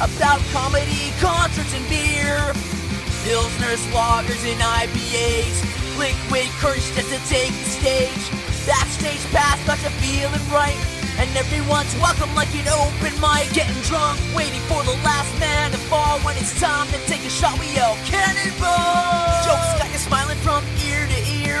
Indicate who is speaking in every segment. Speaker 1: about comedy, concerts, and beer. Pilsner loggers, and IPAs. Liquid courage just to take the stage. Backstage pass, got you feeling right. And everyone's welcome like an open mic. Getting drunk, waiting for the last man to fall. When it's time to take a shot, we yell cannonball. Jokes got you smiling from ear to ear.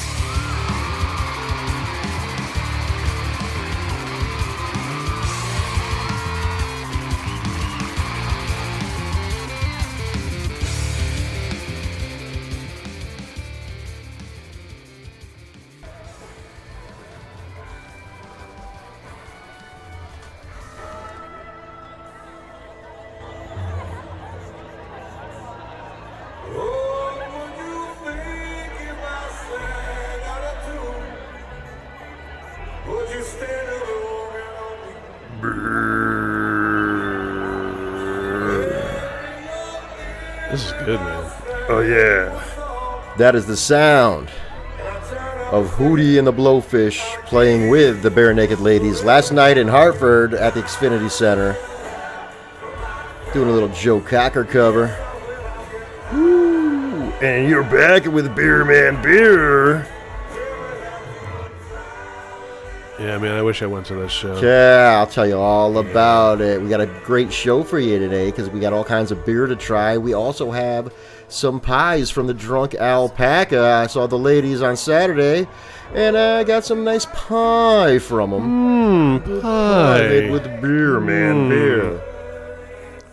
Speaker 2: What would you think if I sang out of tune? Would you stand alone and only
Speaker 3: This is good, man.
Speaker 4: Oh yeah.
Speaker 5: That is the sound of Hootie and the Blowfish playing with the Bare Naked Ladies last night in Hartford at the Xfinity Center. Doing a little Joe Cocker cover.
Speaker 4: And you're back with Beer Man Beer.
Speaker 3: Yeah, man, I wish I went to that show.
Speaker 5: Yeah, I'll tell you all about it. We got a great show for you today because we got all kinds of beer to try. We also have some pies from the Drunk Alpaca. I saw the ladies on Saturday, and I got some nice pie from them.
Speaker 3: Hi.
Speaker 4: With Beer Man Beer.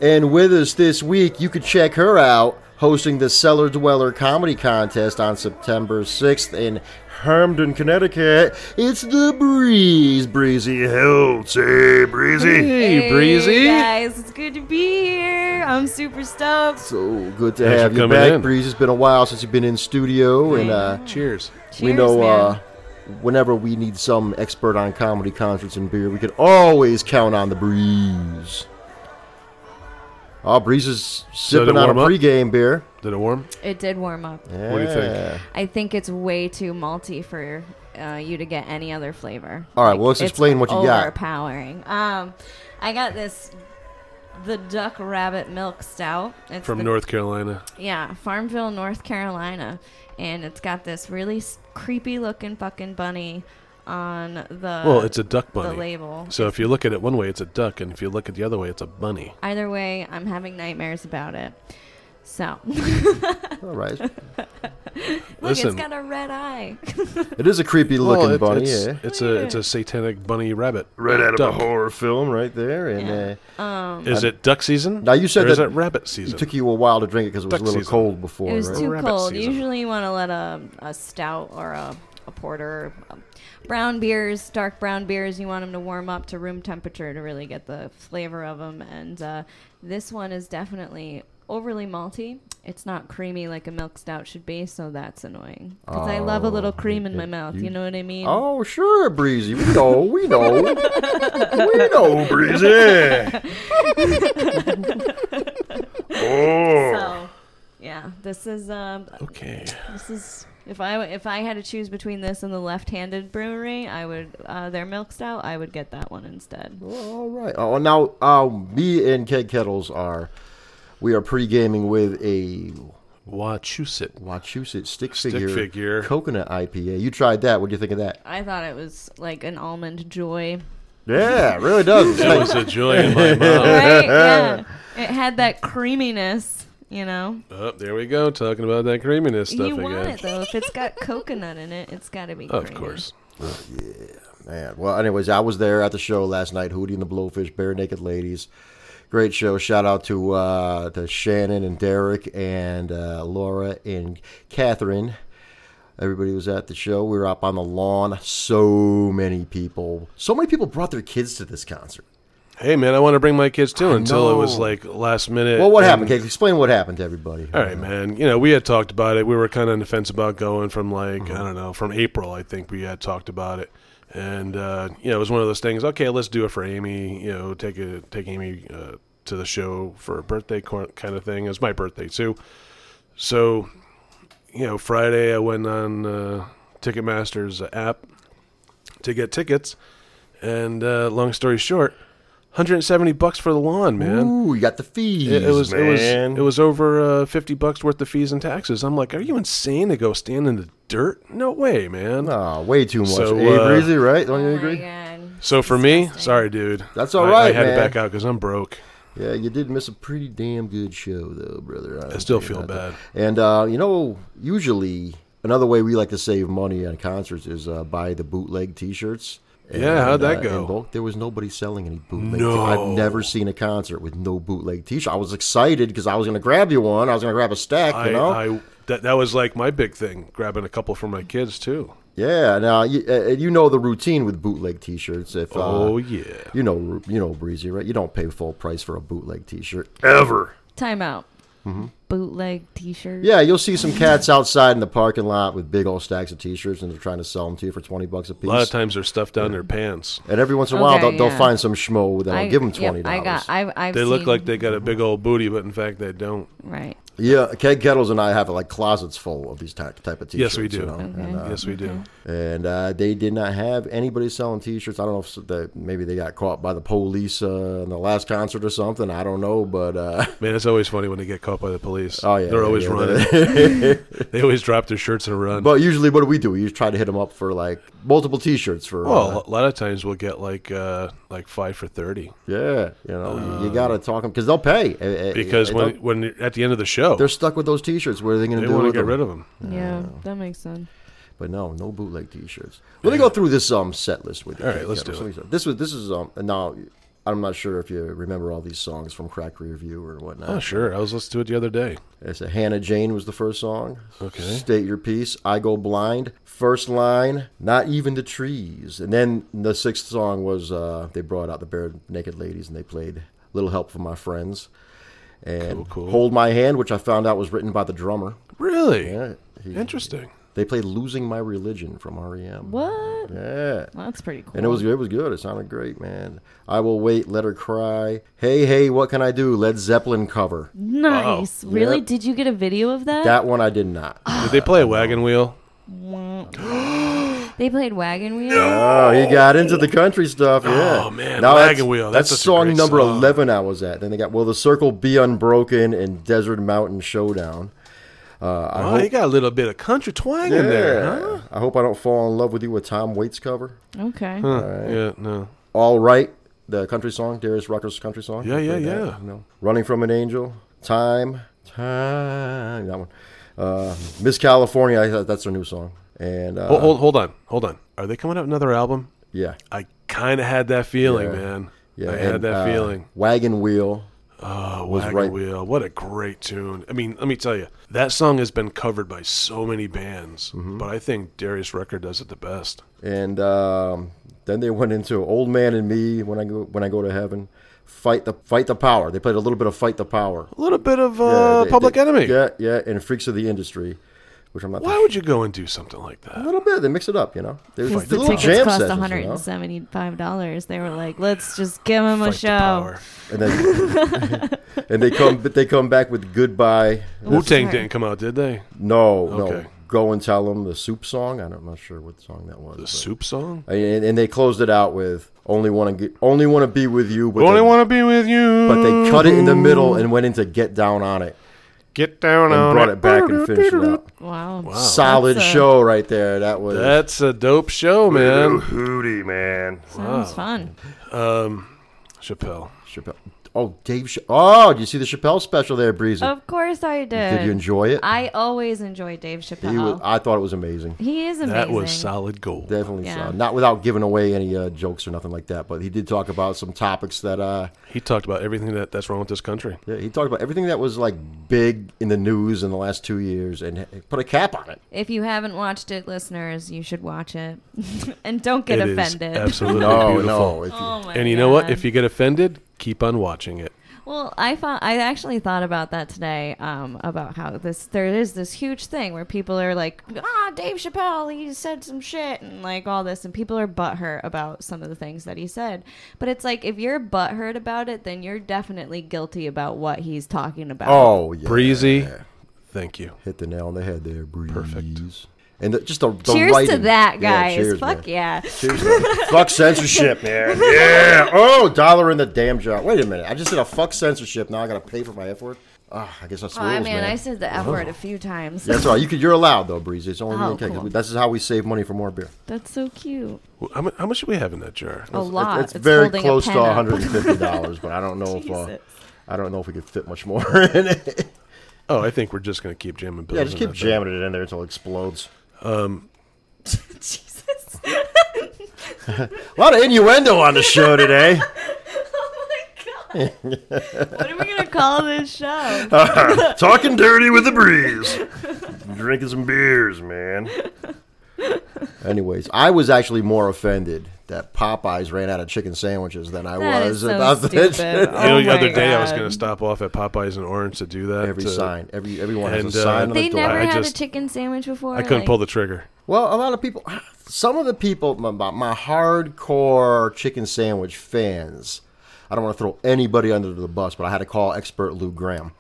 Speaker 5: And with us this week, you could check her out hosting the Cellar Dweller Comedy Contest on September 6th in Herndon, Connecticut. It's the Breeze, Breezy Hills.
Speaker 4: Say breezy.
Speaker 3: Hey, Breezy.
Speaker 6: guys, it's good to be here. I'm super stoked.
Speaker 5: So good to
Speaker 3: Thanks
Speaker 5: have
Speaker 3: for
Speaker 5: you
Speaker 3: coming
Speaker 5: back,
Speaker 3: in.
Speaker 5: Breeze. It's been a while since you've been in studio, and uh,
Speaker 3: Cheers.
Speaker 6: Cheers,
Speaker 5: we know
Speaker 6: man.
Speaker 5: uh, whenever we need some expert on comedy concerts and beer, we can always count on the breeze. Oh, breeze is
Speaker 3: did
Speaker 5: sipping
Speaker 3: it
Speaker 5: on a
Speaker 3: warm up?
Speaker 5: pregame beer.
Speaker 3: Did it warm?
Speaker 6: it did warm up.
Speaker 3: What do you think?
Speaker 5: Yeah.
Speaker 6: I think it's way too malty for uh, you to get any other flavor.
Speaker 5: All right, well, let's
Speaker 6: it's
Speaker 5: explain what you got.
Speaker 6: Overpowering. Um, I got this, the Duck Rabbit Milk Stout. It's
Speaker 3: From
Speaker 6: the-
Speaker 3: North Carolina.
Speaker 6: Yeah, Farmville, North Carolina, and it's got this really s- creepy looking fucking bunny on the.
Speaker 3: Well, it's a duck bunny.
Speaker 6: uh, The label.
Speaker 3: So if you look at it one way, it's a duck, and if you look at the other way, it's a bunny.
Speaker 6: Either way, I'm having nightmares about it. So
Speaker 5: All right.
Speaker 6: look,
Speaker 3: Listen.
Speaker 6: it's got a red eye.
Speaker 5: It is a creepy looking
Speaker 3: Well, Oh, it-
Speaker 5: bunny. eh? yeah.
Speaker 3: It's, it's a it's a satanic bunny rabbit.
Speaker 4: Right out of
Speaker 3: duck.
Speaker 4: a horror film, right?
Speaker 5: Right there. And uh,
Speaker 3: Is it duck season?
Speaker 5: Now, you said
Speaker 3: or is
Speaker 5: that
Speaker 3: it rabbit
Speaker 5: it
Speaker 3: season?
Speaker 5: took you a while to drink it because it was
Speaker 3: Duck
Speaker 5: a little
Speaker 3: season.
Speaker 5: cold before.
Speaker 6: it was
Speaker 5: right?
Speaker 6: too
Speaker 3: rabbit
Speaker 6: cold.
Speaker 3: season.
Speaker 6: Usually, you want to let a, a stout or a, a porter, um, brown beers, dark brown beers. You want them to warm up to room temperature to really get the flavor of them. And uh, this one is definitely overly malty. It's not creamy like a milk stout should be, so that's annoying. Because I love a little cream in my mouth. You know what I mean?
Speaker 5: Oh, sure, Breezy. We know. We know. we
Speaker 4: Oh,
Speaker 5: know.
Speaker 4: breezy. oh.
Speaker 6: So, yeah, this is um,
Speaker 3: okay.
Speaker 6: This is if I if I had to choose between this and the left-handed brewery, I would uh, their milk stout. I would get that one instead.
Speaker 5: All right. Oh, now um, me and Keg Kettles are we are pre gaming with a
Speaker 3: Wachusett.
Speaker 5: Wachusett stick
Speaker 3: Stick
Speaker 5: figure,
Speaker 3: figure.
Speaker 5: coconut IPA. You tried that. What do you think of that?
Speaker 6: I thought it was like an almond joy.
Speaker 5: Yeah, it really does.
Speaker 3: That was a joy in my mouth.
Speaker 6: Right? yeah. It had that creaminess, you know.
Speaker 3: Oh, there we go. Talking about that creaminess stuff
Speaker 6: you
Speaker 3: again.
Speaker 6: want it though. If it's got coconut in it, it's got to be.
Speaker 3: Of
Speaker 6: creamy.
Speaker 3: course.
Speaker 5: Man. Well, anyways, I was there at the show last night. Hootie and the Blowfish, Bare Naked Ladies. Great show. Shout out to uh, to Shannon and Derek and uh, Laura and Catherine. Everybody was at the show. We were up on the lawn. So many people. So many people brought their kids to this concert.
Speaker 3: Hey man, I want to bring my kids too. Until it was
Speaker 5: know.
Speaker 3: like last minute.
Speaker 5: Well, what
Speaker 3: and-
Speaker 5: happened, Kate? Explain what happened to everybody.
Speaker 3: All right, man. You know, we had talked about it. We were kind of on the fence about going from like I don't know, from April. I think we had talked about it, and uh, you know, it was one of those things. Okay, let's do it for Amy. You know, take a take Amy uh, to the show for her birthday cor- kind of thing. It was my birthday too, so you know, Friday I went on. Uh, Ticketmaster's app to get tickets. And uh, long story short, 170 bucks for the lawn, man.
Speaker 5: Ooh, you got the fees.
Speaker 3: It, it was it
Speaker 4: man.
Speaker 3: was it was over uh, fifty bucks worth of fees and taxes. I'm like, are you insane to go stand in the dirt? No way, man.
Speaker 5: Aw, way too much.
Speaker 3: So,
Speaker 5: eh,
Speaker 3: uh,
Speaker 5: Breezy, right? Don't you
Speaker 6: Oh
Speaker 5: agree?
Speaker 6: my God.
Speaker 3: So for me, sorry, dude.
Speaker 5: That's all
Speaker 3: I- I,
Speaker 5: right,
Speaker 3: had
Speaker 5: man.
Speaker 3: to back out because I'm broke.
Speaker 5: Yeah, you did miss a pretty damn good show, though, brother.
Speaker 3: I still feel bad.
Speaker 5: And uh, you know, usually another way we like to save money on concerts is uh, buy the bootleg T-shirts.
Speaker 3: Yeah, how'd that
Speaker 5: uh,
Speaker 3: go?
Speaker 5: in bulk, there was nobody selling any bootleg.
Speaker 3: No.
Speaker 5: I've never seen a concert with no bootleg T-shirt. I was excited because I was going to grab you one. I was going to grab a stack.
Speaker 3: I,
Speaker 5: you know,
Speaker 3: I that that was like my big thing, grabbing a couple for my kids too.
Speaker 5: yeah. Now you, uh, you know the routine with bootleg T-shirts. If uh,
Speaker 3: oh yeah,
Speaker 5: you know, you know, breezy, right? You don't pay full price for a bootleg T-shirt.
Speaker 4: Ever.
Speaker 6: Time out. Bootleg T-shirt.
Speaker 5: Mm-hmm. Yeah, you'll see some cats outside in the parking lot with big old stacks of T-shirts, and they're trying to sell them to you for twenty bucks a
Speaker 3: a
Speaker 5: piece.
Speaker 3: lot of times they're stuffed down their pants.
Speaker 5: and every once in a while,
Speaker 6: Okay,
Speaker 5: they'll, they'll
Speaker 6: yeah.
Speaker 5: find some schmo that'll
Speaker 6: I-
Speaker 5: give them
Speaker 6: yep,
Speaker 5: twenty
Speaker 6: I got.
Speaker 5: dollars.
Speaker 6: I've, I've
Speaker 3: They look
Speaker 6: seen-
Speaker 3: like they got
Speaker 5: Mhm.
Speaker 3: a big old booty, but in fact they don't.
Speaker 6: right.
Speaker 5: yeah, Keg Kettles and I have like closets full of these ty- type of T-shirts.
Speaker 3: Yes, we
Speaker 5: you
Speaker 3: do.
Speaker 5: know?
Speaker 3: yes, we do.
Speaker 5: And uh, they did not have anybody selling T-shirts. I don't know if that maybe they got caught by the police uh, in the last concert or something. I don't know, but uh,
Speaker 3: Man, it's always funny when they get caught by the police.
Speaker 5: oh yeah,
Speaker 3: they're
Speaker 5: yeah,
Speaker 3: always
Speaker 5: yeah,
Speaker 3: running. they always drop their shirts and run.
Speaker 5: But usually, what do we do? We just try to hit them up for like multiple T-shirts for. uh,
Speaker 3: Well, a lot of times we'll get like uh, like five for thirty
Speaker 5: Yeah, you know, you- you gotta talk them because they'll pay Eh, eh,
Speaker 3: uh, because
Speaker 5: eh,
Speaker 3: when
Speaker 5: they'll-
Speaker 3: when at the end of the show
Speaker 5: they're stuck with those T-shirts, what are they gonna
Speaker 3: they
Speaker 5: do
Speaker 3: want to
Speaker 5: with
Speaker 3: get
Speaker 5: them?
Speaker 3: rid of them.
Speaker 6: Yeah, that makes sense.
Speaker 5: But no, no bootleg T-shirts. Let me go through this um set list with you.
Speaker 3: All right,
Speaker 5: Kid
Speaker 3: let's
Speaker 5: Kettles.
Speaker 3: do
Speaker 5: Let me- This was this is um and now I'm not sure if you remember all these songs from Crack Review or whatnot.
Speaker 3: Oh sure, I was listening to it the other day.
Speaker 5: It's a Hannah Jane was the first song.
Speaker 3: Okay.
Speaker 5: State Your Piece, I Go Blind. First line, Not Even the Trees. And then the sixth song was uh, they brought out the Bare Naked Ladies and they played Little Help from My Friends. And
Speaker 3: cool.
Speaker 5: Hold My Hand, which I found out was written by the drummer.
Speaker 3: Really
Speaker 5: Yeah, he-
Speaker 3: interesting.
Speaker 5: They played Losing My Religion from REM.
Speaker 6: What?
Speaker 5: Yeah.
Speaker 6: Well, that's pretty cool.
Speaker 5: And it was it was good. It sounded great, man. I will wait. Let her cry. Hey, hey, what can I do? Led Zeppelin cover.
Speaker 6: nice. Really?
Speaker 5: Yep.
Speaker 6: Did you get a video of that?
Speaker 5: That one I did not.
Speaker 3: Did they play a wagon wheel?
Speaker 6: they played Wagon Wheel.
Speaker 5: Oh, he got into the country stuff. Yeah.
Speaker 3: Oh, man,
Speaker 5: Now
Speaker 3: Wagon
Speaker 5: that's,
Speaker 3: Wheel,
Speaker 5: That's,
Speaker 3: that's such a
Speaker 5: song
Speaker 3: great
Speaker 5: number
Speaker 3: song.
Speaker 5: eleven. I was at. Then they got "Will the Circle Be Unbroken" and "Desert Mountain Showdown."
Speaker 3: Oh, you got a little bit of country twang in there, huh?
Speaker 5: I hope I don't fall in love with you with Tom Waits cover.
Speaker 6: Okay.
Speaker 3: Yeah, no.
Speaker 5: All right, the country song, Darius Rucker's country song.
Speaker 3: Yeah,
Speaker 5: You
Speaker 3: yeah,
Speaker 5: played that,
Speaker 3: yeah.
Speaker 5: you know. Running from an Angel, Time, Time. That one. Uh, Miss California. I, that's their new song. And uh,
Speaker 3: Hold, hold hold on, hold on. Are they coming out with another album?
Speaker 5: yeah,
Speaker 3: I kind of had that feeling,
Speaker 5: Yeah.
Speaker 3: man.
Speaker 5: yeah.
Speaker 3: I had
Speaker 5: and,
Speaker 3: that
Speaker 5: uh,
Speaker 3: feeling.
Speaker 5: Wagon Wheel.
Speaker 3: Oh, Wagon
Speaker 5: right-
Speaker 3: Wheel. What a great tune. I mean, let me tell you, that song has been covered by so many bands,
Speaker 5: Mm-hmm.
Speaker 3: but I think Darius Rucker does it the best.
Speaker 5: and um, then they went into "Old Man and Me" when I go when I go to heaven. Fight the fight the power. They played a little bit of "Fight the Power."
Speaker 3: A little bit of uh,
Speaker 5: Yeah, they-
Speaker 3: Public
Speaker 5: they-
Speaker 3: Enemy.
Speaker 5: Yeah, yeah, and "Freaks of the Industry," which I'm not.
Speaker 3: Why would you go and do something like
Speaker 5: a
Speaker 3: that?
Speaker 5: little bit? They mix it up, you know. They
Speaker 6: Because
Speaker 5: they
Speaker 6: the
Speaker 5: little
Speaker 6: tickets
Speaker 5: jam
Speaker 6: cost
Speaker 5: sessions, you know?
Speaker 6: $175. They were like, let's just give them a
Speaker 3: Fight the
Speaker 6: show.
Speaker 3: power.
Speaker 5: and then and they come but they come back with "Goodbye."
Speaker 3: Wu Tang
Speaker 6: right.
Speaker 3: didn't come out, did they?
Speaker 5: No,
Speaker 3: Okay.
Speaker 5: no. Go and tell them the soup song. I don't, I'm not sure what song that was.
Speaker 3: The
Speaker 5: but-
Speaker 3: Soup song?
Speaker 5: And, and they closed it out with "Only want to get, only want to be with you." But
Speaker 3: Only
Speaker 5: they-
Speaker 3: want to be with you.
Speaker 5: but they cut it in the middle and went into "Get Down on It."
Speaker 3: Get down
Speaker 5: and
Speaker 3: on
Speaker 5: brought it back and finished it up.
Speaker 6: Wow.
Speaker 5: Solid
Speaker 6: That's uh, a-
Speaker 5: show right there. That was
Speaker 3: That's a dope show, man.
Speaker 4: Hootie, man.
Speaker 6: Sounds fun.
Speaker 3: Chappelle.
Speaker 5: Chappelle. Oh, Dave. Ch- oh, did you see the Chappelle special there, Breezy?
Speaker 6: Of course I did.
Speaker 5: did you enjoy it?
Speaker 6: Oh, I always enjoy Dave Chappelle.
Speaker 5: He was, I thought it was amazing.
Speaker 6: he is amazing.
Speaker 3: That was solid gold.
Speaker 5: Definitely
Speaker 6: Yeah.
Speaker 5: so. Not without giving away any uh, jokes or nothing like that, but he did talk about some topics that uh,
Speaker 3: He talked about everything that, that's wrong with this country.
Speaker 5: yeah, he talked about everything that was like big in the news in the last two years and h- put a cap on it.
Speaker 6: If you haven't watched it, listeners, you should watch it. and don't get
Speaker 3: It is
Speaker 6: offended.
Speaker 3: absolutely
Speaker 5: No,
Speaker 3: beautiful.
Speaker 5: no. If you-
Speaker 6: Oh my
Speaker 3: And you know what?
Speaker 6: God.
Speaker 3: If you get offended, keep on watching it.
Speaker 6: Well, I thought I actually thought about that today um, about how this there is this huge thing where people are like, ah, Dave Chappelle, he said some shit and like all this, and people are butthurt about some of the things that he said. But it's like if you're butthurt about it, then you're definitely guilty about what he's talking about.
Speaker 5: oh, yeah.
Speaker 3: Breezy, thank you.
Speaker 5: Hit the nail on the head there, Breeze. Perfect. And the, just the, the
Speaker 6: cheers to
Speaker 5: writing.
Speaker 6: that,
Speaker 5: Yeah,
Speaker 6: guys.
Speaker 5: cheers,
Speaker 6: Fuck
Speaker 5: man.
Speaker 6: yeah.
Speaker 5: Cheers to- fuck censorship, man. Yeah. Oh, dollar in the damn jar. Wait a minute. I just did a fuck censorship. Now I gotta pay for my F word. Ah, I guess that's
Speaker 6: Oh,
Speaker 5: rules,
Speaker 6: man,
Speaker 5: man.
Speaker 6: I said the F word a few times.
Speaker 5: That's all right. You can, you're allowed though, Breezy. It's only you
Speaker 6: Oh,
Speaker 5: and Keg.
Speaker 6: cool.
Speaker 5: This is how we save money for more beer.
Speaker 6: That's so cute.
Speaker 3: Wh- How much, how much do we have in that jar?
Speaker 6: A lot.
Speaker 5: It's, it's very
Speaker 6: holding a
Speaker 5: close to
Speaker 6: pen up.
Speaker 5: 150 dollars, but I don't know if uh,
Speaker 6: Jesus.
Speaker 5: I don't know if we could fit much more in it.
Speaker 3: Oh, I think we're just gonna keep jamming pills.
Speaker 5: Yeah, just
Speaker 3: in
Speaker 5: keep
Speaker 3: that thing.
Speaker 5: jamming it in there until it explodes.
Speaker 6: Jesus.
Speaker 5: A lot of innuendo on the show today.
Speaker 6: Oh my god. what are we gonna call this show?
Speaker 4: Talking dirty with the breeze. Drinking some beers, man.
Speaker 5: Anyways, I was actually more offended that Popeyes ran out of chicken sandwiches than I
Speaker 6: That
Speaker 5: was
Speaker 6: is so
Speaker 5: about
Speaker 6: stupid.
Speaker 5: the
Speaker 6: Oh
Speaker 3: You know, the
Speaker 6: my
Speaker 3: other day I was
Speaker 6: God.
Speaker 3: gonna stop off at Popeyes and Orange to do that.
Speaker 5: every
Speaker 3: to-
Speaker 5: sign. Every everyone has
Speaker 3: and,
Speaker 5: a
Speaker 3: uh,
Speaker 5: sign on
Speaker 6: They
Speaker 5: the door.
Speaker 6: never
Speaker 3: I
Speaker 6: had
Speaker 3: just-
Speaker 6: a chicken sandwich before.
Speaker 3: I couldn't
Speaker 6: Like,
Speaker 3: pull the trigger.
Speaker 5: Well, a lot of people, some of the people, my, my- my hardcore chicken sandwich fans, I don't want to throw anybody under the bus, but I had to call expert Lou Graham.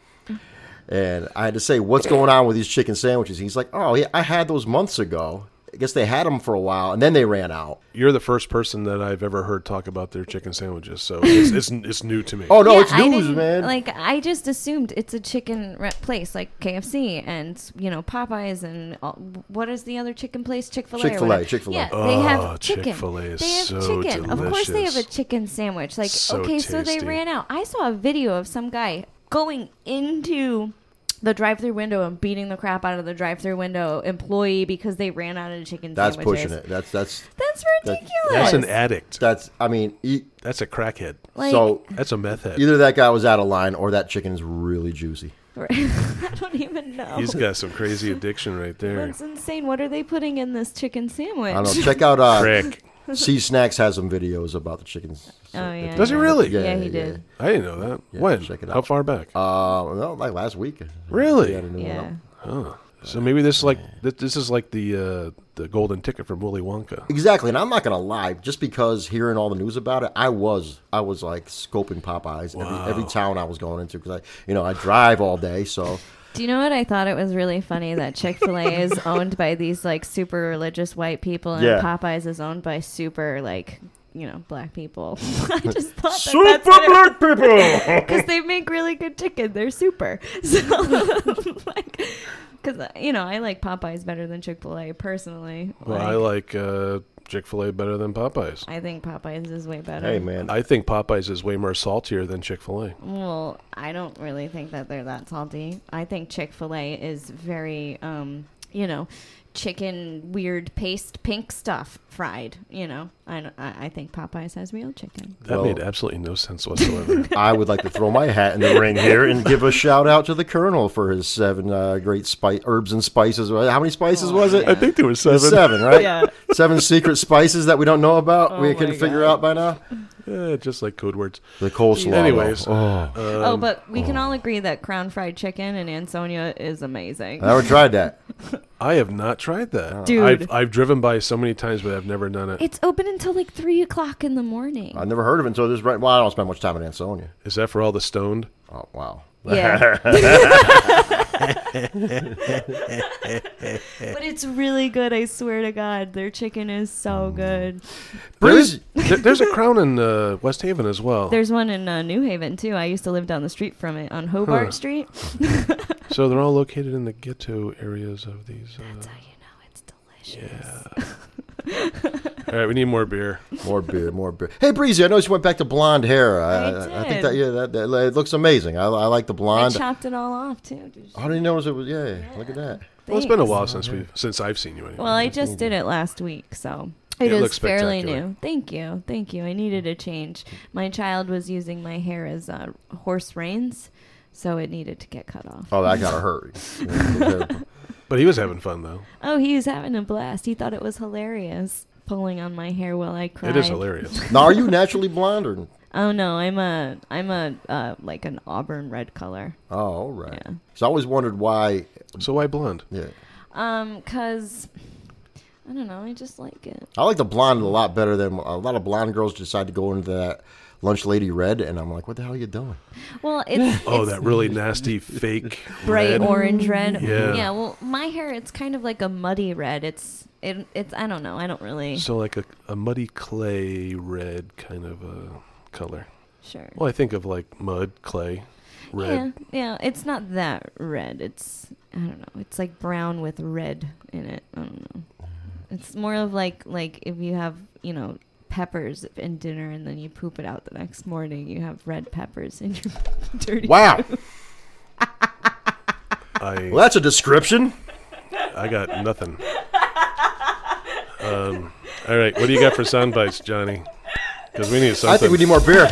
Speaker 5: And I had to say, what's going on with these chicken sandwiches? He's like, oh, yeah, I had those months ago. I guess they had them for a while, and then they ran out.
Speaker 3: You're the first person that I've ever heard talk about their chicken sandwiches, so it's it's, it's new to me.
Speaker 5: Oh, no,
Speaker 6: Yeah,
Speaker 5: it's
Speaker 6: I
Speaker 5: news,
Speaker 6: didn't-
Speaker 5: man.
Speaker 6: Like I just assumed it's a chicken re- place, like KFC and you know Popeyes and all, what is the other chicken place? Chick Fil A.
Speaker 5: Chick-fil-A, Chick-fil-A.
Speaker 6: Yeah, they
Speaker 3: Oh,
Speaker 6: have chicken.
Speaker 3: Chick-fil-A is
Speaker 6: they have
Speaker 3: so
Speaker 6: chicken. Of course, they have a
Speaker 3: delicious.
Speaker 6: chicken sandwich. Like
Speaker 3: So
Speaker 6: okay, so they
Speaker 3: tasty.
Speaker 6: ran out. I saw a video of some guy going into. The drive-through window and beating the crap out of the drive-through window employee because they ran out of chicken
Speaker 5: That's
Speaker 6: sandwiches.
Speaker 5: pushing it. That's, that's,
Speaker 6: That's
Speaker 5: That-
Speaker 6: ridiculous.
Speaker 3: that's an addict.
Speaker 5: that's, I mean, e-
Speaker 3: That's a crackhead.
Speaker 6: Like-
Speaker 5: so
Speaker 3: That's a meth head.
Speaker 5: either that guy was out of line or that chicken is really juicy.
Speaker 6: I don't even know.
Speaker 3: He's got some crazy addiction right there.
Speaker 6: That's insane. What are they putting in this chicken sandwich?
Speaker 5: I don't know. Check out uh,
Speaker 3: Crack.
Speaker 5: C Snacks has some videos about the chickens.
Speaker 6: Oh yeah.
Speaker 3: Does he
Speaker 6: yeah.
Speaker 3: really?
Speaker 6: Yeah, he did.
Speaker 3: I didn't know that. when?
Speaker 5: check it
Speaker 3: How
Speaker 5: out.
Speaker 3: far back?
Speaker 5: Uh, no, like last week.
Speaker 3: Really?
Speaker 5: Yeah.
Speaker 6: Yeah.
Speaker 3: so maybe this is like this, this is like the uh, the golden ticket from Willy Wonka.
Speaker 5: Exactly, and I'm not gonna lie. Just because hearing all the news about it, I was I was like scoping Popeyes every, every town I was going into because I, you know, I drive all day, so
Speaker 6: Do you know what I thought? It was really funny that Chick Fil A is owned by these like super religious white people, and
Speaker 5: Yeah.
Speaker 6: Popeyes is owned by super like you know black people. I just thought that
Speaker 4: Super
Speaker 6: that's what
Speaker 4: black people.
Speaker 6: because they make really good chicken. They're super. So like. Because you know, I like Popeyes better than Chick Fil A personally.
Speaker 3: Well, I
Speaker 6: Like,
Speaker 3: like uh, Chick Fil A better than Popeyes.
Speaker 6: I think Popeyes is way better.
Speaker 5: hey, man,
Speaker 3: I think Popeyes is way more saltier than Chick Fil A.
Speaker 6: Well, I don't really think that they're that salty. I think Chick fil A is very, um, you know, chicken, weird paste, pink stuff fried. You know, I, don't- I, I think Popeyes has real chicken.
Speaker 3: That
Speaker 5: Well-
Speaker 3: made absolutely no sense whatsoever.
Speaker 5: I would like to throw my hat in the ring here and give a shout out to the Colonel for his seven uh, great spice herbs and spices. How many spices was it?
Speaker 3: I think there was seven.
Speaker 5: Seven, right?
Speaker 6: Oh, Yeah.
Speaker 5: Seven secret spices that we don't know about.
Speaker 6: Oh
Speaker 5: we
Speaker 6: my
Speaker 5: can figure
Speaker 6: God.
Speaker 5: out by now.
Speaker 3: Eh, just like code words.
Speaker 5: The coleslaw. though.
Speaker 3: Anyways,
Speaker 6: oh,
Speaker 5: Um,
Speaker 6: but we can all agree that crown fried chicken in Ansonia is amazing.
Speaker 5: I never tried that.
Speaker 3: I have not tried that.
Speaker 6: Dude.
Speaker 3: I've, I've driven by so many times, but I've never done it.
Speaker 6: it's open until like three o'clock in the morning.
Speaker 5: I never heard of it until this. Right, well, I don't spend much time in Ansonia.
Speaker 3: Is that for all the stoned?
Speaker 5: Oh wow.
Speaker 6: Yeah. but it's really good, I swear to God. Their chicken is
Speaker 5: Mm.
Speaker 6: so good.
Speaker 5: Breeze,
Speaker 3: There- there's a crown in uh, West Haven as well.
Speaker 6: There's one in uh, New Haven too. I used to live down the street from it on Hobart Street.
Speaker 3: So they're all located in the ghetto areas of these. Uh...
Speaker 6: So Oh, you know it's delicious.
Speaker 3: All right, we need more beer.
Speaker 5: more beer, more beer. Hey, Breezy, I noticed you went back to blonde hair. I, I, think
Speaker 6: did.
Speaker 5: that yeah, that, that it looks amazing. I, I like the
Speaker 6: I
Speaker 5: blonde.
Speaker 6: chopped it all off too. Did you-
Speaker 5: How do you know it was? Yeah, look at that.
Speaker 3: Well, it's been a
Speaker 6: Thanks.
Speaker 3: while since we since I've seen you. Anyway.
Speaker 6: Well, I just did it last week, so it
Speaker 3: It
Speaker 6: is
Speaker 3: looks
Speaker 6: fairly
Speaker 3: spectacular.
Speaker 6: new. Thank you, thank you. I needed a change. My child was using my hair as uh, horse reins, so it needed to get cut off.
Speaker 5: Oh, that gotta hurt.
Speaker 3: but he was having fun though.
Speaker 6: Oh, he was having a blast. He thought it was hilarious pulling on my hair while I cried.
Speaker 3: It is hilarious.
Speaker 5: now, are you naturally blonde or?
Speaker 6: Oh no, I'm a I'm a uh, like an auburn red color.
Speaker 5: Oh, all right. So I always wondered why.
Speaker 3: so why blonde?
Speaker 5: Yeah,
Speaker 6: Um, cause I don't know, I just like it.
Speaker 5: I like the blonde a lot better than a lot of blonde girls decide to go into that lunch lady red, and I'm like, what the hell are you doing?
Speaker 6: Well, it's
Speaker 3: Oh,
Speaker 6: it's
Speaker 3: that really nasty fake
Speaker 6: bright
Speaker 3: red.
Speaker 6: orange red.
Speaker 3: Yeah.
Speaker 6: Well, my hair it's kind of like a muddy red. It's it, it's I don't know. I don't really
Speaker 3: So like a, a muddy clay red kind of a color.
Speaker 6: sure.
Speaker 3: Well, I think of like mud, clay, red.
Speaker 6: Yeah, yeah. It's not that red. It's I don't know. It's like brown with red in it. I don't know. It's more of like like if you have you know peppers in dinner and then you poop it out the next morning, you have red peppers in your dirty.
Speaker 5: Wow.
Speaker 3: I
Speaker 5: Well, that's a description.
Speaker 3: I got nothing. Um, all right, what do you got for sound bites, Johnny? Because we need something.
Speaker 5: I think we need more beer.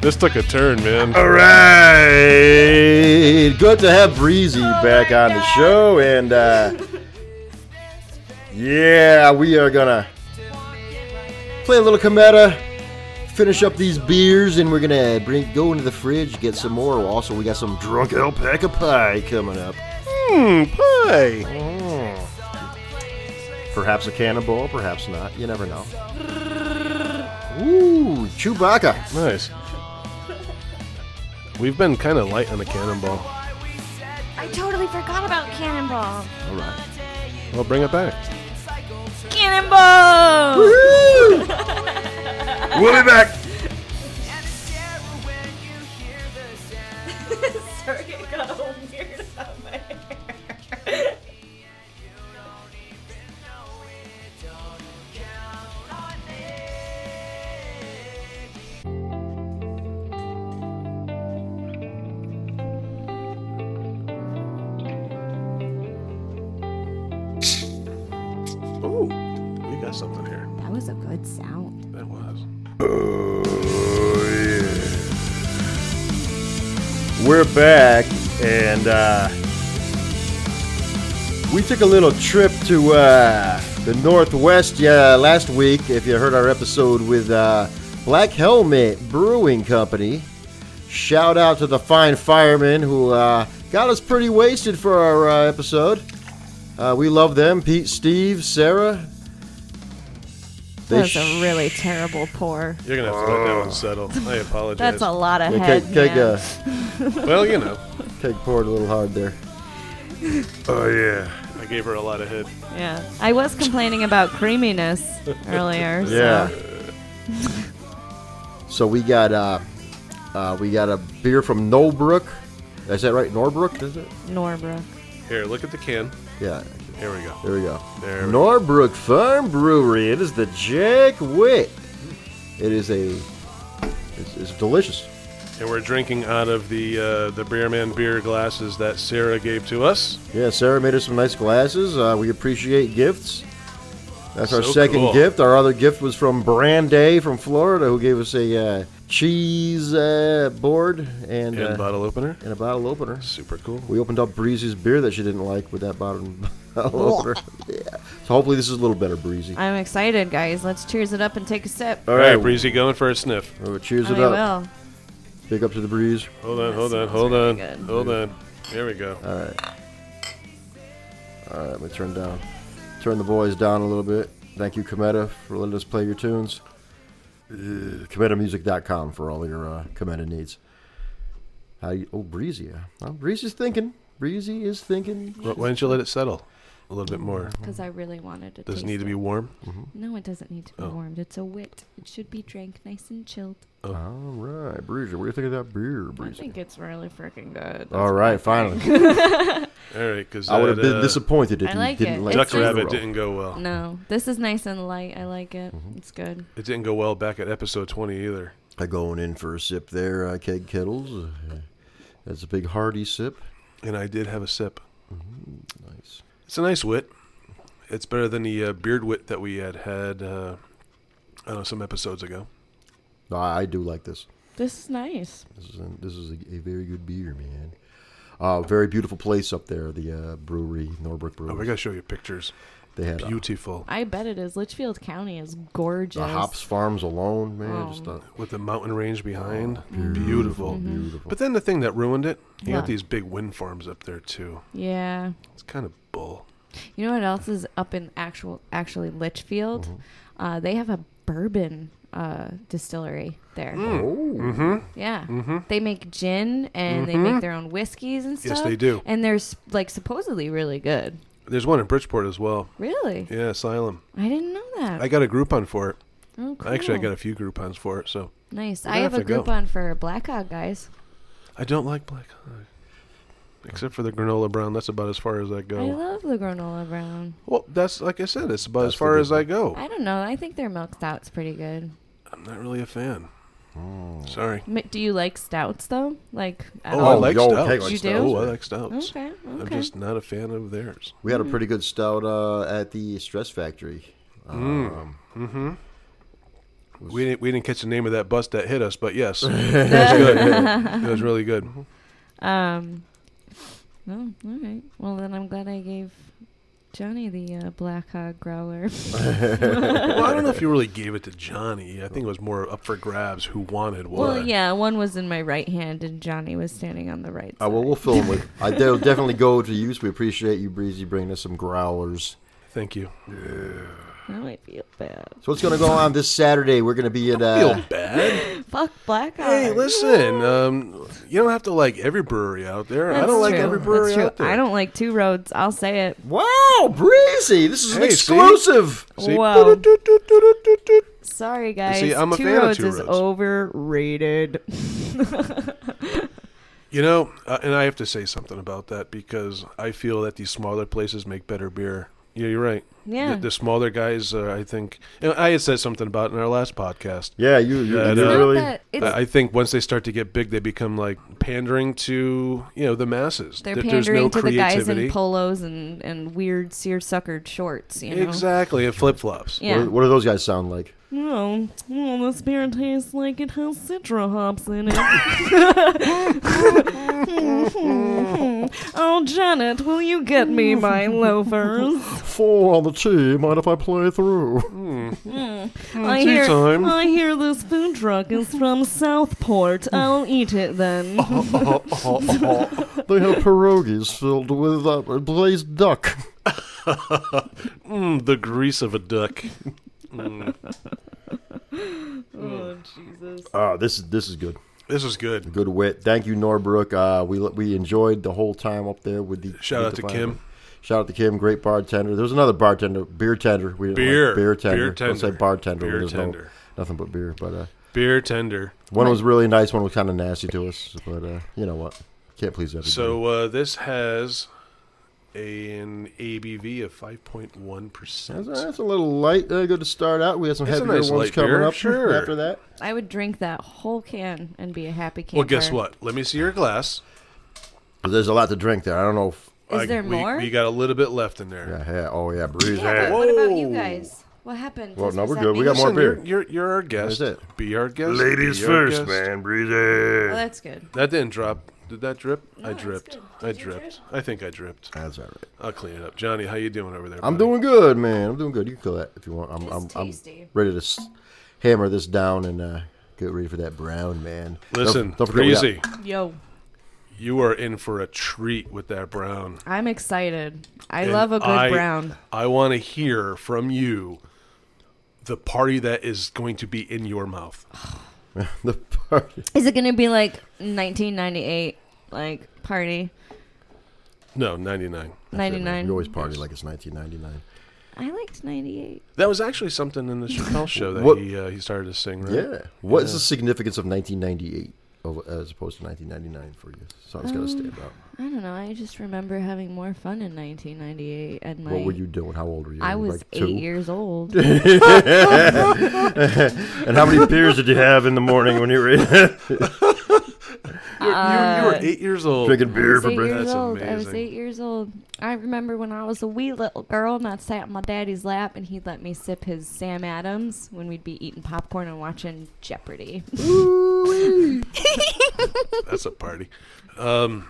Speaker 3: this took a turn, man.
Speaker 4: All right.
Speaker 5: Hey, good to have Breezy back on the show, and uh, yeah, we are gonna play a little cometa, finish up these beers, and we're gonna bring go into the fridge, get some more. Also, we got some drunk alpaca pie coming up.
Speaker 3: Mm,
Speaker 4: Hmm, pie.
Speaker 5: Perhaps a cannonball, perhaps not. You never know. Ooh, Chewbacca.
Speaker 3: Nice. We've been kind of light on the cannonball.
Speaker 6: I totally forgot about Cannonball.
Speaker 5: All right.
Speaker 3: Well, bring it back.
Speaker 6: Cannonball.
Speaker 4: We'll be back.
Speaker 6: Sorry, I got all weird about my hair.
Speaker 3: Ooh, we got something here.
Speaker 6: That was a good sound.
Speaker 3: That was.
Speaker 5: We're back, and uh, we took a little trip to uh, the Northwest uh, last week. If you heard our episode with uh, Black Helmet Brewing Company, shout out to the fine firemen who uh, got us pretty wasted for our uh, episode. Uh, we love them, Pete, Steve, Sarah. They
Speaker 6: That was
Speaker 5: sh-
Speaker 6: a really terrible pour.
Speaker 3: You're gonna have to let that one settle. I apologize.
Speaker 6: That's a lot of
Speaker 5: Yeah,
Speaker 6: head.
Speaker 5: Keg, keg,
Speaker 6: man.
Speaker 5: uh,
Speaker 3: Well, you know,
Speaker 5: keg poured a little hard there.
Speaker 4: Oh yeah.
Speaker 3: I gave her a lot of head.
Speaker 6: yeah. I was complaining about creaminess earlier.
Speaker 5: Yeah.
Speaker 6: So.
Speaker 5: So we got uh, uh, we got a beer from Norbrook. Is that right? Norbrook, is it?
Speaker 6: Norbrook.
Speaker 3: Here, look at the can.
Speaker 5: Yeah.
Speaker 3: Here we go.
Speaker 5: There we go.
Speaker 3: There. we-
Speaker 5: Norbrook Farm Brewery. It is the Jack Wit. It is a. It's, it's delicious.
Speaker 3: And we're drinking out of the uh, the Beerman beer glasses that Sarah gave to us.
Speaker 5: Yeah, Sarah made us some nice glasses. Uh, we appreciate gifts. That's our
Speaker 3: So
Speaker 5: second
Speaker 3: cool.
Speaker 5: gift. Our other gift was from Branday from Florida, who gave us a uh, cheese uh, board and,
Speaker 3: And
Speaker 5: uh,
Speaker 3: bottle opener.
Speaker 5: and a bottle opener.
Speaker 3: Super cool.
Speaker 5: We opened up Breezy's beer that she didn't like with that bottom bottle opener. Yeah. So hopefully this is a little better, Breezy.
Speaker 6: I'm excited, guys. Let's cheers it up and take a sip.
Speaker 3: All right, Breezy, going for a sniff.
Speaker 5: Oh, cheers
Speaker 6: I
Speaker 5: it up.
Speaker 6: will.
Speaker 5: Big up to the breeze.
Speaker 3: Hold on,
Speaker 6: That
Speaker 3: hold on,
Speaker 6: smells
Speaker 3: hold
Speaker 6: really
Speaker 3: on,
Speaker 6: good.
Speaker 3: hold on. There we go.
Speaker 5: Uh, All right, I'm gonna turn down, turn the boys down a little bit. Thank you, Cometa, for letting us play your tunes. Uh, CometaMusic.com for all your uh, Cometa needs. How you, oh, Breezy. yeah. Oh, Breezy's thinking. Breezy is thinking.
Speaker 3: Why why don't you let it settle a little bit more?
Speaker 6: Because I really wanted to.
Speaker 3: Does it
Speaker 6: taste
Speaker 3: need to be
Speaker 6: it.
Speaker 3: warm?
Speaker 6: No, it doesn't need to be
Speaker 3: Oh.
Speaker 6: warmed. It's a wit. It should be drank nice and chilled.
Speaker 5: All right, Breezy. What do you think of that beer,
Speaker 6: I
Speaker 5: Breezy?
Speaker 6: think it's really freaking good.
Speaker 5: All right, finally.
Speaker 3: All right, uh, because
Speaker 5: I would have been disappointed if
Speaker 6: I
Speaker 5: you
Speaker 6: like
Speaker 5: didn't
Speaker 6: it.
Speaker 5: like
Speaker 3: Duck
Speaker 6: It's just-
Speaker 3: Rabbit didn't go well.
Speaker 6: No, this is nice and light. I like it.
Speaker 3: Mm-hmm.
Speaker 6: It's good.
Speaker 3: It didn't go well back at episode 20 either.
Speaker 5: Uh, going in for a sip there, uh, Keg Kettles. Uh, that's a big hearty sip.
Speaker 3: And I did have a sip.
Speaker 5: Nice.
Speaker 3: It's a nice wit. It's better than the uh, beard wit that we had had, uh, I don't know, some episodes ago.
Speaker 5: No, I, I do like this.
Speaker 6: This is nice.
Speaker 5: This is a, this is a, a very good beer, man. Uh, very beautiful place up there, the uh, brewery, Norbrook Brewery.
Speaker 3: Oh, I gotta show you pictures.
Speaker 5: they had uh,
Speaker 3: Beautiful.
Speaker 6: I bet it is. Litchfield County is gorgeous.
Speaker 5: the hops farms alone, man.
Speaker 6: Oh.
Speaker 5: Just a,
Speaker 3: With the mountain range behind. Beautiful.
Speaker 5: beautiful.
Speaker 3: But then the thing that ruined it, you
Speaker 6: What?
Speaker 3: got these big wind farms up there too.
Speaker 6: Yeah.
Speaker 3: It's kind of bull. Mm-hmm.
Speaker 6: You know what else is up in actual actually Litchfield? Uh, they have a bourbon uh, distillery there.
Speaker 3: Mm.
Speaker 6: Yeah. They make gin and they make their own whiskeys and stuff.
Speaker 3: Mm-hmm. Yes, they do.
Speaker 6: And they're s- like supposedly really good.
Speaker 3: There's one in Bridgeport as well.
Speaker 6: Really?
Speaker 3: Yeah, Asylum.
Speaker 6: I didn't know that.
Speaker 3: I got a Groupon for it.
Speaker 6: oh, cool.
Speaker 3: Actually, I got a few Groupons for it. So
Speaker 6: Nice.
Speaker 3: We're
Speaker 6: I
Speaker 3: gonna
Speaker 6: have,
Speaker 3: have
Speaker 6: a
Speaker 3: to go.
Speaker 6: Groupon for Black Hawk guys.
Speaker 3: I don't like Black Hawk, except for the granola brown. That's about as far as I go.
Speaker 6: I love the granola brown.
Speaker 3: well, that's like I said. It's about as
Speaker 5: the
Speaker 3: far
Speaker 5: good
Speaker 3: as I go.
Speaker 6: I don't know. I think their milk stout's pretty good.
Speaker 3: I'm not really a fan. Sorry.
Speaker 6: M- Do you like stouts though? Like at
Speaker 3: Oh, I
Speaker 6: all?
Speaker 3: like
Speaker 5: yo,
Speaker 3: stouts.
Speaker 5: Keg likes
Speaker 6: You do?
Speaker 3: Oh, I like stouts.
Speaker 6: Okay. Okay.
Speaker 3: I'm just not a fan of theirs.
Speaker 5: We had a pretty good stout uh, at the Stress Factory. Um,
Speaker 3: Mm. Mm-hmm. We didn't, we didn't catch the name of that bus that hit us, but yes, it was good. It was really good.
Speaker 6: Um. Oh, all right. Well, then I'm glad I gave Johnny the uh, Black Hog Growler.
Speaker 3: Well, I don't know if you really gave it to Johnny. I think it was more up for grabs who wanted what.
Speaker 6: Well, yeah, one was in my right hand, and Johnny was standing on the right
Speaker 3: Oh,
Speaker 6: side.
Speaker 5: uh, well, we'll fill them with. I do definitely go to use. We appreciate you, Breezy, bringing us some growlers.
Speaker 3: Thank you.
Speaker 6: Now I feel bad.
Speaker 5: So what's going to go on this Saturday? We're going to be at. Uh,
Speaker 3: Feel bad.
Speaker 6: Fuck Black Hog.
Speaker 3: Hey, listen. Um, you don't have to like every brewery out there. I don't like
Speaker 6: true.
Speaker 3: every brewery
Speaker 6: That's true.
Speaker 3: out there.
Speaker 6: I don't like Two Roads. I'll say it.
Speaker 5: wow, Breezy! This is an
Speaker 3: Hey, see?
Speaker 5: exclusive.
Speaker 3: See?
Speaker 6: Wow.
Speaker 3: Do-do-do-do-do-do.
Speaker 6: Sorry, guys.
Speaker 3: See, I'm a
Speaker 6: Two
Speaker 3: fan of
Speaker 6: Roads
Speaker 3: Two
Speaker 6: is
Speaker 3: Roads.
Speaker 6: overrated.
Speaker 3: You know, uh, and I have to say something about that because I feel that these smaller places make better beer. Yeah, you're right.
Speaker 6: Yeah.
Speaker 3: The, the smaller guys, uh, I think. And I had said something about it in our last podcast.
Speaker 5: Yeah, you. you,
Speaker 3: Yeah, I
Speaker 5: you
Speaker 3: know.
Speaker 6: Not
Speaker 5: really.
Speaker 6: that- it's-
Speaker 3: I I think once they start to get big, they become like pandering to you know the masses.
Speaker 6: they're
Speaker 3: That
Speaker 6: pandering to the guys in polos and, and weird seersucker shorts. You know.
Speaker 3: exactly, and flip flops.
Speaker 6: Yeah.
Speaker 5: What, what do those guys sound like?
Speaker 6: Oh, oh, this beer tastes like it has citra hops in it. oh, Janet, will you get me my loafers?
Speaker 5: Four on the tee. Mind if I play through?
Speaker 6: I
Speaker 3: tea
Speaker 6: hear,
Speaker 3: time.
Speaker 6: I hear this food truck is from Southport. I'll eat it then.
Speaker 3: Uh-huh.
Speaker 5: they have pierogies filled with uh, glazed duck.
Speaker 3: Mm, the grease of a duck.
Speaker 6: Oh, Jesus.
Speaker 5: Oh, this is this is good.
Speaker 3: This is good.
Speaker 5: Good wit. Thank you, Norbrook. Uh, we we enjoyed the whole time up there with the.
Speaker 3: Shout
Speaker 5: with
Speaker 3: out
Speaker 5: the
Speaker 3: to
Speaker 5: vibe.
Speaker 3: Kim.
Speaker 5: Shout out to Kim, great bartender. There was another bartender, beer tender. We didn't like
Speaker 3: Beer.
Speaker 5: beer tender.
Speaker 3: Beer
Speaker 5: Don't say
Speaker 3: tender.
Speaker 5: bartender.
Speaker 3: Beer
Speaker 5: There's no-
Speaker 3: tender.
Speaker 5: nothing but beer. But uh,
Speaker 3: Beer tender.
Speaker 5: one was really nice. One was kind of nasty to us. But uh, you know what? Can't please everybody.
Speaker 3: So uh, this has an ABV of five point one
Speaker 5: that's,
Speaker 3: percent.
Speaker 5: that's a little light. Uh, good to start out. We had some
Speaker 3: That's a
Speaker 5: heavier
Speaker 3: nice
Speaker 5: ones
Speaker 3: light beer,
Speaker 5: coming up
Speaker 3: sure.
Speaker 5: after that.
Speaker 6: I would drink that whole can and be a happy camper.
Speaker 3: Well, guess what? Let me see your glass.
Speaker 5: But there's a lot to drink there. I don't know. If,
Speaker 6: Is
Speaker 3: I-
Speaker 6: there
Speaker 3: we,
Speaker 6: more?
Speaker 3: We got a little bit left in there.
Speaker 5: yeah, yeah, oh yeah, breeze.
Speaker 6: Yeah, but what about you
Speaker 3: Whoa.
Speaker 6: guys? What happened?
Speaker 5: Well,
Speaker 6: Does-
Speaker 5: no,
Speaker 6: does
Speaker 5: we're
Speaker 6: that
Speaker 5: good. We
Speaker 6: mean-
Speaker 5: got more
Speaker 3: Listen, you're-
Speaker 5: beer.
Speaker 3: You're, you're our guest.
Speaker 5: That's
Speaker 3: Be our guest.
Speaker 4: Ladies
Speaker 3: Be our
Speaker 4: first,
Speaker 3: guest.
Speaker 4: man.
Speaker 6: Oh,
Speaker 4: Breezy.
Speaker 6: that's good.
Speaker 3: That didn't drop. Did that drip? I
Speaker 6: that's
Speaker 3: dripped.
Speaker 6: good.
Speaker 3: I
Speaker 6: Did you drip?
Speaker 3: dripped. I think I dripped.
Speaker 5: That's all right.
Speaker 3: I'll clean it up. Johnny, how you doing over there?
Speaker 5: I'm
Speaker 3: buddy?
Speaker 5: doing good, man. I'm doing good. You can kill that if you want. I'm, I'm,
Speaker 6: It's
Speaker 5: I'm
Speaker 6: tasty.
Speaker 5: ready to s- hammer this down and uh, get ready for that brown, man. Don't-
Speaker 3: Listen,
Speaker 5: don't forget we got-
Speaker 3: Breezy,
Speaker 6: Yo,
Speaker 3: you are in for a treat with that brown.
Speaker 6: I'm excited. I
Speaker 3: And
Speaker 6: love a good
Speaker 3: I-
Speaker 6: brown.
Speaker 3: I want to hear from you the party that is going to be in your mouth.
Speaker 5: the party.
Speaker 6: Is it gonna be like 1998, like party
Speaker 3: No, 99.
Speaker 6: 99?
Speaker 5: You always party like it's 1999.
Speaker 6: I liked 98.
Speaker 3: That was actually something in the Chappelle show that
Speaker 5: What-
Speaker 3: he uh, he started to sing, right?
Speaker 5: Yeah. What is the significance of 1998 over, as opposed to 1999 for you? Something's got to stand out.
Speaker 6: I don't know. I just remember having more fun in 1998, and my
Speaker 5: What were you doing? How old were you?
Speaker 6: I
Speaker 5: You
Speaker 6: was
Speaker 5: like
Speaker 6: eight
Speaker 5: two?
Speaker 6: years old.
Speaker 5: And how many beers did you have?
Speaker 4: Have in the morning when you're in.
Speaker 3: You, you, you were eight years old.
Speaker 5: Drinking beer for
Speaker 6: eight
Speaker 5: breakfast.
Speaker 6: years
Speaker 3: That's
Speaker 6: old. Uh, I was
Speaker 3: amazing.
Speaker 6: eight years old. I remember when I was a wee little girl and I sat in my daddy's lap and he'd let me sip his Sam Adams when we'd be eating popcorn and watching Jeopardy.
Speaker 3: That's a party. Um,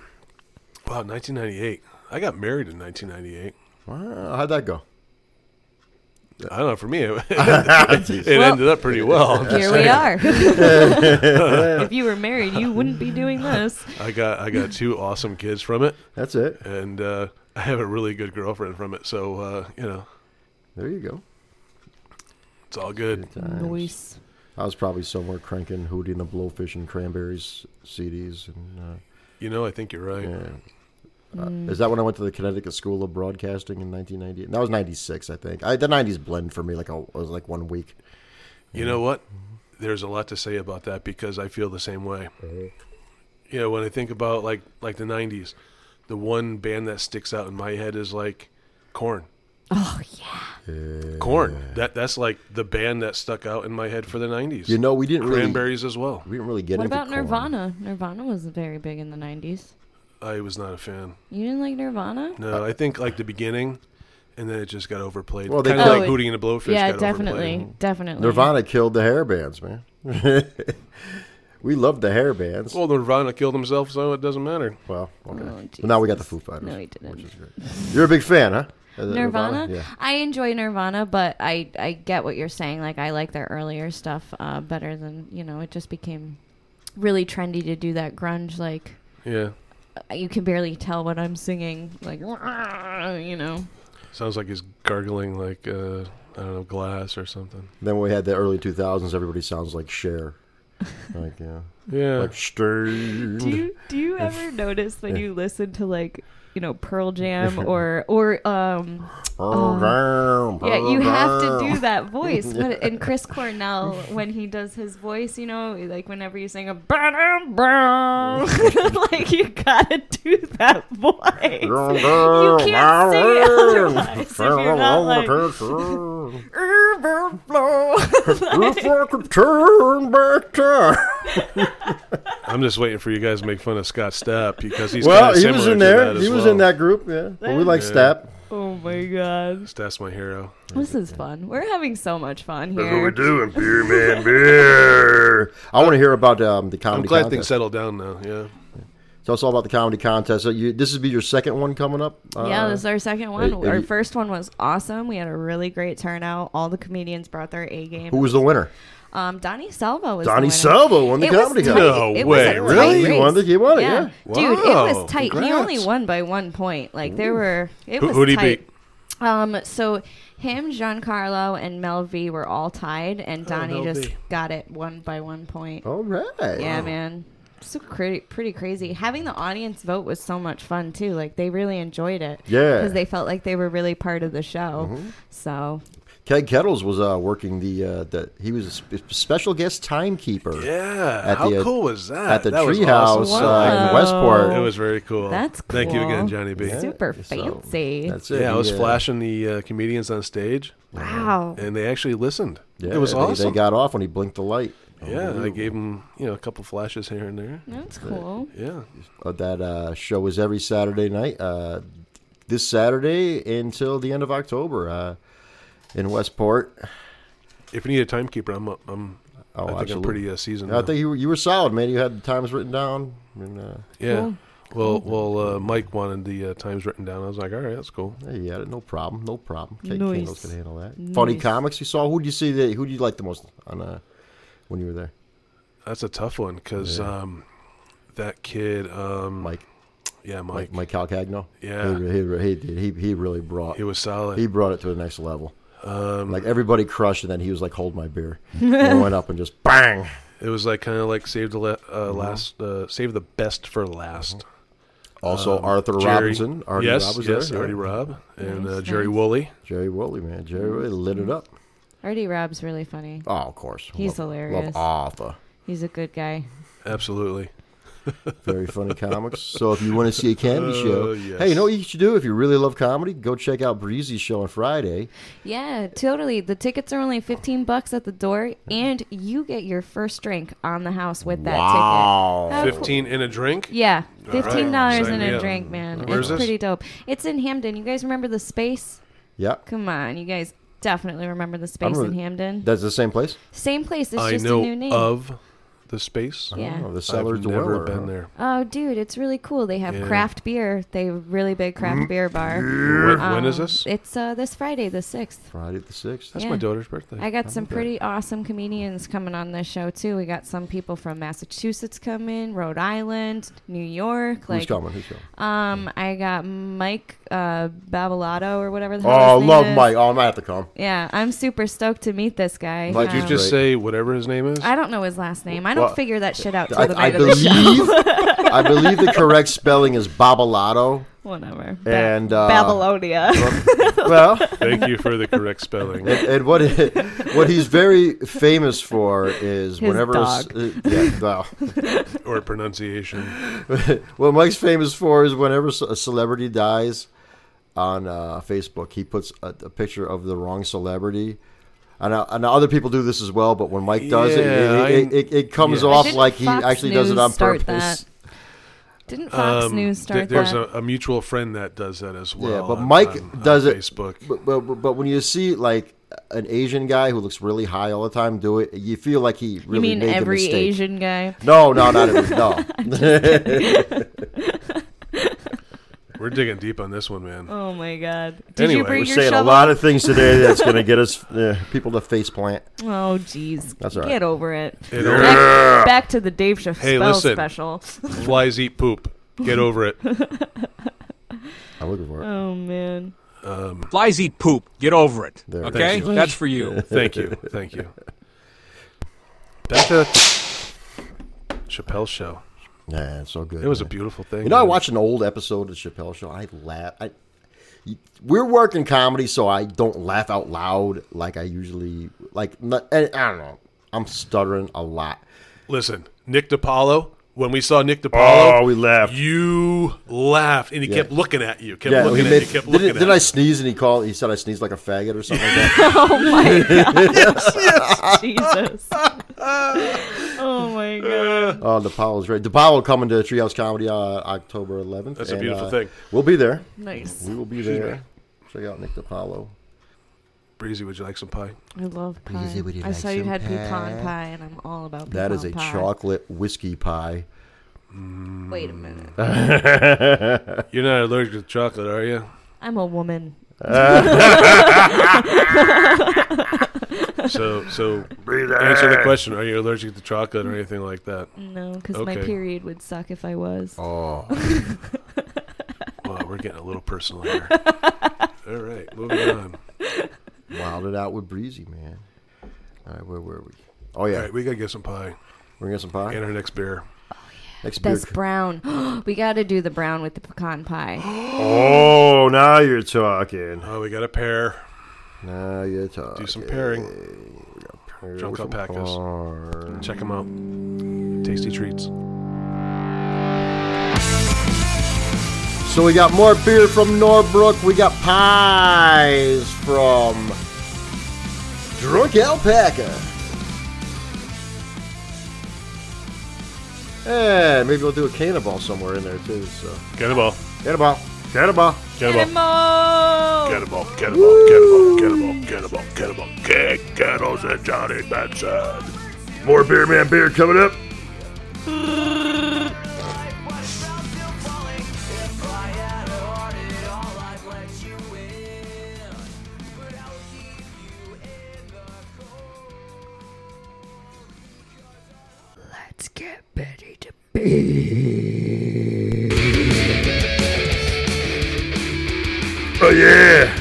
Speaker 3: wow, 1998. I got married in 1998.
Speaker 5: Wow, how'd that go?
Speaker 3: I don't know. For me, it, it ended up pretty well.
Speaker 6: Here we are. if you were married, you wouldn't be doing this.
Speaker 3: I got I got two awesome kids from it,
Speaker 5: That's it.
Speaker 3: and uh, I have a really good girlfriend from it. So uh, you know,
Speaker 5: There you go.
Speaker 3: It's all good.
Speaker 6: Noise.
Speaker 5: I was probably somewhere cranking Hootie and the Blowfish and Cranberries CDs. And uh,
Speaker 3: You know, I think you're right.
Speaker 5: uh, is that when I went to the Connecticut School of Broadcasting in 1998? That was 96, I think. I, the 90s blend for me like a, was like one week.
Speaker 3: You know what?
Speaker 5: Mm-hmm.
Speaker 3: There's a lot to say about that because I feel the same way. You know, when I think about like like the '90s, the one band that sticks out in my head is like Corn.
Speaker 6: Oh yeah.
Speaker 3: Corn. That that's like the band that stuck out in my head for the '90s.
Speaker 5: You know, we didn't really
Speaker 3: Cranberries as well.
Speaker 5: we didn't really get
Speaker 6: What
Speaker 5: into
Speaker 6: about
Speaker 5: Korn.
Speaker 6: Nirvana? Nirvana was very big in the '90s.
Speaker 3: I was not a fan.
Speaker 6: You didn't like Nirvana?
Speaker 3: No, I think like the beginning, and then it just got overplayed.
Speaker 5: Uh, Well,
Speaker 3: Well,
Speaker 5: they-
Speaker 3: kind of
Speaker 6: Oh,
Speaker 3: like
Speaker 6: it-
Speaker 3: Hootie and the Blowfish.
Speaker 6: yeah,
Speaker 3: got
Speaker 6: definitely,
Speaker 3: Overplayed.
Speaker 6: definitely.
Speaker 5: Nirvana killed the hair bands, man. we loved the hair bands.
Speaker 3: Well, Nirvana killed himself, so it doesn't matter.
Speaker 5: Well, okay.
Speaker 6: Oh,
Speaker 5: Well,
Speaker 6: jeez.
Speaker 5: now we got the Foo Fighters.
Speaker 6: No, he didn't.
Speaker 5: Which is great. You're a big fan, huh? Of the
Speaker 6: Nirvana.
Speaker 5: Yeah.
Speaker 6: I enjoy Nirvana, but I I get what you're saying. Like I like their earlier stuff uh, better than you know. It just became really trendy to do that grunge. Like
Speaker 3: Yeah,
Speaker 6: uh, you can barely tell what I'm singing. Like you know.
Speaker 3: sounds like he's gargling like uh, I don't know glass or something.
Speaker 5: Then we had the early 2000s. Everybody sounds like Cher. like yeah,
Speaker 3: Yeah,
Speaker 5: like Stern.
Speaker 6: Do you do you ever notice when you listen to like you know Pearl Jam or or um yeah you have to do that voice What and Chris Cornell when he does his voice you know like whenever you sing a brown brown like you gotta do that voice you can't sing it otherwise if you're not like "Er, brown, brown."
Speaker 5: if I could turn back time.
Speaker 3: I'm just waiting for you guys to make fun of Scott Stapp because he's
Speaker 5: Well,
Speaker 3: kinda
Speaker 5: he was
Speaker 3: similar
Speaker 5: in
Speaker 3: to
Speaker 5: there.
Speaker 3: That
Speaker 5: He
Speaker 3: as
Speaker 5: was
Speaker 3: well.
Speaker 5: in that group. Yeah, but we like Step.
Speaker 6: oh my god
Speaker 3: Stapp's my hero.
Speaker 6: this is fun we're having so much fun
Speaker 4: That's what we're
Speaker 6: here
Speaker 4: doing, beer man, beer.
Speaker 5: I want to hear about um, the comedy.
Speaker 3: I'm glad things
Speaker 5: contest.
Speaker 3: settled down now. Yeah,
Speaker 5: Tell us all about the comedy contest. So you, this would be your second one coming up. Uh,
Speaker 6: Yeah, this is our second one.
Speaker 5: have
Speaker 6: our
Speaker 5: you-
Speaker 6: first one was awesome. We had a really great turnout. All the comedians brought their A game.
Speaker 5: Uh, Who was the winner?
Speaker 6: um, Donnie Salvo was the
Speaker 5: Donnie
Speaker 6: winner.
Speaker 5: Salvo won the
Speaker 6: It was
Speaker 5: comedy
Speaker 6: tight.
Speaker 5: contest.
Speaker 6: It
Speaker 3: No
Speaker 6: was a
Speaker 3: way,
Speaker 6: tight
Speaker 3: really?
Speaker 5: He
Speaker 6: race.
Speaker 5: won it, he won it, yeah.
Speaker 6: dude, it
Speaker 3: Wow,
Speaker 6: was tight. He
Speaker 3: congrats.
Speaker 6: only won by one point. Like there were, it
Speaker 3: Who-
Speaker 6: was
Speaker 3: who'd he
Speaker 6: tight.
Speaker 3: beat?
Speaker 6: Um, so him, Giancarlo, and Mel V were all tied, and Donnie
Speaker 3: Mel
Speaker 6: just
Speaker 3: V.
Speaker 6: got it one by one point.
Speaker 5: All right.
Speaker 6: Yeah, man. So pretty, pretty crazy. Having the audience vote was so much fun too. Like they really enjoyed it.
Speaker 5: Yeah.
Speaker 6: because they felt like they were really part of the show. So
Speaker 5: Keg Kettles was uh, working the uh, the he was a sp- special guest timekeeper.
Speaker 3: yeah.
Speaker 5: At
Speaker 3: How
Speaker 5: the, uh,
Speaker 3: cool was that?
Speaker 5: at the
Speaker 3: That was
Speaker 5: treehouse
Speaker 3: awesome.
Speaker 5: uh,
Speaker 6: Wow.
Speaker 5: in Westport.
Speaker 3: It was very cool.
Speaker 6: that's cool.
Speaker 3: Thank you again, Johnny B.
Speaker 6: Super
Speaker 5: So,
Speaker 6: fancy.
Speaker 5: that's it.
Speaker 3: Yeah, I
Speaker 5: He,
Speaker 3: was
Speaker 5: uh,
Speaker 3: flashing the uh, comedians on stage,
Speaker 6: wow.
Speaker 3: and they actually listened.
Speaker 5: yeah,
Speaker 3: it was
Speaker 5: they,
Speaker 3: awesome.
Speaker 5: They got off when he blinked the light.
Speaker 3: yeah, I gave them you know a couple flashes here and
Speaker 5: Mm.
Speaker 3: there.
Speaker 6: That's cool.
Speaker 3: Yeah,
Speaker 5: Uh, that uh, show is every Saturday night. Uh, this Saturday until the end of October uh, in Westport.
Speaker 3: if you need a timekeeper, I'm I'm.
Speaker 5: Oh,
Speaker 3: I think I'm
Speaker 5: absolutely.
Speaker 3: pretty uh, seasoned.
Speaker 5: I
Speaker 3: now.
Speaker 5: think you were, you were solid, man. You had the times written down. And, uh,
Speaker 3: Yeah. Well, well, uh, Mike wanted the uh, times written down. I was like, all right, that's cool.
Speaker 5: yeah, you had it. No problem. No problem. Keg
Speaker 6: Nice.
Speaker 5: Candles could handle that. Funny
Speaker 6: Nice.
Speaker 5: comics you saw. Who did you see? That, who did you like the most on uh, when you were there?
Speaker 3: That's a tough one because um, that kid, um,
Speaker 5: Mike.
Speaker 3: yeah, Mike,
Speaker 5: Mike, Mike Calcagno.
Speaker 3: Yeah.
Speaker 5: he he he, did, he he really brought
Speaker 3: he was uh, Um, solid.
Speaker 5: he brought it to the next level. like everybody crushed, and then he was like, "Hold my beer," and I went up and just bang.
Speaker 3: it was like kind of like save the la- uh,
Speaker 5: Uh-huh.
Speaker 3: last, uh, save the best for last.
Speaker 5: Also, Arthur
Speaker 3: Um, Jerry-
Speaker 5: Uh-huh. Robinson, Artie
Speaker 3: yes,
Speaker 5: Rob was
Speaker 3: yes,
Speaker 5: there.
Speaker 3: Artie
Speaker 5: yeah.
Speaker 3: Rob and
Speaker 6: Nice,
Speaker 3: uh, Jerry
Speaker 6: nice.
Speaker 3: Woolley.
Speaker 5: Jerry Woolley, man, Jerry Woolley lit it up.
Speaker 6: Artie Rob's really funny.
Speaker 5: Oh, of course,
Speaker 6: He's
Speaker 5: Love-
Speaker 6: hilarious.
Speaker 5: Love Arthur.
Speaker 6: He's a good guy.
Speaker 3: Absolutely.
Speaker 5: Very funny comics. So if you want to see a comedy show,
Speaker 3: Oh, yes.
Speaker 5: hey, you know what you should do if you really love comedy? Go check out Breezy's show on Friday.
Speaker 6: Yeah, totally. The tickets are only 15 bucks at the door, and you get your first drink on the house with that
Speaker 5: Wow.
Speaker 6: ticket. How cool-
Speaker 3: Fifteen in a drink.
Speaker 6: Yeah,
Speaker 3: right.
Speaker 6: fifteen dollars
Speaker 3: Sign
Speaker 6: and
Speaker 3: me
Speaker 6: a
Speaker 3: up.
Speaker 6: drink, man.
Speaker 3: Where's
Speaker 6: it's
Speaker 3: this?
Speaker 6: pretty dope. It's in Hamden. You guys remember the space?
Speaker 5: Yeah,
Speaker 6: Come on, you guys definitely remember the space
Speaker 5: remember-
Speaker 6: in Hamden.
Speaker 5: that's the same place.
Speaker 6: Same place. It's
Speaker 3: I
Speaker 6: just
Speaker 3: know
Speaker 6: a new name.
Speaker 3: of the space?
Speaker 6: Yeah.
Speaker 5: Oh, the cellar
Speaker 3: I've
Speaker 5: dweller.
Speaker 3: never been
Speaker 5: huh?
Speaker 3: there.
Speaker 6: Oh, dude, it's really cool. They have
Speaker 3: Yeah.
Speaker 6: craft beer. They have really big craft beer bar.
Speaker 3: When, when is
Speaker 6: Um,
Speaker 3: this?
Speaker 6: It's uh, this Friday, the sixth.
Speaker 5: Friday the sixth.
Speaker 3: That's
Speaker 6: yeah.
Speaker 3: my daughter's birthday.
Speaker 6: I got some
Speaker 5: Okay.
Speaker 6: pretty awesome comedians coming on this show too. We got some people from Massachusetts coming, Rhode Island, New York. Like,
Speaker 5: Who's coming? Who's coming?
Speaker 6: um, I got Mike uh, Babilato or whatever the hell.
Speaker 5: Oh,
Speaker 6: his name
Speaker 5: love
Speaker 6: is.
Speaker 5: Mike. Oh, I might have to come.
Speaker 6: Yeah, I'm super stoked to meet this guy.
Speaker 5: Mike,
Speaker 3: Did you
Speaker 5: Um,
Speaker 3: just
Speaker 5: Right.
Speaker 3: say whatever his name is?
Speaker 6: I don't know his last name. I don't
Speaker 5: Well,
Speaker 6: figure that shit out till
Speaker 5: I,
Speaker 6: the
Speaker 5: I
Speaker 6: night of the
Speaker 5: believe
Speaker 6: show.
Speaker 5: I believe the correct spelling is Babalato.
Speaker 6: Whatever.
Speaker 5: And, uh,
Speaker 6: Babylonia.
Speaker 5: Well,
Speaker 3: Thank you for the correct spelling.
Speaker 5: and what what he's very famous for is whenever a s- uh, yeah, well,
Speaker 3: or pronunciation.
Speaker 5: what Mike's famous for is whenever ce- a celebrity dies on uh, Facebook, he puts a, a picture of the wrong celebrity. And, uh, and other people do this as well, but when Mike does
Speaker 3: Yeah,
Speaker 5: it, it, it,
Speaker 3: I-
Speaker 5: it, it comes
Speaker 3: yeah.
Speaker 5: off
Speaker 6: Didn't
Speaker 5: like he
Speaker 6: Fox
Speaker 5: actually does it
Speaker 6: News
Speaker 5: on
Speaker 6: start
Speaker 5: purpose.
Speaker 6: that? Didn't Fox
Speaker 3: Um,
Speaker 6: News
Speaker 3: th-
Speaker 6: start
Speaker 3: there's
Speaker 6: that?
Speaker 3: a, a mutual friend that does that as well.
Speaker 5: but
Speaker 3: on-
Speaker 5: Mike
Speaker 3: on- on
Speaker 5: does it-
Speaker 3: Facebook.
Speaker 5: But, but but when you see like an Asian guy who looks really high all the time do it, you feel like he really
Speaker 6: you mean
Speaker 5: made
Speaker 6: every
Speaker 5: the mistake.
Speaker 6: Asian guy?
Speaker 5: No, no, not every. No,
Speaker 3: We're digging deep on this one, man.
Speaker 6: Oh my god! Did
Speaker 3: Anyway,
Speaker 6: you bring
Speaker 3: we're
Speaker 6: your
Speaker 4: Saying a
Speaker 6: shovel?
Speaker 4: lot of things today that's going to get us. Yeah.
Speaker 5: people to face plant.
Speaker 6: Oh jeez,
Speaker 5: That's all right.
Speaker 6: get over it.
Speaker 3: It
Speaker 6: Back,
Speaker 3: only
Speaker 6: back to the Dave Chappelle
Speaker 3: Hey, listen.
Speaker 6: special.
Speaker 3: flies eat poop. Get over it.
Speaker 5: I'm looking for it.
Speaker 6: Oh man,
Speaker 7: Flies eat poop. Get over it.
Speaker 5: There.
Speaker 7: Okay?
Speaker 5: Thank you.
Speaker 7: That's for you.
Speaker 3: Thank you. Thank you. Back to Chappelle show.
Speaker 5: Yeah, it's so good.
Speaker 3: It was a
Speaker 5: man.
Speaker 3: beautiful thing.
Speaker 5: You know, I
Speaker 3: man.
Speaker 5: watched an old episode of the Chappelle Show. I laugh. I, we're working comedy, so I don't laugh out loud like I usually like. Not, eh, I I don't know. I'm stuttering a lot.
Speaker 3: Listen, Nick DiPaolo. When we saw Nick DiPaolo,
Speaker 4: Oh, we laughed.
Speaker 3: You laughed, and he
Speaker 5: Yeah.
Speaker 3: kept looking at you. Kept
Speaker 5: Yeah, he
Speaker 3: looking at
Speaker 5: made-
Speaker 3: you. Kept
Speaker 5: didn't-
Speaker 3: looking
Speaker 5: didn't,
Speaker 3: at
Speaker 5: I
Speaker 3: you.
Speaker 5: sneeze and he called? He said I sneezed like a faggot or something like that.
Speaker 6: Jesus. oh my god.
Speaker 5: Oh, DePaulo's right. DePaulo coming to Treehouse Comedy uh, October 11th.
Speaker 3: That's a
Speaker 5: and,
Speaker 3: beautiful
Speaker 5: uh,
Speaker 3: thing.
Speaker 5: We'll be there.
Speaker 6: Nice.
Speaker 5: We will be there. Check out Nick DePaulo.
Speaker 3: Breezy, would you like some pie?
Speaker 6: I love pie.
Speaker 5: Breezy, would you
Speaker 6: I
Speaker 5: like
Speaker 6: saw you
Speaker 5: some
Speaker 6: had
Speaker 5: pie?
Speaker 6: pecan pie, and I'm all about pecan
Speaker 5: That is a
Speaker 6: pie.
Speaker 5: chocolate whiskey pie.
Speaker 6: Wait a minute.
Speaker 5: Mm.
Speaker 3: You're not allergic to chocolate, are you?
Speaker 6: I'm a woman.
Speaker 3: So, so
Speaker 4: Breathe
Speaker 3: answer the
Speaker 4: out.
Speaker 3: question: Are you allergic to chocolate or anything like that?
Speaker 6: No, because my
Speaker 3: Okay.
Speaker 6: period would suck if I was.
Speaker 5: Oh,
Speaker 3: Wow, we're getting a little personal here. All right, moving on.
Speaker 5: wilded out with Breezy, man. All right, where were we? Oh, yeah.
Speaker 3: All right, we gotta get some pie
Speaker 5: We're going to get some pie.
Speaker 3: and our next beer.
Speaker 5: Next beer.
Speaker 6: Best brown. we got to do the brown with the pecan pie.
Speaker 4: Oh, now you're talking.
Speaker 3: Oh, we got a pair.
Speaker 5: Now you're talking.
Speaker 3: Do some pairing. Drunk
Speaker 5: Some
Speaker 3: alpacas.
Speaker 5: par-
Speaker 3: Check them out. Tasty treats.
Speaker 5: So we got more beer from Norbrook. We got pies from Drunk Alpaca. Eh, maybe we'll do a cannonball somewhere in there too. So
Speaker 3: Get a ball.
Speaker 5: cannonball, cannonball.
Speaker 3: Get a ball.
Speaker 6: Animal!
Speaker 3: Get a ball. Get a ball. Get a ball. Get a ball. Get a ball. Get kettles and Johnny Benson.
Speaker 4: More Beer Man Beer coming up.
Speaker 6: Let's get Betty to be.
Speaker 4: Oh, yeah.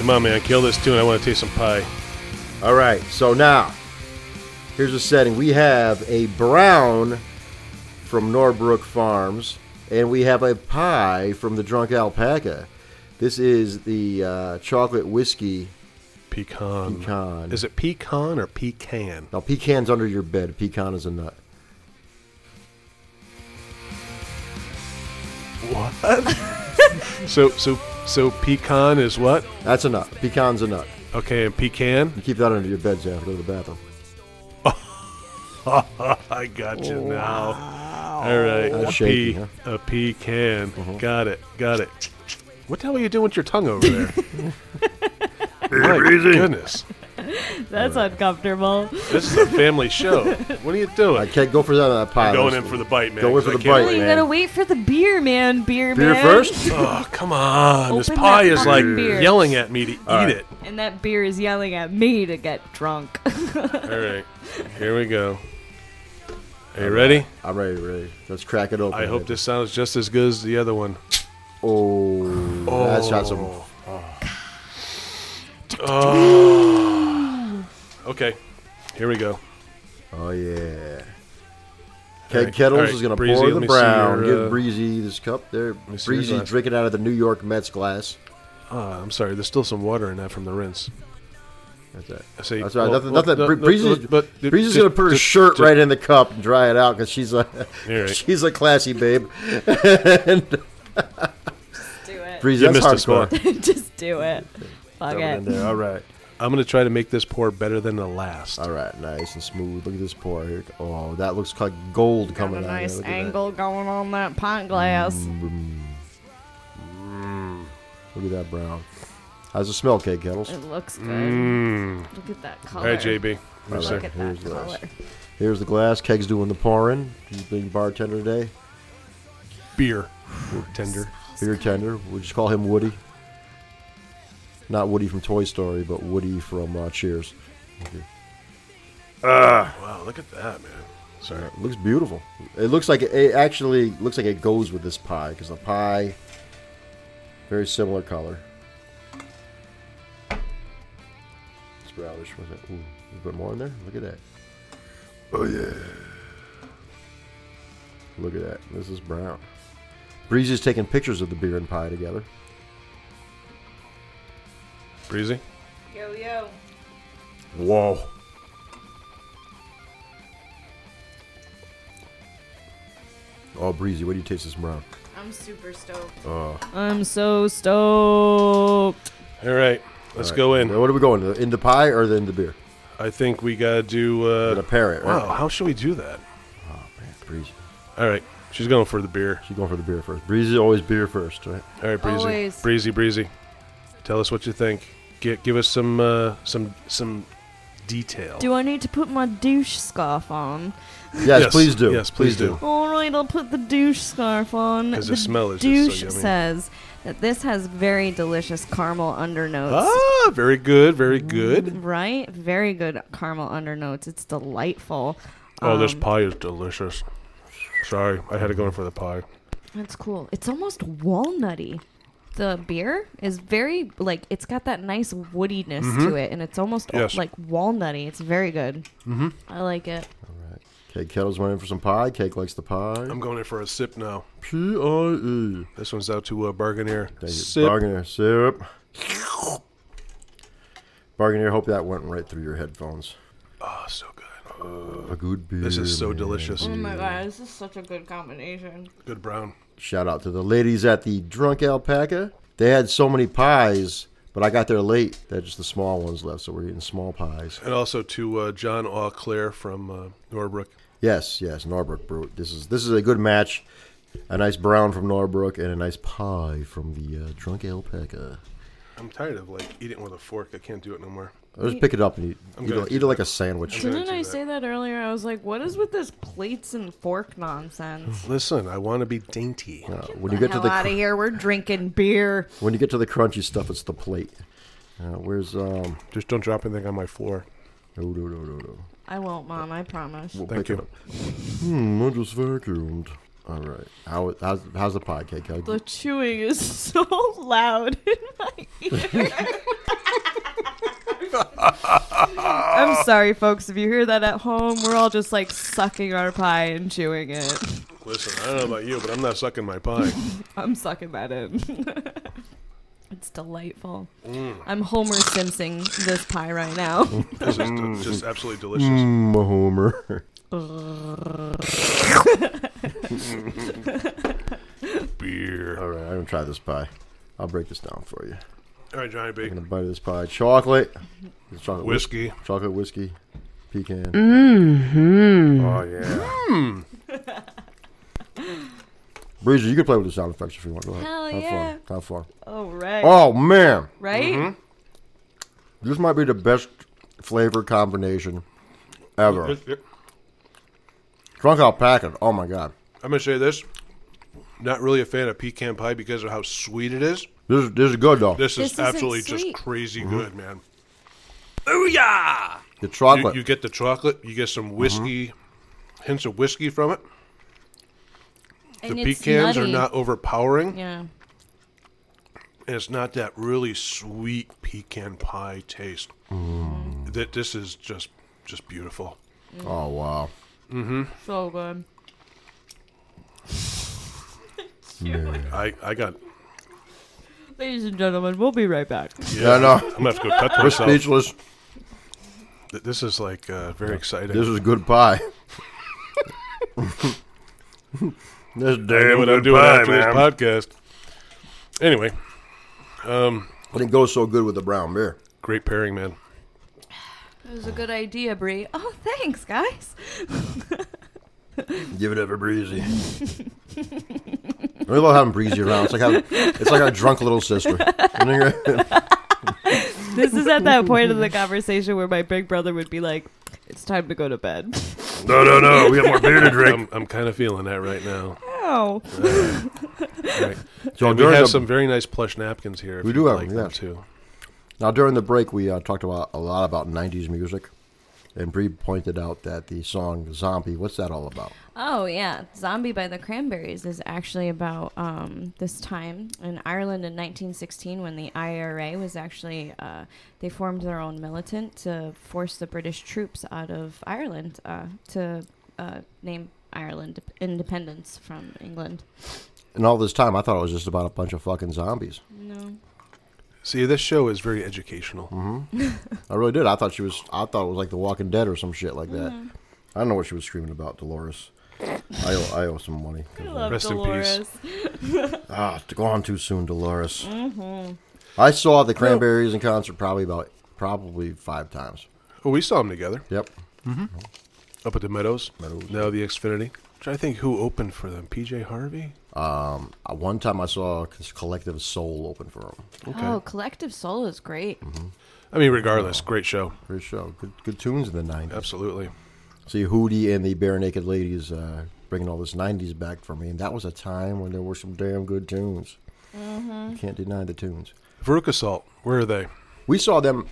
Speaker 3: Come on, man. Kill this tune. I want to taste some pie.
Speaker 5: All right. So now, here's a setting. We have a brown from Norbrook Farms, and we have a pie from the Drunk Alpaca. This is the uh, chocolate whiskey
Speaker 3: Pecan.
Speaker 5: Pecan.
Speaker 3: Is it pecan or pecan?
Speaker 5: Now, pecan's under your bed. Pecan is a nut.
Speaker 3: So, so, so pecan is what?
Speaker 5: That's a nut. Pecan's a nut.
Speaker 3: Okay, and pecan.
Speaker 5: You keep that under your bed, Jeff. Go to the bathroom.
Speaker 3: I got you now. All right,
Speaker 5: I'm
Speaker 3: a
Speaker 5: shaking,
Speaker 3: pea,
Speaker 5: huh?
Speaker 3: a pecan. Got it, got it. What the hell are you doing with your tongue over there? My
Speaker 4: Breezy.
Speaker 3: goodness,
Speaker 6: That's uncomfortable.
Speaker 3: this is a family show. What are you
Speaker 5: I
Speaker 3: doing?
Speaker 5: can't go for that uh, pile.
Speaker 3: Going in for the bite, man.
Speaker 5: Go in for
Speaker 3: 'cause I
Speaker 5: the
Speaker 3: can't
Speaker 5: bite.
Speaker 6: Well, you
Speaker 5: man.
Speaker 6: gotta wait for the beer, man. Beer,
Speaker 5: beer
Speaker 6: man.
Speaker 5: first.
Speaker 3: Oh, come on. this
Speaker 6: Open
Speaker 3: pie
Speaker 6: that
Speaker 3: is like
Speaker 6: fucking beer.
Speaker 3: yelling at me to eat it.
Speaker 6: And that beer is yelling at me to get drunk.
Speaker 3: All right. Here we go. Are you ready?
Speaker 5: I'm ready, ready. Let's crack it open.
Speaker 3: I hope
Speaker 5: baby.
Speaker 3: this sounds just as good as the other one.
Speaker 5: Oh, that's not some.
Speaker 3: Okay. Here we go.
Speaker 5: Oh yeah.
Speaker 3: All
Speaker 5: Keg
Speaker 3: right,
Speaker 5: Kettles
Speaker 3: all right,
Speaker 5: is going to
Speaker 3: Breezy,
Speaker 5: pour
Speaker 3: let
Speaker 5: the
Speaker 3: me see
Speaker 5: brown.
Speaker 3: your, uh,
Speaker 5: Give Breezy this cup there.
Speaker 3: me see your
Speaker 5: Breezy
Speaker 3: glass.
Speaker 5: drinking out of the New York Mets glass.
Speaker 3: Ah, I'm sorry. There's still some water in that from the rinse.
Speaker 5: That's it.
Speaker 3: I see.
Speaker 5: That's right.
Speaker 3: Well,
Speaker 5: nothing.
Speaker 3: well,
Speaker 5: nothing.
Speaker 3: no,
Speaker 5: Bree-
Speaker 3: no,
Speaker 5: Breezy's,
Speaker 3: look, but-
Speaker 5: Breezy's
Speaker 3: just-
Speaker 5: gonna put her
Speaker 3: just-
Speaker 5: shirt
Speaker 3: just-
Speaker 5: right in the cup and dry it out because she's a
Speaker 3: You're right.
Speaker 5: she's a classy babe. and
Speaker 6: do it.
Speaker 5: Breezy,
Speaker 3: You
Speaker 5: that's
Speaker 3: missed a spot.
Speaker 5: hardcore.
Speaker 6: Just do it. Fuck
Speaker 5: Throw it in
Speaker 6: it.
Speaker 5: there. All right.
Speaker 3: I'm going to try to make this pour better than the last.
Speaker 5: All right. Nice and smooth. Look at this pour. here. Oh, that looks like gold
Speaker 6: Got
Speaker 5: coming
Speaker 6: a
Speaker 5: out. of there.
Speaker 6: nice
Speaker 5: Look at that.
Speaker 6: angle going on that pint glass.
Speaker 3: Mm.
Speaker 5: Look at that brown. How's it smell, Keg Kettles?
Speaker 6: It looks good.
Speaker 3: Mm.
Speaker 6: Look at that
Speaker 3: All
Speaker 6: color.
Speaker 3: right,
Speaker 5: All
Speaker 3: JB. Yes,
Speaker 5: right,
Speaker 3: sir.
Speaker 6: Look at
Speaker 5: here's
Speaker 6: that
Speaker 5: the glass.
Speaker 6: color.
Speaker 5: Here's the glass. Keg's doing the pouring. He's being bartender today.
Speaker 3: Beer. Tender.
Speaker 5: Beer tender. We'll just call him Woody. Not Woody from Toy Story, but Woody from uh, Cheers.
Speaker 3: Wow, Oh, look at that, man. Sorry.
Speaker 5: It looks beautiful. It looks like it, it actually looks like it goes with this pie because the pie, very similar color. It's brownish. Was it? Ooh, you put more in there. Look at that. Oh yeah. Look at that. This is brown. Breezy's taking pictures of the beer and pie together.
Speaker 3: Breezy?
Speaker 6: Yo, yo.
Speaker 5: Whoa. Oh, Breezy, what do you taste this brown?
Speaker 6: I'm super stoked.
Speaker 3: Oh.
Speaker 6: I'm so stoked.
Speaker 3: All right. Let's go in.
Speaker 5: Now, what are we going? In the pie or in the beer?
Speaker 3: I think we got to do. Uh,
Speaker 5: Gonna pair it, right? Oh,
Speaker 3: Wow, how should we do that?
Speaker 5: Man, Breezy.
Speaker 3: All right. She's going for the beer.
Speaker 5: She's going for the beer first. Breezy always beer first, right?
Speaker 3: All right, Breezy.
Speaker 6: Always.
Speaker 3: Breezy, Breezy. Tell us what you think. Get, give us some uh, some some detail.
Speaker 6: Do I need to put my douche scarf on?
Speaker 5: Yes, please do.
Speaker 3: Yes, please, do.
Speaker 6: All right, I'll put the douche scarf on.
Speaker 3: 'Cause the smell is just so
Speaker 6: douche
Speaker 3: yummy.
Speaker 6: says that this has very delicious caramel undernotes.
Speaker 3: Ah, very good, very good.
Speaker 6: Right? Very good caramel undernotes. It's delightful.
Speaker 3: Oh, this
Speaker 6: Um,
Speaker 3: pie is delicious. Sorry, I had to go in for the pie.
Speaker 6: That's cool. It's almost walnutty. The beer is very like it's got that nice woodiness
Speaker 5: Mm-hmm.
Speaker 6: to it, and it's almost uh,
Speaker 3: Yes.
Speaker 6: like walnutty. It's very good. Mm-hmm. I like it.
Speaker 5: Cake Kettles went in for some pie. Cake likes the pie.
Speaker 3: I'm going in for a sip now.
Speaker 5: P-I-E.
Speaker 3: This one's out to uh, Bargainer.
Speaker 5: Thank you.
Speaker 3: Sip.
Speaker 5: Bargainer syrup. Bargainer, hope that went right through your headphones.
Speaker 3: Oh, so good.
Speaker 5: A good beer.
Speaker 3: This is so
Speaker 5: man.
Speaker 3: delicious.
Speaker 6: my god, this is such a good combination.
Speaker 3: Good brown.
Speaker 5: Shout out to the ladies at the Drunk Alpaca. They had so many pies, but I got there late. They had just the small ones left, so we're eating small pies.
Speaker 3: And also to uh, John Auclair from uh, Norbrook.
Speaker 5: Yes, yes, Norbrook Brewed. This is this is a good match. A nice brown from Norbrook and a nice pie from the uh, Drunk Alpaca.
Speaker 3: I'm tired of like eating with a fork. I can't do it no more.
Speaker 5: Or just pick it up and eat, eat,
Speaker 3: gonna
Speaker 5: it,
Speaker 3: do
Speaker 5: eat it like a sandwich.
Speaker 3: gonna-
Speaker 6: Didn't
Speaker 3: do
Speaker 6: I
Speaker 3: that.
Speaker 6: say that earlier? I was like, what is with this plates and fork nonsense?
Speaker 3: Listen, I want to be dainty.
Speaker 5: Uh, when you get to
Speaker 6: Hell
Speaker 5: the
Speaker 6: out of
Speaker 5: cr-
Speaker 6: here. We're drinking beer.
Speaker 5: when you get to the crunchy stuff, it's the plate. Uh, where's um?
Speaker 3: Just don't drop anything on my floor.
Speaker 5: No, no, no, no, no.
Speaker 6: I won't, Mom. I promise.
Speaker 5: We'll
Speaker 3: Thank
Speaker 5: pick it
Speaker 3: you.
Speaker 5: up. Hmm, I just vacuumed. All right. How how's, how's the pie cake? How-
Speaker 6: The chewing is so loud in my ear. I'm sorry, folks. If you hear that at home, we're all just like sucking our pie and chewing it.
Speaker 3: Listen, I don't know about you, but I'm not sucking my pie.
Speaker 6: I'm sucking that in. it's delightful.
Speaker 3: Mm.
Speaker 6: I'm Homer Simpsing this pie right now.
Speaker 3: This is d- just absolutely delicious.
Speaker 5: I'm a Hmm, homer.
Speaker 3: Beer.
Speaker 5: All right, I'm gonna try this pie. I'll break this down for you.
Speaker 3: All right, Johnny B.
Speaker 5: Gonna bite of this pie. Chocolate. It's chocolate whis-
Speaker 3: Whiskey.
Speaker 5: chocolate whiskey. Pecan.
Speaker 4: Oh yeah.
Speaker 5: Breezy, you can play with the sound effects if you want. Go ahead.
Speaker 6: Hell
Speaker 5: Have
Speaker 6: yeah.
Speaker 5: Fun. Have fun.
Speaker 6: Oh, right.
Speaker 5: Oh man,
Speaker 6: right?
Speaker 3: Mm-hmm.
Speaker 5: this might be the best flavor combination ever. Drunk alpaca. Oh my god,
Speaker 3: I'm gonna say this. Not really a fan of pecan pie because of how sweet it is.
Speaker 5: this is this is good though.
Speaker 3: This,
Speaker 6: This
Speaker 3: is
Speaker 6: isn't
Speaker 3: absolutely
Speaker 6: sweet.
Speaker 3: just crazy
Speaker 5: Mm-hmm.
Speaker 3: good, man.
Speaker 5: The
Speaker 3: You,
Speaker 5: chocolate. Mm-hmm.
Speaker 3: you get the chocolate, you get some whiskey, hints of whiskey from it.
Speaker 6: And
Speaker 3: the
Speaker 6: it's
Speaker 3: pecans are
Speaker 6: nutty.
Speaker 3: not overpowering,
Speaker 6: Yeah.
Speaker 3: and it's not that really sweet pecan pie taste.
Speaker 5: Mm.
Speaker 3: That this is just just beautiful.
Speaker 5: oh wow.
Speaker 6: So uh, good.
Speaker 3: I I got.
Speaker 6: Ladies and gentlemen, we'll be right back.
Speaker 5: Yeah, no.
Speaker 3: I'm gonna have to go cut myself.
Speaker 5: Speechless.
Speaker 3: Th- This is like uh, very exciting.
Speaker 5: This is good pie. this
Speaker 3: I know
Speaker 5: damn
Speaker 3: what
Speaker 5: good
Speaker 3: I'm doing
Speaker 5: pie,
Speaker 3: after
Speaker 5: man.
Speaker 3: this podcast. Anyway, um,
Speaker 5: But it goes so good with the brown beer.
Speaker 3: great pairing, man.
Speaker 6: It was a good idea, Brie. Oh, thanks, guys.
Speaker 5: Give it up for Breezy. I love having Breezy around. It's like having, it's like our drunk little sister.
Speaker 6: This is at that point of the conversation where my big brother would be like, "It's time to go to bed."
Speaker 4: No, no, no. We got more beer to drink.
Speaker 3: I'm, I'm kind of feeling that right now.
Speaker 6: Oh,
Speaker 3: Right.
Speaker 5: so
Speaker 3: And we
Speaker 5: during
Speaker 3: have
Speaker 5: the-
Speaker 3: some very nice plush napkins here. if
Speaker 5: We
Speaker 3: you'd
Speaker 5: do have
Speaker 3: like
Speaker 5: them,
Speaker 3: them
Speaker 5: yes.
Speaker 3: too.
Speaker 5: now during the break, we uh, talked about a lot about '90s music, and Bree pointed out that the song "Zombie," what's that all about?
Speaker 6: oh yeah, "Zombie" by the Cranberries is actually about um, this time in Ireland in 1916 when the IRA was actually uh, they formed their own militant to force the British troops out of Ireland uh, to uh, name Ireland independence from England.
Speaker 5: And all this time, I thought it was just about a bunch of fucking zombies.
Speaker 6: No.
Speaker 3: See, this show is very educational.
Speaker 5: Mm-hmm. I really did. I thought she was. I thought it was like The Walking Dead or some shit like that. I don't know what she was screaming about, Dolores. I owe, I owe some money.
Speaker 3: Rest in peace. Dolores.
Speaker 5: Ah, to go on too soon, Dolores. I saw the Cranberries in concert probably about probably five times.
Speaker 3: Oh, we saw them together
Speaker 5: Yep.
Speaker 3: up at the Meadows. Now the Xfinity. Trying to think who opened for them. PJ Harvey.
Speaker 5: Uh, One time I saw this Collective Soul open for them.
Speaker 6: Oh, Collective Soul is great.
Speaker 3: I mean, regardless, great show.
Speaker 5: Great show. Good, good tunes in the 90s.
Speaker 3: Absolutely.
Speaker 5: See, Hootie and the Bare Naked Ladies uh, bringing all this 90s back for me. And that was a time when there were some damn good tunes. You can't deny the tunes.
Speaker 3: Veruca Salt. Where are they?
Speaker 5: We saw them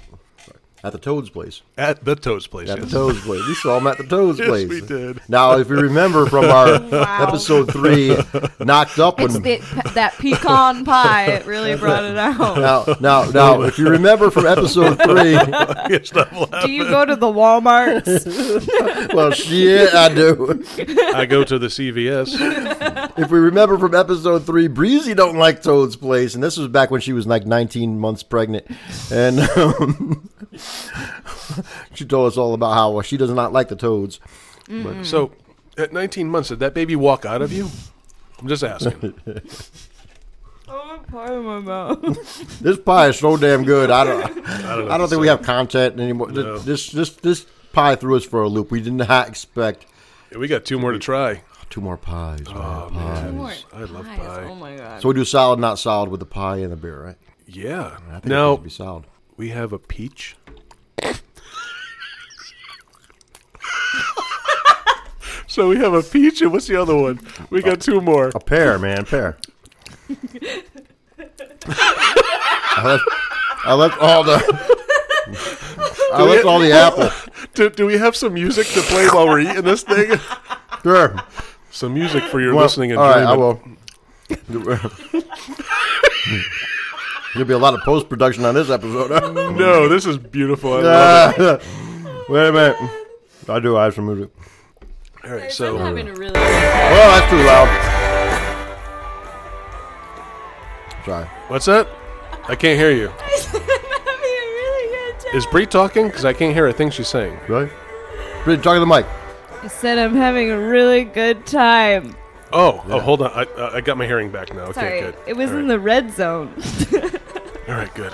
Speaker 5: at the Toad's place.
Speaker 3: At the Toads Place.
Speaker 5: At
Speaker 3: yes.
Speaker 5: the Toad's place. We saw them at the Toad's
Speaker 3: Yes,
Speaker 5: place.
Speaker 3: we did.
Speaker 5: Now, if you remember from our
Speaker 6: Wow.
Speaker 5: episode three, knocked up
Speaker 6: It's
Speaker 5: when
Speaker 6: the, that pecan pie. It really brought it out.
Speaker 5: now, now, now, if you remember from episode three,
Speaker 3: Yes, that was-
Speaker 6: Do you go to the Walmarts?
Speaker 5: well, shit, I do.
Speaker 3: I go to the CVS.
Speaker 5: If we remember from episode three, Breezy don't like Toad's place, and this was back when she was like 19 months pregnant, and um, she told us all about how well, she does not like the Toads.
Speaker 3: so, at 19 months, did that baby walk out of you? I'm just asking.
Speaker 6: Oh, pie in my mouth.
Speaker 5: This pie is so damn good. I don't, I don't,
Speaker 3: know what to
Speaker 5: think we
Speaker 3: say.
Speaker 5: have content anymore. Th-
Speaker 3: No.
Speaker 5: This, this, this pie threw us for a loop. We did not expect
Speaker 3: we got two more to try.
Speaker 5: two more pies. Oh, man.
Speaker 3: man.
Speaker 6: Lord,
Speaker 3: I love
Speaker 6: guys,
Speaker 3: pie.
Speaker 6: Oh my god.
Speaker 5: So we do solid, not solid, with the pie and the beer, right?
Speaker 3: Yeah.
Speaker 5: I think it's supposed
Speaker 3: Now,
Speaker 5: to be solid.
Speaker 3: we have a peach. so we have a peach, and what's the other one? We got two more.
Speaker 5: A pear, man, pear. I left, I left all the. I left all the apple.
Speaker 3: Do, do we have some music to play while we're eating this thing?
Speaker 5: Sure.
Speaker 3: some music for your
Speaker 5: Well,
Speaker 3: listening
Speaker 5: all right,
Speaker 3: enjoyment.
Speaker 5: I will. There'll be a lot of post production on this episode.
Speaker 3: No, this is beautiful. I love
Speaker 5: Ah, Wait a minute. I do have some music.
Speaker 3: it. All right,
Speaker 6: I'm
Speaker 3: so
Speaker 6: having a really good
Speaker 5: Oh, that's too loud. Sorry.
Speaker 3: what's that? I can't hear you.
Speaker 6: I'm having a really good
Speaker 3: Is Bree talking? Because I can't hear a thing she's saying.
Speaker 5: Really? Really, talk to the mic.
Speaker 6: I said I'm having a really good time.
Speaker 3: Oh, oh, hold on. I, uh, I got my hearing back now. Okay,
Speaker 6: Sorry.
Speaker 3: good.
Speaker 6: It was
Speaker 3: All
Speaker 6: in
Speaker 3: right.
Speaker 6: the red zone.
Speaker 3: All right, good.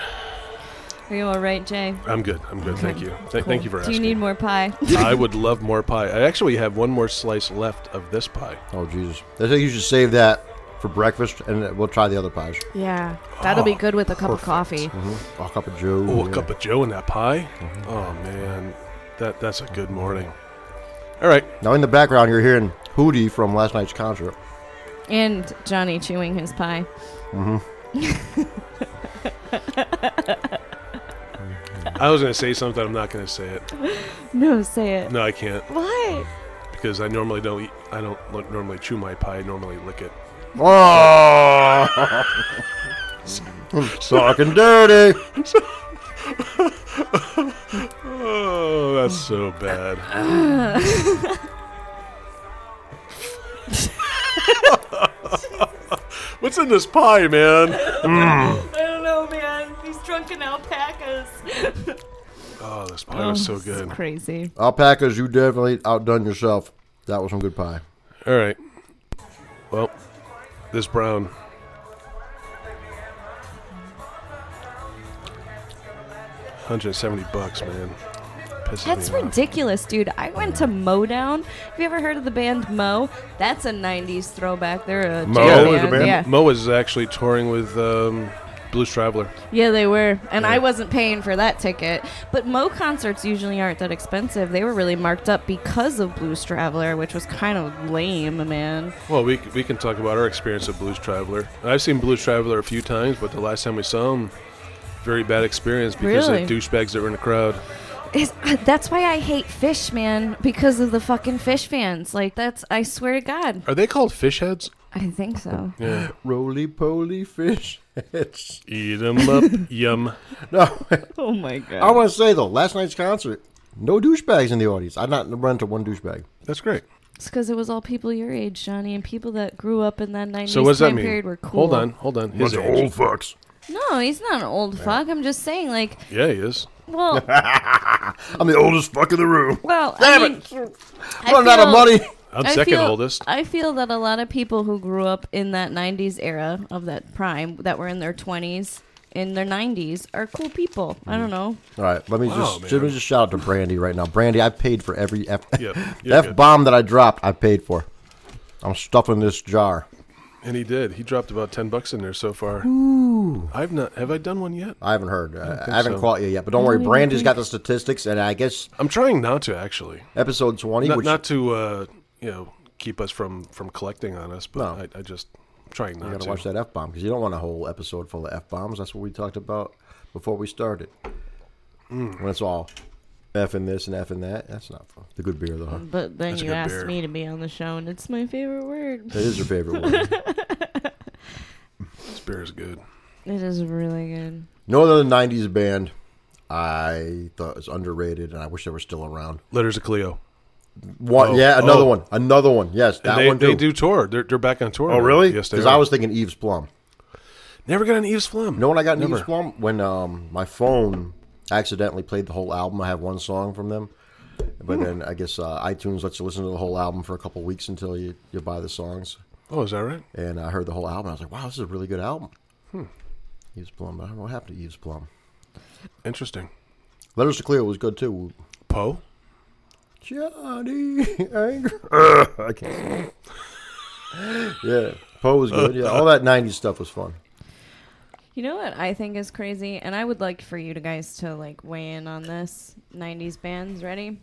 Speaker 6: Are you all right, Jay?
Speaker 3: I'm good. I'm good. Thank you. Th- Thank you for
Speaker 6: Do
Speaker 3: asking.
Speaker 6: you need more pie?
Speaker 3: I would love more pie. I actually have one more slice left of this pie.
Speaker 5: Oh Jesus! I think you should save that for breakfast, and we'll try the other pies.
Speaker 6: Yeah, that'll be
Speaker 3: Ah,
Speaker 6: good with a cup of coffee.
Speaker 5: Mm-hmm. A cup of Joe.
Speaker 3: Oh, a
Speaker 5: yeah.
Speaker 3: cup of Joe and that pie. Oh man, that that's a good morning. All right,
Speaker 5: Now in the background, you're hearing Hootie from last night's concert.
Speaker 6: And Johnny chewing his pie.
Speaker 3: I was gonna say something. I'm not gonna say it.
Speaker 6: No, say it.
Speaker 3: No, I can't
Speaker 6: Why?
Speaker 3: because I normally don't. Eat, I don't li- normally chew my pie. I normally lick it.
Speaker 5: Oh, talking dirty.
Speaker 3: Oh, that's so bad. What's in this pie, man?
Speaker 6: I don't know, man. These drunken alpacas.
Speaker 3: Oh, this pie was so good.
Speaker 6: Crazy.
Speaker 5: Alpacas, you definitely outdone yourself. That was some good pie.
Speaker 3: All right. Well, this brown. Hundred seventy bucks, man. Pisses
Speaker 6: That's
Speaker 3: me off.
Speaker 6: ridiculous, dude. I went to Modown. Have you ever heard of the band Mo? That's a 90s throwback. They're a
Speaker 3: Mo?
Speaker 6: jam
Speaker 3: Yeah, it was
Speaker 5: a
Speaker 6: band.
Speaker 5: band?
Speaker 6: Yeah.
Speaker 3: Mo was actually touring with um, Blues Traveler.
Speaker 6: yeah, they were. And I wasn't paying for that ticket. But Mo concerts usually aren't that expensive. They were really marked up because of Blues Traveler, which was kind of lame, man.
Speaker 3: Well, we, c- we can talk about our experience of Blues Traveler. And I've seen Blues Traveler a few times, but the last time we saw him, very bad experience because
Speaker 6: Really?
Speaker 3: of the douchebags that were in the crowd.
Speaker 6: It's, uh, that's why I hate fish, man, because of the fucking fish fans. Like, that's, I swear to God.
Speaker 3: Are they called fish heads?
Speaker 6: I think so.
Speaker 3: Yeah.
Speaker 5: Roly poly fish. It's
Speaker 3: Eat 'em up, yum.
Speaker 5: no.
Speaker 6: Oh my God.
Speaker 5: I want to say though, last night's concert, no douchebags in the audience. I not run into one douchebag.
Speaker 3: That's great.
Speaker 6: It's because it was all people your age, Johnny, and people that grew up in that 90s
Speaker 3: So what does that
Speaker 6: time
Speaker 3: mean?
Speaker 6: period were cool.
Speaker 3: Hold on, hold on. His
Speaker 4: Bunch of
Speaker 3: age.
Speaker 4: old fucks.
Speaker 6: No, he's not an old fuck. I'm just saying, like,
Speaker 3: Yeah, he is.
Speaker 6: well,
Speaker 4: I'm the oldest fuck in the room.
Speaker 6: well, I mean, I
Speaker 5: Running out of
Speaker 6: feel-
Speaker 5: money.
Speaker 3: I'm
Speaker 6: I
Speaker 3: second
Speaker 6: feel,
Speaker 3: oldest.
Speaker 6: I feel that a lot of people who grew up in that 90s era of that prime that were in their 20s, in their 90s, are cool people.
Speaker 3: Mm.
Speaker 6: I don't know.
Speaker 5: All right, let me just
Speaker 3: Oh, man.
Speaker 5: let me just shout out to Brandy right now. Brandy, I paid for every f
Speaker 3: Yeah, you're
Speaker 5: f
Speaker 3: good.
Speaker 5: bomb that I dropped. I paid for. I'm stuffing this jar.
Speaker 3: And he did. He dropped about ten bucks in there so far. I've not. Have I done one yet?
Speaker 5: I haven't heard. I, I,
Speaker 3: think
Speaker 5: haven't
Speaker 3: so.
Speaker 5: caught you yet, but don't worry. Brandy's got the statistics, and I guess
Speaker 3: I'm trying not to actually.
Speaker 5: episode 20,
Speaker 3: Not,
Speaker 5: which
Speaker 3: not to uh, you know keep us from from collecting on us, but
Speaker 5: No.
Speaker 3: I, I just I'm trying
Speaker 5: you
Speaker 3: not
Speaker 5: got
Speaker 3: to.
Speaker 5: to watch that f bomb because you don't want a whole episode full of f bombs. That's what we talked about before we started. Mm. When it's all f and this and f and that, that's not fun. The good beer though. Huh?
Speaker 6: But then
Speaker 3: That's a
Speaker 6: you
Speaker 3: good
Speaker 6: asked
Speaker 3: beer.
Speaker 6: me to be on the show, and it's my favorite word.
Speaker 5: It is your favorite one.
Speaker 3: This beer is good.
Speaker 6: It is really good.
Speaker 5: No other '90s band I thought was underrated, and I wish they were still around.
Speaker 3: Letters of Cleo.
Speaker 5: One,
Speaker 3: Oh,
Speaker 5: yeah, another
Speaker 3: oh.
Speaker 5: one, another one. Yes, that
Speaker 3: And they,
Speaker 5: one too.
Speaker 3: they do tour. They're, they're back on tour.
Speaker 4: Oh,
Speaker 3: now.
Speaker 4: really?
Speaker 3: Yes, they
Speaker 5: Because
Speaker 3: are.
Speaker 5: I was thinking Eve's Plum.
Speaker 3: never got an Eve's Flum.
Speaker 5: You know when I got an
Speaker 3: Never.
Speaker 5: Eve's Plum when um, my phone accidentally played the whole album. I have one song from them, but then I guess uh, iTunes lets you listen to the whole album for a couple weeks until you, you buy the songs.
Speaker 3: Oh, is that right?
Speaker 5: And I heard the whole album. I was like, wow, this is a really good album. Hmm. Eve's Plum. I don't know what happened to Eve's Plum.
Speaker 3: Interesting.
Speaker 5: Letters to Clear was good too.
Speaker 3: Poe.
Speaker 5: Johnny Anger. Ugh, I can't. yeah, Poe was good. Yeah, all that '90s stuff was fun.
Speaker 6: You know what I think is crazy, and I would like for you to guys to like weigh in on this. '90s bands, ready?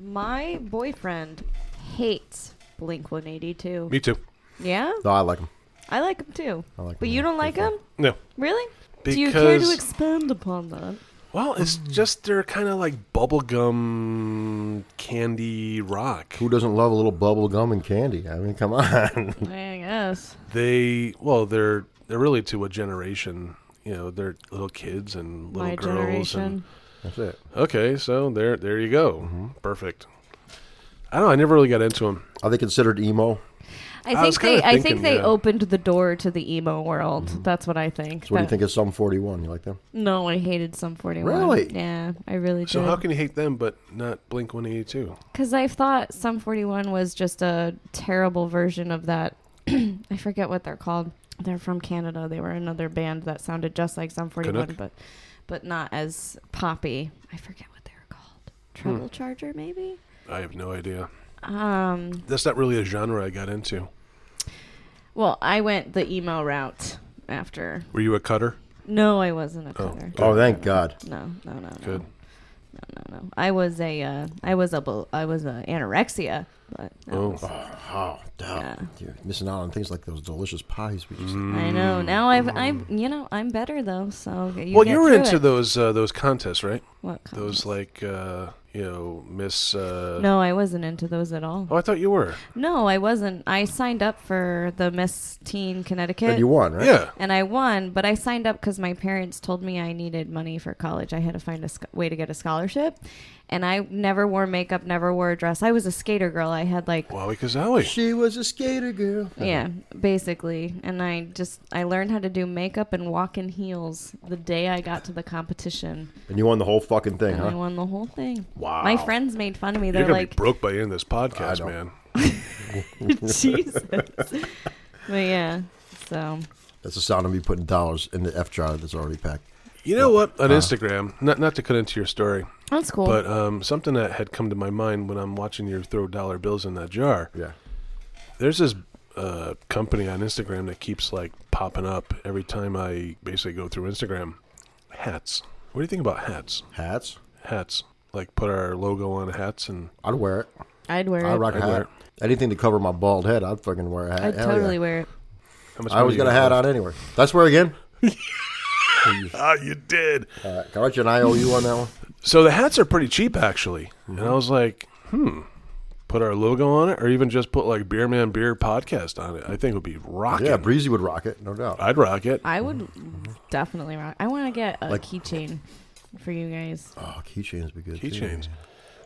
Speaker 6: My boyfriend hates Blink 182.
Speaker 3: Me too.
Speaker 6: Yeah,
Speaker 5: No, I like them.
Speaker 6: I like them too.
Speaker 5: I like
Speaker 6: but
Speaker 5: 'em,
Speaker 6: you don't like them,
Speaker 3: No.
Speaker 6: really? Do you care to
Speaker 3: Because-
Speaker 6: expand upon that?
Speaker 3: Well, it's
Speaker 6: Hmm.
Speaker 3: just they're kind of like bubblegum candy rock.
Speaker 5: Who doesn't love a little bubble gum and candy? I mean, come on.
Speaker 6: I guess.
Speaker 3: They well, they're they're really to a generation. You know, they're little kids and little
Speaker 6: My
Speaker 3: girls and
Speaker 6: generation.
Speaker 5: That's it.
Speaker 3: Okay, so there, there you go. Mm-hmm. Perfect. I don't. know, I never really got into him.
Speaker 5: Are they considered emo?
Speaker 6: I
Speaker 3: I was
Speaker 6: think they.
Speaker 3: kinda
Speaker 6: I think
Speaker 3: thinking,
Speaker 6: they
Speaker 3: yeah.
Speaker 6: opened the door to the emo world. That's what I think.
Speaker 5: Mm-hmm. So what do you
Speaker 6: That-
Speaker 5: think of some 41? You like them?
Speaker 6: No, I hated some 41.
Speaker 5: Really?
Speaker 6: Yeah, I really
Speaker 3: So
Speaker 6: did.
Speaker 3: how can you hate them but not Blink One Eighty Two?
Speaker 6: Because I thought Sum 41 was just a terrible version of that. I forget what they're called. They're from Canada. They were another band that sounded just like Sum 41,
Speaker 3: Canuck?
Speaker 6: but but not as poppy. I forget what they were called.
Speaker 3: Hmm.
Speaker 6: Trouble Charger, maybe?
Speaker 3: I have no idea.
Speaker 6: Um,
Speaker 3: That's not really a genre I got into.
Speaker 6: Well, I went the emo route after.
Speaker 3: Were you a cutter?
Speaker 6: No, I wasn't a cutter.
Speaker 5: Oh, thank God.
Speaker 6: No, no, no, no.
Speaker 3: Good.
Speaker 6: No, no. I was a, uh, I was a, bul- I was a anorexia, but that
Speaker 3: Oh.
Speaker 6: was-
Speaker 5: Oh, damn. You're missing out on things like those delicious pies. We just
Speaker 6: I know. Now I've, I'm, you know, I'm better though. So you
Speaker 3: Mm. well,
Speaker 6: get
Speaker 3: you were
Speaker 6: through
Speaker 3: into
Speaker 6: it.
Speaker 3: those uh, those contests, right?
Speaker 6: What
Speaker 3: Those like uh, you know Miss. Uh,
Speaker 6: No, I wasn't into those at all.
Speaker 3: Oh, I thought you were.
Speaker 6: No, I wasn't. I signed up for the Miss Teen Connecticut.
Speaker 5: And you won, right?
Speaker 3: Yeah.
Speaker 6: and I won, but I signed up because my parents told me I needed money for college. I had to find a sc- way to get a scholarship. And I never wore makeup, never wore a dress. I was a skater girl. I had like,
Speaker 3: Wowie Kazawi.
Speaker 5: She was a skater girl.
Speaker 6: yeah, basically. And I just, I learned how to do makeup and walk in heels the day I got to the competition.
Speaker 5: And you won the whole fucking thing,
Speaker 6: And I
Speaker 5: huh?
Speaker 6: won the whole thing.
Speaker 5: Wow.
Speaker 6: My friends made fun of me.
Speaker 3: You're
Speaker 6: They're
Speaker 3: gonna
Speaker 6: like,
Speaker 3: be broke by the end of this
Speaker 5: I
Speaker 3: podcast,
Speaker 5: don't-
Speaker 3: man.
Speaker 6: Jesus. but yeah, so.
Speaker 5: That's the sound of me putting dollars in the F jar that's already packed.
Speaker 3: You know what?
Speaker 5: uh,
Speaker 3: On Instagram, not not to cut into your story,
Speaker 6: That's cool.
Speaker 3: but um, something that had come to my mind when I'm watching you throw dollar bills in that jar.
Speaker 5: Yeah.
Speaker 3: There's this uh, company on Instagram that keeps like popping up every time I basically go through Instagram. Hats. What do you think about hats?
Speaker 5: Hats.
Speaker 3: Hats. Like put our logo on hats and
Speaker 5: I'd wear it.
Speaker 6: I'd wear
Speaker 5: I'd
Speaker 6: it.
Speaker 5: rock a
Speaker 3: I'd wear
Speaker 5: hat. Anything to cover my bald head, I'd fucking wear a hat.
Speaker 6: I'd
Speaker 5: Hell
Speaker 6: totally
Speaker 5: yeah.
Speaker 6: wear it.
Speaker 3: how much
Speaker 5: I always got a hat on anyway. That's where again.
Speaker 3: Ah, you did.
Speaker 5: Uh, can I write you an IOU on that one?
Speaker 3: So the hats are pretty cheap actually,
Speaker 5: Mm-hmm.
Speaker 3: and I was like, hmm, put our logo on it, or even just put like Beer Man Beer podcast on it. I think it would be rocking.
Speaker 5: Yeah, Breezy would rock it, no doubt.
Speaker 3: I'd rock it.
Speaker 6: I would
Speaker 3: Mm-hmm.
Speaker 6: definitely rock. I want to get a keychain for you guys.
Speaker 5: Oh, keychains would be good. too.
Speaker 3: Keychains.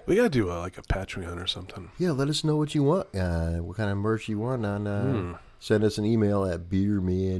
Speaker 3: We gotta do uh, like a Patreon or something.
Speaker 5: Yeah, let us know what you want. Uh, what kind of merch you want on. Uh, Send us an email at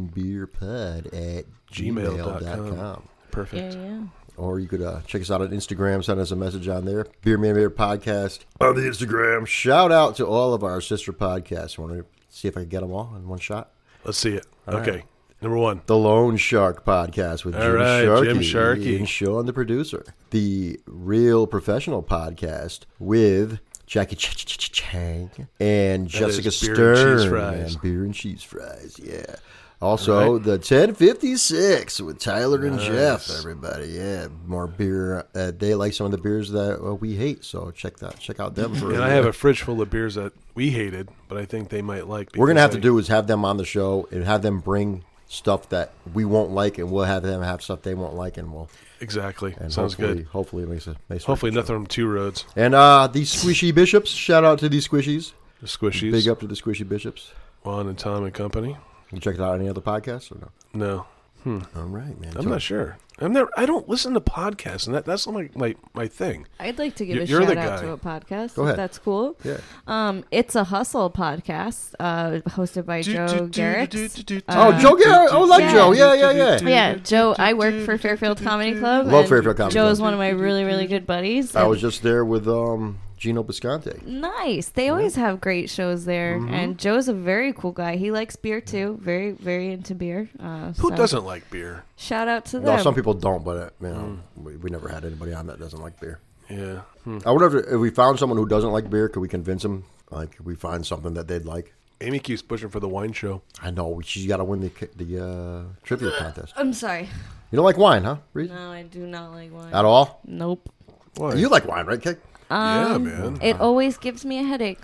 Speaker 5: beermanbeerpod at
Speaker 3: Gmail.com.
Speaker 5: gmail.com.
Speaker 3: Perfect.
Speaker 6: yeah.
Speaker 5: Or you could uh, check us out on Instagram, send us a message on there. Beer Man Beer Podcast.
Speaker 4: On the Instagram.
Speaker 5: Shout out to all of our sister podcasts. Want to see if I can get them all in one shot?
Speaker 3: Let's see it. okay. Number one.
Speaker 5: The Lone Shark podcast with
Speaker 3: All
Speaker 5: Jim,
Speaker 3: right,
Speaker 5: Sharkey
Speaker 3: Jim Sharkey.
Speaker 5: and Sean the producer. The Real Professional podcast with Jackie Ch- Ch- Ch- Chang and Jessica
Speaker 3: is beer
Speaker 5: Stern
Speaker 3: and cheese fries.
Speaker 5: and beer and cheese fries. Yeah. Also, the 1056 with Tyler and Jeff. Everybody, yeah, more beer. Uh, they like some of the beers that uh, we hate, so check that. Check out them. For
Speaker 3: And I have a fridge full of beers that we hated, but I think they might like.
Speaker 5: We're gonna
Speaker 3: because
Speaker 5: have to
Speaker 3: I-
Speaker 5: do is have them on the show and have them bring stuff that we won't like, and we'll have them have stuff they won't like, and we'll
Speaker 3: exactly.
Speaker 5: and
Speaker 3: Sounds
Speaker 5: hopefully,
Speaker 3: good.
Speaker 5: Hopefully, it makes it makes for a
Speaker 3: Hopefully,
Speaker 5: good
Speaker 3: nothing from Two Roads.
Speaker 5: show. And uh, the squishy bishops. Shout out to the squishies.
Speaker 3: The Squishies,
Speaker 5: Big up to the squishy bishops.
Speaker 3: Juan and Tom and Company.
Speaker 5: You check it out on any other podcasts or no?
Speaker 3: No,
Speaker 5: All right, man.
Speaker 3: I'm not sure. I'm not. I don't listen to podcasts, and that, that's not my, my my thing.
Speaker 6: I'd like to give
Speaker 3: You-
Speaker 6: a
Speaker 3: you're the
Speaker 6: shout out
Speaker 3: guy.
Speaker 6: to a podcast.
Speaker 5: Go ahead.
Speaker 6: If that's cool.
Speaker 5: Yeah.
Speaker 6: Um, it's a hustle podcast, uh, hosted by
Speaker 3: Do, do,
Speaker 6: Joe uh,
Speaker 3: do, do, do,
Speaker 6: Garrett.
Speaker 3: do, do.
Speaker 5: Oh, Joe Garrett. Oh, like
Speaker 6: Yeah.
Speaker 5: Joe. Yeah, yeah, yeah.
Speaker 6: Yeah, Joe. I work for Fairfield Comedy Club.
Speaker 5: Love
Speaker 6: and
Speaker 5: Fairfield Comedy
Speaker 6: Joe
Speaker 5: Club.
Speaker 6: is one of my really, really good buddies.
Speaker 5: I
Speaker 6: and-
Speaker 5: was just there with um Gino Bisconte.
Speaker 6: Nice. They always have great shows there,
Speaker 3: Mm-hmm.
Speaker 6: and Joe's a very cool guy. He likes beer too. Very, very into beer. Uh,
Speaker 3: Who
Speaker 6: so
Speaker 3: doesn't like beer?
Speaker 6: Shout out to them.
Speaker 5: No, some people don't, but uh, you know, we, we never had anybody on that doesn't like beer.
Speaker 3: Yeah. Hmm.
Speaker 5: I wonder if, if we found someone who doesn't like beer, could we convince them? Like, could we find something that they'd like?
Speaker 3: Amy keeps pushing for the wine show.
Speaker 5: I know she's got to win the the uh, trivia contest.
Speaker 6: I'm sorry.
Speaker 5: You don't like wine, huh? Reese?
Speaker 6: No, I do not like wine.
Speaker 5: At all?
Speaker 6: Nope.
Speaker 3: Why?
Speaker 5: You like wine, right, Kate?
Speaker 6: Um,
Speaker 3: yeah, man.
Speaker 6: It always gives me a headache.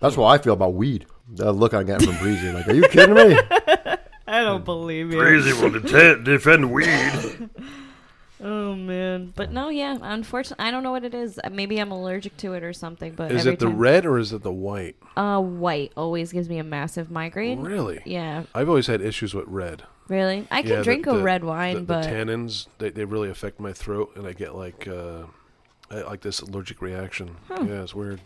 Speaker 5: That's how I feel about weed. The look I got from Breezy, like, are you kidding me?
Speaker 6: I don't believe you.
Speaker 4: Crazy will dete- defend weed.
Speaker 6: Oh man. But no, yeah. Unfortunately, I don't know what it is. Uh, Maybe I'm allergic to it or something. But
Speaker 3: Is
Speaker 6: every
Speaker 3: it the
Speaker 6: time-
Speaker 3: red or is it the white?
Speaker 6: Uh, white always gives me a massive migraine.
Speaker 3: Really?
Speaker 6: Yeah.
Speaker 3: I've always had issues with red.
Speaker 6: Really. I can
Speaker 3: the-
Speaker 6: drink a
Speaker 3: the-
Speaker 6: red
Speaker 3: the,
Speaker 6: wine,
Speaker 3: the
Speaker 6: but
Speaker 3: tannins they, they really affect my throat, and I get like uh, I, like this allergic reaction. Yeah, it's weird.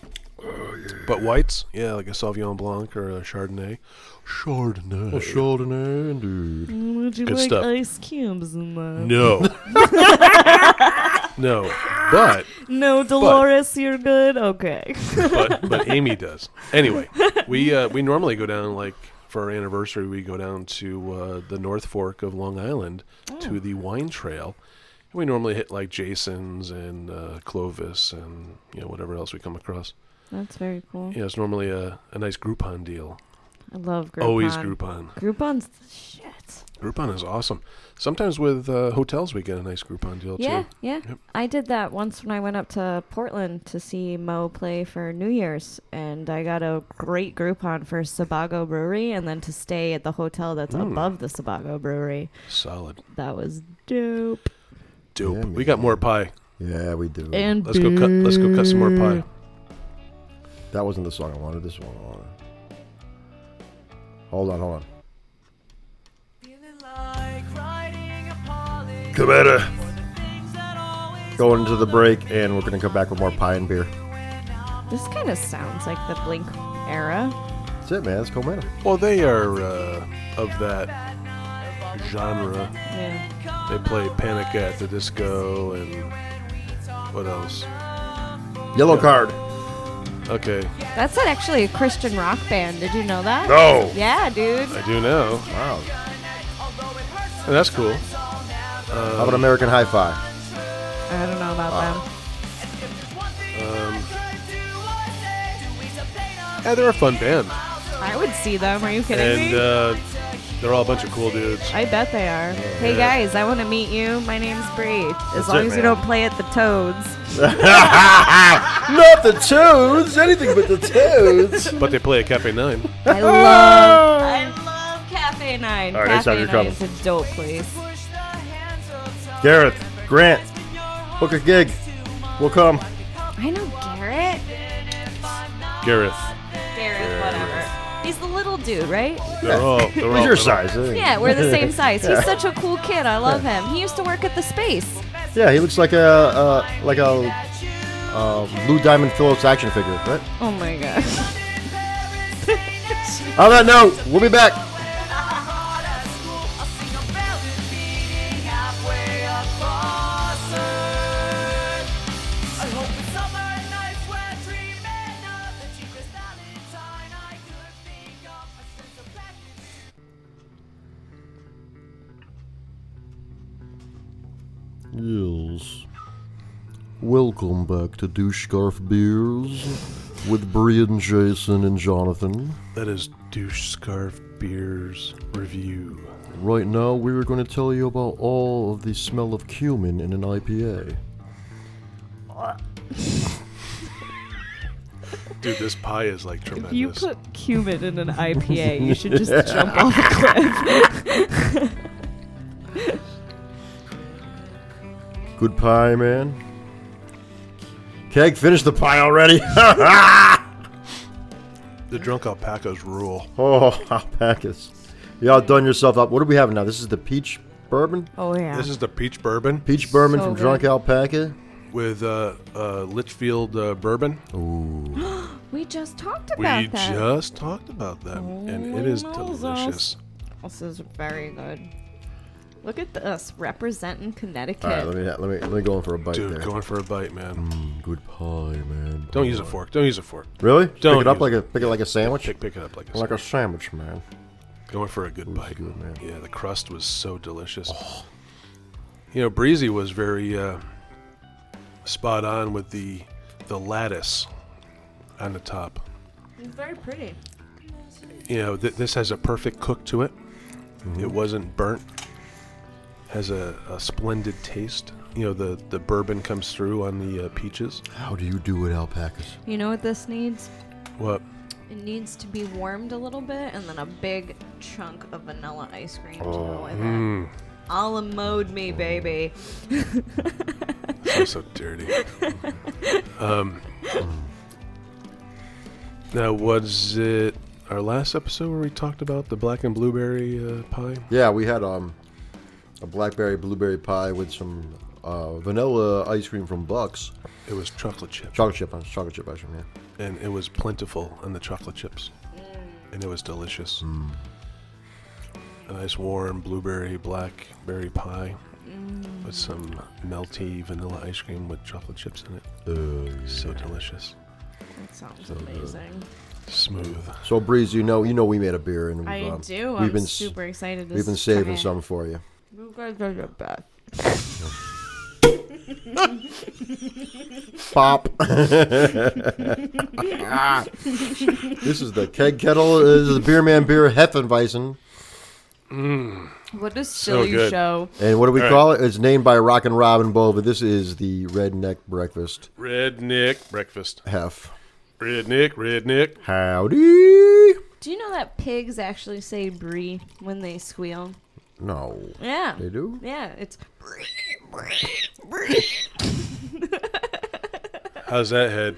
Speaker 3: But whites, yeah, like a Sauvignon Blanc or a Chardonnay. Chardonnay.
Speaker 5: Chardonnay, dude.
Speaker 6: would you
Speaker 3: Good
Speaker 6: like
Speaker 3: stuff.
Speaker 6: ice cubes in that?
Speaker 3: No. no. But
Speaker 6: No, Dolores, you're good. Okay.
Speaker 3: but but Amy does. Anyway, we uh, we normally go down like for our anniversary. We go down to uh, the North Fork of Long Island
Speaker 6: Oh.
Speaker 3: to the Wine Trail. And we normally hit like Jason's and uh, Clovis and you know whatever else we come across.
Speaker 6: That's very cool.
Speaker 3: Yeah, it's normally a, a nice Groupon deal.
Speaker 6: I love Groupon.
Speaker 3: Always Groupon.
Speaker 6: Groupon's the shit.
Speaker 3: Groupon is awesome. Sometimes with uh, hotels, we get a nice Groupon deal
Speaker 6: Yeah,
Speaker 3: too.
Speaker 6: yeah.
Speaker 3: Yep.
Speaker 6: I did that once when I went up to Portland to see Mo play for New Year's, and I got a great Groupon for Sabago Brewery, and then to stay at the hotel
Speaker 3: Hmm.
Speaker 6: that's above the Sabago Brewery.
Speaker 3: Solid.
Speaker 6: That was dope.
Speaker 3: Dope. we got more pie.
Speaker 5: Yeah, we do.
Speaker 6: And
Speaker 3: Let's go cut. Let's go cut some more pie.
Speaker 5: that wasn't the song I wanted. This one I wanted. Hold on, hold on.
Speaker 4: Commander.
Speaker 5: Going into the break, and we're gonna come back with more pie and beer.
Speaker 6: This kind of sounds like the Blink era.
Speaker 5: That's it, man. That's Commander.
Speaker 3: Well, they are uh, of that genre.
Speaker 6: Yeah.
Speaker 3: They play Panic at the Disco and what else?
Speaker 5: Yellow card.
Speaker 3: Okay,
Speaker 6: That's not actually a Christian rock band. Did you know that?
Speaker 4: No.
Speaker 6: Yeah, dude.
Speaker 3: I do know.
Speaker 5: Wow.
Speaker 3: And that's cool.
Speaker 5: How about American Hi Fi?
Speaker 6: I don't know about them.
Speaker 3: Yeah, they're a fun band,
Speaker 6: I would see them. Are you kidding
Speaker 3: and
Speaker 6: me?
Speaker 3: uh, they're all a bunch of cool dudes.
Speaker 6: I bet they are. Hey guys, I want to meet you. My name's Bree. As
Speaker 5: That's
Speaker 6: long
Speaker 5: it,
Speaker 6: as you
Speaker 5: man.
Speaker 6: don't play at the Toads.
Speaker 5: Not the toads. Anything but the toads.
Speaker 3: But they play at Cafe Nine.
Speaker 6: I love. I love Cafe Nine.
Speaker 5: All right, next time
Speaker 6: Cafe
Speaker 5: you're
Speaker 6: Nine
Speaker 5: coming.
Speaker 6: is a dope place.
Speaker 5: Gareth, Grant, book a gig. We'll come.
Speaker 6: I know Garrett.
Speaker 3: Gareth.
Speaker 6: Garrett, whatever. He's the little dude, right?
Speaker 3: They're all. They're all
Speaker 5: Who's
Speaker 3: they're
Speaker 5: your
Speaker 3: all-
Speaker 5: size? I think.
Speaker 6: Yeah, we're the same size.
Speaker 5: Yeah.
Speaker 6: He's such a cool kid. I love him. He used to work at the space.
Speaker 5: Yeah, he looks like a uh, like a uh, Lou Diamond Phillips action figure. Right?
Speaker 6: Oh my gosh.
Speaker 5: On that note, we'll be back. Yes. Welcome back to Douche Scarf Beers with Brian, Jason, and Jonathan.
Speaker 3: That is douche scarf beers review.
Speaker 5: Right now, we're going to tell you about all of the smell of cumin in an IPA.
Speaker 3: Dude, this pie is like tremendous.
Speaker 6: You put cumin in an IPA. You should just jump off a cliff.
Speaker 5: Good pie, man. Keg, finish the pie already.
Speaker 3: the drunk alpacas rule.
Speaker 5: oh, alpacas. You all done yourself up. What do we have now? This is the peach bourbon?
Speaker 6: Oh yeah.
Speaker 3: This is the peach bourbon
Speaker 5: Peach bourbon
Speaker 6: So
Speaker 5: from
Speaker 6: good.
Speaker 5: Drunk Alpaca?
Speaker 3: with uh, uh, Litchfield uh, bourbon.
Speaker 6: we just talked
Speaker 3: We
Speaker 6: about that. Mm,
Speaker 3: just talked about them, and it is
Speaker 6: Moses.
Speaker 3: delicious.
Speaker 6: This is very good. Look at us representing Connecticut.
Speaker 5: All right, let me, let me let me go in for a bite
Speaker 3: Dude,
Speaker 5: there. Mm.
Speaker 3: going for a bite, man.
Speaker 5: Good pie, man.
Speaker 3: Don't use a fork. Don't use a fork.
Speaker 5: Really?
Speaker 3: Don't
Speaker 5: pick it up
Speaker 3: use
Speaker 5: like
Speaker 3: it.
Speaker 5: a pick it like a sandwich.
Speaker 3: Pick, pick it up like this.
Speaker 5: Like a sandwich, man.
Speaker 3: Going for a good bite.
Speaker 5: good, man. Oh.
Speaker 3: Yeah, the crust was so delicious. You know, Breezy was very uh, spot on with the the lattice on the top.
Speaker 6: It's very pretty.
Speaker 3: You know, th- this has a perfect cook to it.
Speaker 5: Mm-hmm.
Speaker 3: It wasn't burnt. Has a, a splendid taste. You know, the the bourbon comes through on the uh, peaches.
Speaker 5: How do you do it, alpacas?
Speaker 6: You know what this needs?
Speaker 3: What?
Speaker 6: It needs to be warmed a little bit and then a big chunk of vanilla ice cream to
Speaker 5: Oh,
Speaker 6: go with
Speaker 5: hmm.
Speaker 6: it. A la mode me, baby.
Speaker 3: I'm so dirty. Um, now, was it our last episode where we talked about the black and blueberry uh, pie?
Speaker 5: Yeah, we had um a blackberry blueberry pie with some uh, vanilla ice cream from Bucks.
Speaker 3: It was chocolate chip,
Speaker 5: Chocolate chip, uh, chocolate chip ice cream, yeah.
Speaker 3: and it was plentiful on the chocolate chips, and it was delicious. A nice warm blueberry blackberry pie with some melty vanilla ice cream with chocolate chips in it. So delicious,
Speaker 6: That sounds amazing.
Speaker 3: smooth.
Speaker 5: So Breeze, you know, you know, we made a beer, and we've,
Speaker 6: I
Speaker 5: um,
Speaker 6: do.
Speaker 5: We've
Speaker 6: I'm
Speaker 5: been s-
Speaker 6: super excited.
Speaker 5: We've been saving some for you.
Speaker 6: You guys are the best.
Speaker 5: Pop. this is the keg kettle. This is the beer man beer Heffenweizen.
Speaker 6: What a silly
Speaker 3: good.
Speaker 6: show.
Speaker 5: And what do we call it? It's named by Rock and Robin Bowl, but this is the Redneck Breakfast
Speaker 3: Redneck breakfast.
Speaker 5: Hef.
Speaker 3: Redneck, redneck.
Speaker 5: Howdy.
Speaker 6: Do you know that pigs actually say brie when they squeal?
Speaker 5: No.
Speaker 6: Yeah.
Speaker 5: They do?
Speaker 6: Yeah, it's brie, brie, brie.
Speaker 3: How's that head?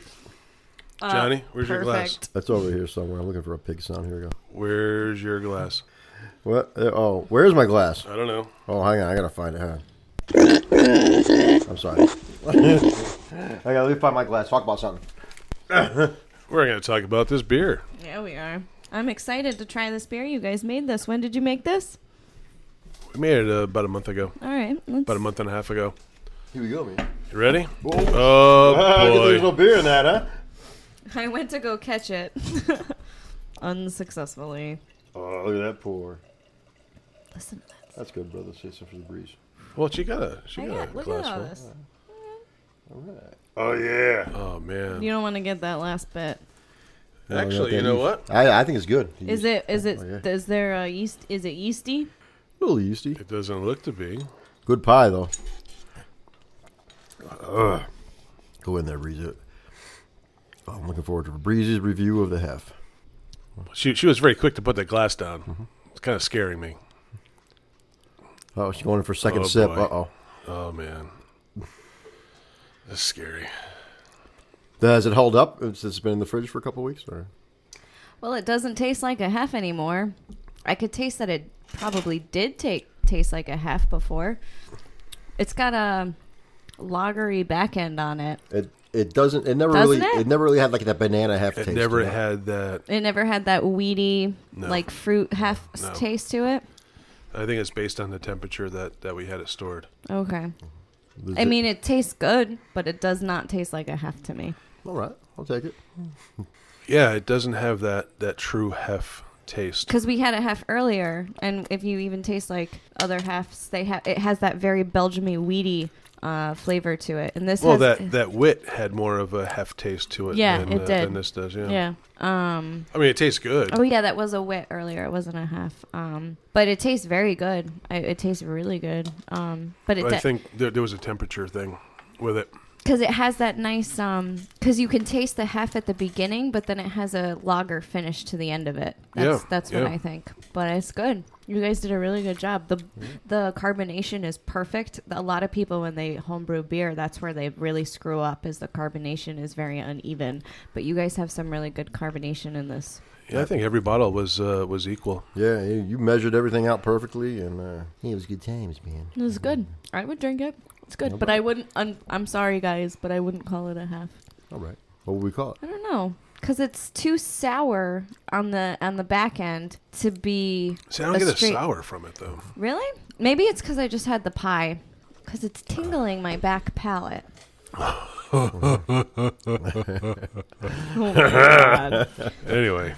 Speaker 3: Johnny, where's your glass?
Speaker 6: Uh, Perfect.
Speaker 5: That's over here somewhere. I'm looking for a pig sound. Here we go.
Speaker 3: Where's your glass?
Speaker 5: What? Uh, Oh, where's my glass?
Speaker 3: I don't know.
Speaker 5: Oh, hang on. I gotta find it. Hang on. I'm sorry. I gotta let me find my glass. Talk about something.
Speaker 3: We're going to talk about this beer.
Speaker 6: Yeah, we are. I'm excited to try this beer. You guys made this. When did you make this?
Speaker 3: We made it uh, about a month ago,
Speaker 6: All right. Let's,
Speaker 3: about a month and a half ago.
Speaker 5: Here we go, man.
Speaker 3: You ready? Oh,
Speaker 5: Ah, There's no
Speaker 3: boy.
Speaker 5: beer in that, huh?
Speaker 6: I went to go catch it unsuccessfully.
Speaker 5: Oh, look at that pour.
Speaker 6: Listen to this.
Speaker 5: That's good, brother. Say something for the breeze.
Speaker 3: Well, she got a, she
Speaker 6: I
Speaker 3: got
Speaker 6: got, Oh,
Speaker 3: a
Speaker 6: look at
Speaker 3: glass
Speaker 6: all
Speaker 3: full.
Speaker 6: this.
Speaker 5: Oh yeah.
Speaker 3: Oh, man.
Speaker 6: You don't want to get that last bit.
Speaker 3: Actually, you know what?
Speaker 5: I, I think it's good.
Speaker 6: Is it? Is it? Is
Speaker 5: Okay.
Speaker 6: there a yeast? Is it yeasty?
Speaker 5: a little yeasty?
Speaker 3: It doesn't look to be.
Speaker 5: Good pie though. Ugh. Go in there, breeze it. Oh, I'm looking forward to Breezy's review of the hef.
Speaker 3: She, she was very quick to put that glass down. It's kind of scaring me.
Speaker 5: Oh, she's going in for a second
Speaker 3: Oh,
Speaker 5: sip.
Speaker 3: boy.
Speaker 5: Uh oh.
Speaker 3: Oh, man. That's scary.
Speaker 5: Has it held up? It's, it's been in the fridge for a couple weeks. Or?
Speaker 6: Well, it doesn't taste like a half anymore. I could taste that it probably did take taste like a half before. It's got a lagery back end on it.
Speaker 5: It it doesn't. It never
Speaker 6: Doesn't
Speaker 5: really.
Speaker 6: it?
Speaker 5: It? never really had like that banana half
Speaker 3: It
Speaker 5: taste.
Speaker 3: never
Speaker 5: you know?
Speaker 3: had that.
Speaker 6: It never had that weedy like fruit half s-
Speaker 3: no.
Speaker 6: taste to it.
Speaker 3: I think it's based on the temperature that, that we had it stored.
Speaker 6: Okay.
Speaker 5: Does
Speaker 6: I
Speaker 5: it-
Speaker 6: mean, it tastes good, but it does not taste like a half to me.
Speaker 5: all right. I'll take it.
Speaker 3: Yeah, it doesn't have that, that true hef taste.
Speaker 6: Because we had a half earlier, and if you even taste like other halves, they have it has that very Belgiumy weedy uh, flavor to it, and this
Speaker 3: Well,
Speaker 6: has
Speaker 3: that, that wit had more of a hef taste to it,
Speaker 6: Yeah,
Speaker 3: than,
Speaker 6: it
Speaker 3: uh,
Speaker 6: did.
Speaker 3: than this does. Yeah.
Speaker 6: yeah. Um,
Speaker 3: I mean, it tastes good.
Speaker 6: Oh yeah, that was a wit earlier. It wasn't a half. Um, but it tastes very good. I, it tastes really good. Um, but
Speaker 3: But I
Speaker 6: it
Speaker 3: think there, there was a temperature thing with it.
Speaker 6: because it has that nice um because you can taste the half at the beginning, but then it has a lager finish to the end of it. That's,
Speaker 3: Yeah,
Speaker 6: that's what
Speaker 3: yeah.
Speaker 6: I think. But it's good. You guys did a really good job. The the carbonation is perfect. A lot of people when they homebrew beer, that's where they really screw up is the carbonation is very uneven. But you guys have some really good carbonation in this.
Speaker 3: Yeah, I think every bottle was uh, was equal.
Speaker 5: Yeah, you, you measured everything out perfectly, and uh, it was good times, man.
Speaker 6: It was good. I would drink it. It's good, but I wouldn't. Un- I'm sorry, guys, but I wouldn't call it a half.
Speaker 5: All right. What would we call
Speaker 6: I
Speaker 5: it?
Speaker 6: don't know, cause it's too sour on the on the back end to be.
Speaker 3: See, I don't
Speaker 6: a
Speaker 3: get
Speaker 6: straight-
Speaker 3: a sour from it though.
Speaker 6: Really? Maybe it's cause I just had the pie, cause it's tingling my back palate. oh my god!
Speaker 3: Anyway,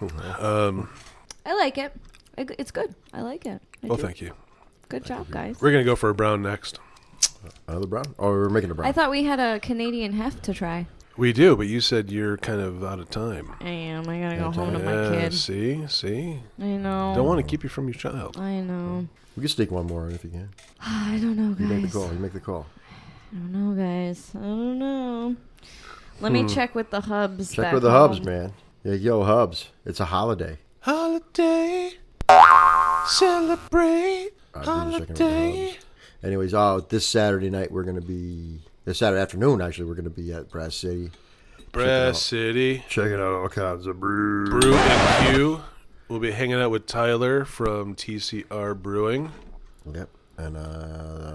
Speaker 6: I like it. I g- It's good. I like it. I
Speaker 3: well,
Speaker 6: do.
Speaker 3: thank you.
Speaker 6: Good job, guys.
Speaker 3: We're gonna go for a brown next.
Speaker 5: Another brown? Oh, we're making a brown.
Speaker 6: I thought we had a Canadian hef to try.
Speaker 3: We do, but you said you're kind of out of time.
Speaker 6: I am. I gotta go home to
Speaker 3: Yeah,
Speaker 6: my kid. Oh.
Speaker 3: See, see.
Speaker 6: I know.
Speaker 3: Don't want to keep you from your child.
Speaker 6: I know.
Speaker 5: we can sneak one more in if you can.
Speaker 6: I don't know,
Speaker 5: You make the
Speaker 6: guys.
Speaker 5: call. You make the call.
Speaker 6: I don't know, guys. I don't know. Let me check with the hubs.
Speaker 5: Check
Speaker 6: back
Speaker 5: with the hubs,
Speaker 6: home.
Speaker 5: man. Yeah, yo, hubs. It's a holiday.
Speaker 3: Holiday, celebrate.
Speaker 5: I did a second round of hubs. Anyways, oh, this Saturday night we're gonna be this Saturday afternoon. Actually, we're gonna be at Brass City.
Speaker 3: Brass City
Speaker 4: Checking out all kinds of brews.
Speaker 3: Brew and Q. We'll be hanging out with Tyler from TCR Brewing,
Speaker 5: Yep. And uh,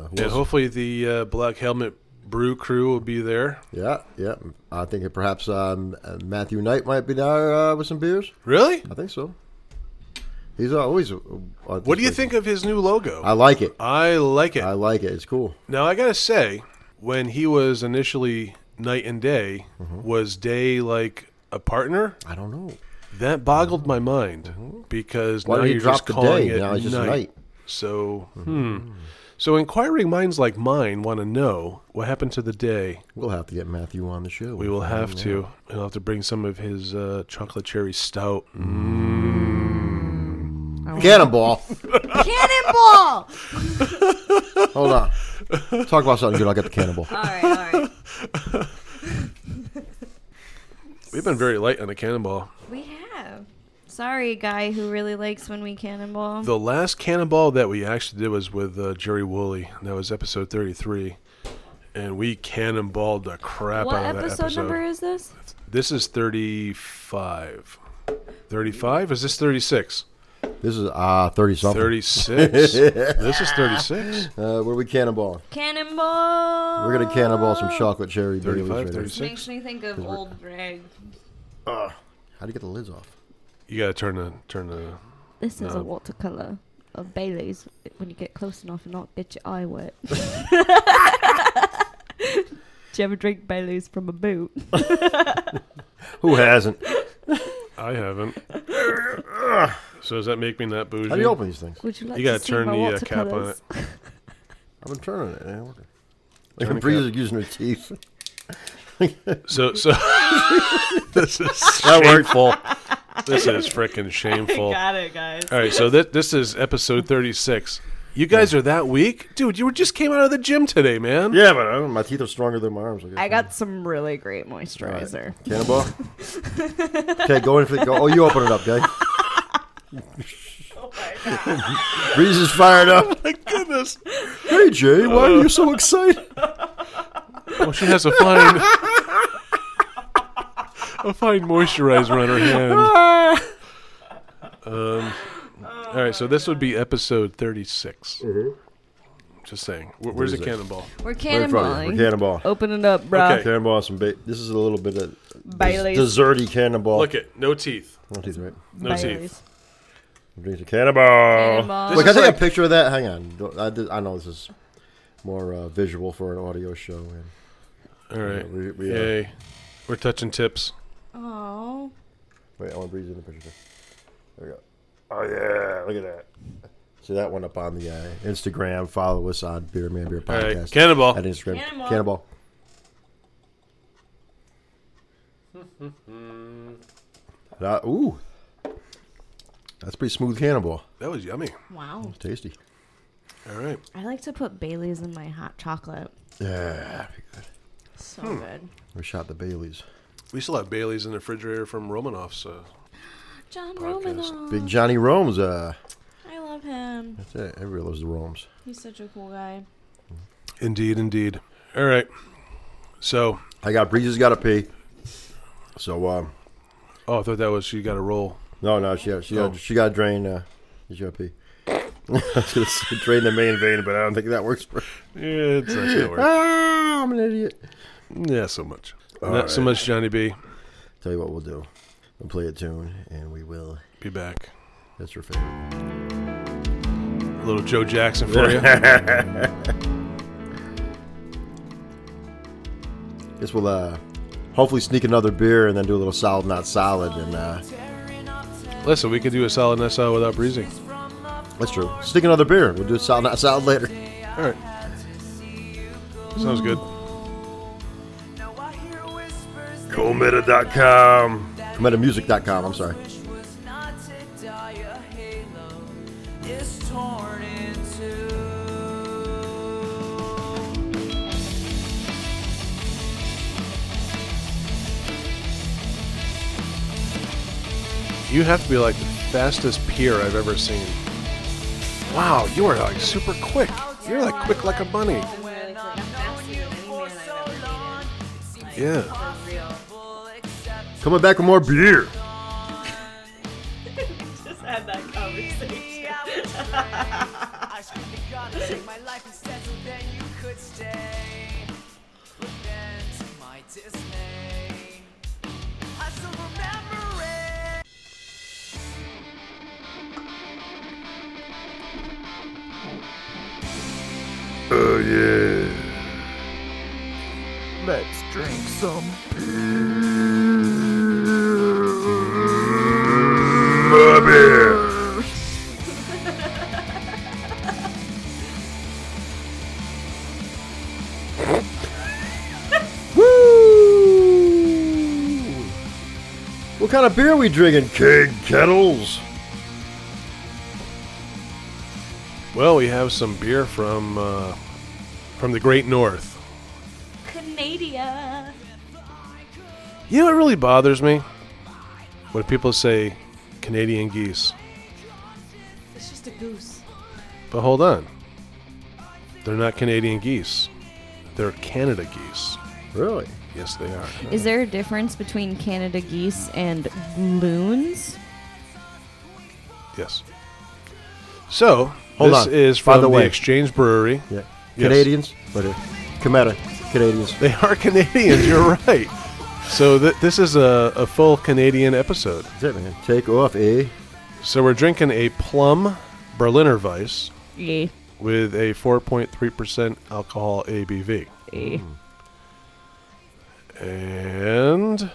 Speaker 5: who
Speaker 3: and
Speaker 5: else?
Speaker 3: hopefully the uh, Black Helmet Brew crew will be there.
Speaker 5: yeah, yeah. I think that perhaps um, uh, Matthew Knight might be there uh, with some beers.
Speaker 3: Really?
Speaker 5: I think so. He's always. Uh,
Speaker 3: What do you think of his new logo?
Speaker 5: I like it.
Speaker 3: I like it.
Speaker 5: I like it. It's cool.
Speaker 3: Now I gotta say, when he was initially night and day,
Speaker 5: Mm-hmm.
Speaker 3: was day like a partner?
Speaker 5: I don't know.
Speaker 3: That boggled my mind because
Speaker 5: Mm-hmm. Why
Speaker 3: now
Speaker 5: did he
Speaker 3: you're
Speaker 5: drop
Speaker 3: just
Speaker 5: the
Speaker 3: calling
Speaker 5: day?
Speaker 3: it
Speaker 5: Now it's just
Speaker 3: night.
Speaker 5: night.
Speaker 3: So hmm. So inquiring minds like mine want to know what happened to the day.
Speaker 5: We'll have to get Matthew on the show.
Speaker 3: We will have to. I'll have to bring some of his uh, chocolate cherry stout.
Speaker 5: Mm. Cannonball.
Speaker 6: Cannonball!
Speaker 5: Hold on. Talk about something good. I'll get the cannonball.
Speaker 6: all right, all right.
Speaker 3: We've been very light on the cannonball.
Speaker 6: We have. Sorry, guy who really likes when we cannonball.
Speaker 3: The last cannonball that we actually did was with uh, Jerry Woolley. That was episode 33. And we cannonballed the crap
Speaker 6: what
Speaker 3: out of that
Speaker 6: episode,
Speaker 3: episode.
Speaker 6: number is this?
Speaker 3: This is 35. 35? Is this 36?
Speaker 5: This is uh, 30 something.
Speaker 3: 36? this is 36?
Speaker 5: Uh, where we cannonball?
Speaker 6: Cannonball.
Speaker 5: We're going to cannonball some chocolate cherry Baileys
Speaker 3: 35,
Speaker 5: right now.
Speaker 3: 36?
Speaker 6: Makes me think of old Greg.
Speaker 5: How do you get the lids off?
Speaker 3: You gotta turn the turn the.
Speaker 6: This is a watercolor of Bailey's. When you get close enough and not get your eye wet. Do you ever drink Bailey's from a boot?
Speaker 5: Who hasn't?
Speaker 3: I haven't. so does that make me not bougie?
Speaker 5: How do you open these things?
Speaker 6: Would you like
Speaker 3: You gotta
Speaker 6: to see
Speaker 3: turn
Speaker 6: my
Speaker 3: the, uh, cap on
Speaker 6: watercolors?
Speaker 5: I've been turning it. It ain't working. Like
Speaker 3: Turn
Speaker 5: the
Speaker 3: the
Speaker 5: breeze
Speaker 3: cap.
Speaker 5: is using her teeth.
Speaker 3: So so. this is
Speaker 5: That worked.
Speaker 3: shameful. this is freaking shameful.
Speaker 6: Got it, guys.
Speaker 3: All right, so this this is episode thirty six. You guys are that weak, dude. You were just came out of the gym today, man.
Speaker 5: Yeah, but I don't know. My teeth are stronger than my arms. I, guess.
Speaker 6: I got some really great
Speaker 5: All right.
Speaker 6: moisturizer.
Speaker 5: Cannonball. okay, go in for the go. Oh, you open it up, guy. Breeze is fired up.
Speaker 3: My goodness.
Speaker 5: Hey Jay, why are you so excited?
Speaker 3: Well, she has a fine a fine moisturizer on her hand. Um, all right, so this would be episode 36
Speaker 5: Mm-hmm.
Speaker 3: Just saying. Where, where's the
Speaker 5: 36.
Speaker 3: cannonball?
Speaker 6: We're
Speaker 5: We're funny.
Speaker 6: cannonballing.
Speaker 5: We're cannonball.
Speaker 6: Open it up, bro.
Speaker 3: Okay.
Speaker 5: Cannonball, some bait. This is a little bit of des-
Speaker 6: Bailey's.
Speaker 5: desserty cannonball.
Speaker 3: Look it. No teeth.
Speaker 5: No teeth, right?
Speaker 3: No teeth.
Speaker 5: Drink the cannonball.
Speaker 6: Cannonball.
Speaker 5: Wait,
Speaker 3: This
Speaker 5: can I take
Speaker 3: is
Speaker 5: a
Speaker 3: like-
Speaker 5: picture of that? Hang on. Don't- I, did- I know this is more uh, visual for an audio show. And
Speaker 3: All right.
Speaker 5: Yeah, we- we, uh,
Speaker 3: Yay. We're touching tips.
Speaker 6: Oh,
Speaker 5: wait, I want Breeze in the picture. There we go. Oh yeah, look at that. See that one up on the uh, Instagram. Follow us on Beer Man Beer
Speaker 3: All
Speaker 5: Podcast.
Speaker 3: right. Cannonball.
Speaker 5: At Instagram.
Speaker 6: Cannonball.
Speaker 5: cannonball. That- ooh, that's pretty smooth cannonball.
Speaker 3: That was yummy.
Speaker 6: wow.
Speaker 5: Tasty.
Speaker 3: All right.
Speaker 6: I like to put Bailey's in my hot chocolate.
Speaker 5: Yeah, pretty good.
Speaker 6: So good.
Speaker 5: We shot the Baileys.
Speaker 3: We still have Bailey's in the refrigerator from Romanoff's. Uh,
Speaker 6: John
Speaker 3: Podcast.
Speaker 6: Romanoff.
Speaker 5: Big Johnny Rome's. Uh,
Speaker 6: I love him.
Speaker 5: that's it. everybody loves the Rome's.
Speaker 6: He's such a cool guy.
Speaker 3: indeed, indeed. All right. So,
Speaker 5: I got Breeze's got to pee. So um,
Speaker 3: oh, I thought that was she got a roll.
Speaker 5: no, no, she she
Speaker 3: Oh.
Speaker 5: she got to drain. Uh, she got to pee. I was gonna say drain the main vein, but I don't think that works. For
Speaker 3: Yeah, it's not gonna work.
Speaker 5: ah, I'm an idiot.
Speaker 3: Yeah, so much.
Speaker 5: All
Speaker 3: Not so
Speaker 5: right.
Speaker 3: much, Johnny B.
Speaker 5: Tell you what we'll do. We'll play a tune, and we will.
Speaker 3: Be back.
Speaker 5: That's your favorite.
Speaker 3: A little Joe Jackson for you.
Speaker 5: This will uh, hopefully sneak another beer, and then do a little solid, not solid, and uh,
Speaker 3: Listen, we could do a solid SL without breezing.
Speaker 5: that's true. Sneak another beer. We'll do solid, not solid later.
Speaker 3: All right. Sounds good.
Speaker 4: Cometa.com.
Speaker 5: Cometamusic.com. I'm sorry.
Speaker 3: You have to be like the fastest peer I've ever seen. Wow, you are like super quick. You're like quick like a bunny. Yeah.
Speaker 5: Coming back with more beer.
Speaker 4: Oh, yeah.
Speaker 8: Let's drink some.
Speaker 4: My beer.
Speaker 5: What kind of beer we drinking?
Speaker 4: Keg kettles.
Speaker 3: Well, we have some beer from uh, from the Great North.
Speaker 6: Canada.
Speaker 3: You know what really bothers me? When people say Canadian geese.
Speaker 6: It's just a goose.
Speaker 3: But hold on. They're not Canadian geese. They're Canada geese.
Speaker 5: Really?
Speaker 3: Yes, they are.
Speaker 6: Is there a difference between Canada geese and loons?
Speaker 3: Yes. So,
Speaker 5: Hold
Speaker 3: this
Speaker 5: on.
Speaker 3: is
Speaker 5: By
Speaker 3: from
Speaker 5: the way.
Speaker 3: Exchange Brewery.
Speaker 5: Yeah.
Speaker 3: Yes.
Speaker 5: Canadians, but uh, Cometa, Canadians.
Speaker 3: They are Canadians, you're right. So, th- this is a, a full Canadian episode.
Speaker 5: That's it, man. Take off, eh?
Speaker 3: So, we're drinking a plum Berliner Weiss
Speaker 6: Yeah.
Speaker 3: with a 4.3% alcohol ABV.
Speaker 6: Eh.
Speaker 3: And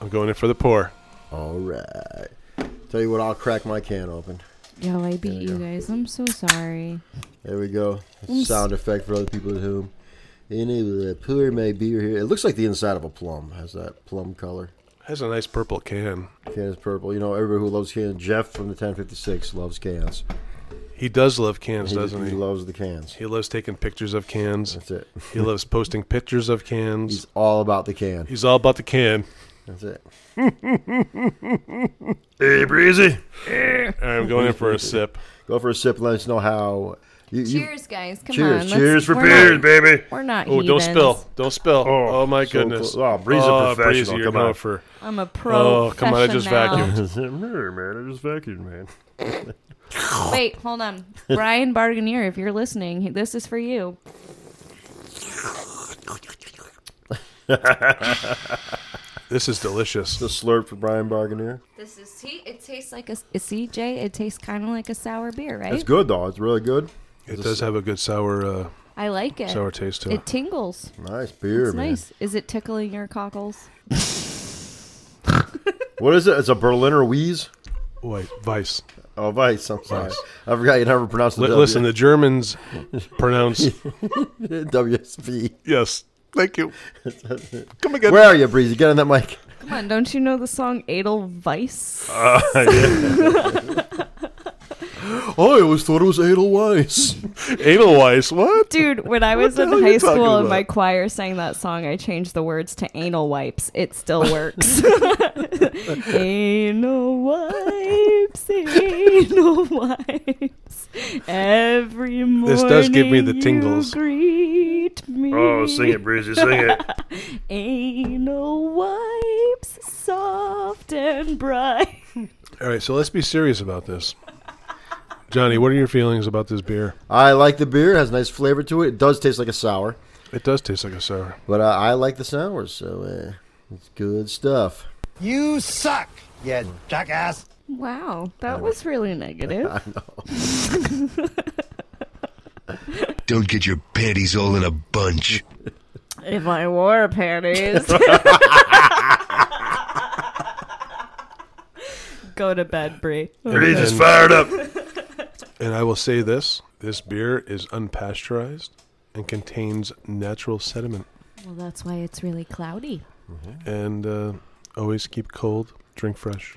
Speaker 3: I'm going in for the pour.
Speaker 5: All right. Tell you what, I'll crack my can open.
Speaker 6: Yo, I beat you guys. I'm so sorry.
Speaker 5: There we go. Sound effect for other people at home. Any uh, poor may beer here. It looks like the inside of a plum. Has that plum color.
Speaker 3: Has a nice purple can.
Speaker 5: Can is purple. You know, everybody who loves cans. Jeff from the 1056 loves cans.
Speaker 3: He does love cans,
Speaker 5: He,
Speaker 3: doesn't
Speaker 5: he
Speaker 3: he?
Speaker 5: loves the cans.
Speaker 3: He loves taking pictures of cans.
Speaker 5: That's it.
Speaker 3: He loves posting pictures of cans.
Speaker 5: He's
Speaker 3: He's,
Speaker 5: all about the can.
Speaker 3: all about the can.
Speaker 5: That's it.
Speaker 4: Hey, Breezy.
Speaker 3: All right, I'm going in for a sip.
Speaker 5: Go for a sip. Let us know how. You, you-
Speaker 6: Cheers, guys. Come
Speaker 5: Cheers.
Speaker 6: on.
Speaker 4: Cheers for
Speaker 6: we're
Speaker 4: beers,
Speaker 6: not-
Speaker 4: baby.
Speaker 6: We're not.
Speaker 3: Oh, don't
Speaker 6: heathens.
Speaker 3: spill. Don't spill.
Speaker 4: Oh,
Speaker 3: Oh, my
Speaker 5: so
Speaker 3: goodness.
Speaker 5: close. Oh,
Speaker 4: Bree's a
Speaker 3: Oh,
Speaker 4: professional.
Speaker 3: Breezy, you're
Speaker 4: Come
Speaker 3: going
Speaker 4: on.
Speaker 3: for.
Speaker 6: I'm a pro.
Speaker 3: Oh, come on, I just vacuumed.
Speaker 4: Mirror, man. I just vacuumed, man.
Speaker 6: Wait, hold on. Brian Barganier, if you're listening, this is for you.
Speaker 3: This is delicious.
Speaker 5: the slurp for Brian Barganier.
Speaker 6: This is see, it tastes like a see, Jay, E it tastes kind of like a sour beer, right?
Speaker 5: It's good though. It's really good.
Speaker 3: It does have a good sour uh,
Speaker 6: I like it.
Speaker 3: sour taste to it.
Speaker 6: It tingles.
Speaker 5: Nice beer,
Speaker 6: It's
Speaker 5: man.
Speaker 6: nice. Is it tickling your cockles?
Speaker 5: What is it? It's a Berliner Wheeze.
Speaker 3: White Vice.
Speaker 5: Oh, Weiss. I'm sorry. I forgot you never pronounced the
Speaker 3: Li-
Speaker 5: W.
Speaker 3: listen, the Germans pronounce
Speaker 5: WSV.
Speaker 3: yes. Thank you. Come again.
Speaker 5: Where are you, Breezy? Get on that mic.
Speaker 6: Come on, don't you know the song Edelweiss?
Speaker 5: I always thought it was Edelweiss.
Speaker 3: Edelweiss. What?
Speaker 6: Dude, when I was in
Speaker 3: hell are
Speaker 6: high
Speaker 3: you talking
Speaker 6: school and my
Speaker 3: about?
Speaker 6: choir sang that song, I changed the words to anal wipes. It still works. anal wipes, anal wipes. Every morning.
Speaker 3: This does give me the
Speaker 6: you
Speaker 3: tingles.
Speaker 6: greet me.
Speaker 4: Oh, sing it, Breezy. Sing it.
Speaker 6: Anal wipes, soft and bright.
Speaker 3: All right, so let's be serious about this. Johnny, what are your feelings about this beer?
Speaker 5: I like the beer. It has nice flavor to it. It does taste like a sour,
Speaker 3: It does taste like a sour.
Speaker 5: but uh, I like the sours, so uh, it's good stuff.
Speaker 8: You suck, you jackass.
Speaker 6: Wow, that was really negative.
Speaker 9: Don't get your panties all in a bunch.
Speaker 6: if I wore panties. Go to bed, Brie.
Speaker 4: Breezy's fired up.
Speaker 3: And I will say this this beer is unpasteurized and contains natural sediment.
Speaker 6: Well, that's why it's really cloudy.
Speaker 3: And uh, always keep cold, drink fresh.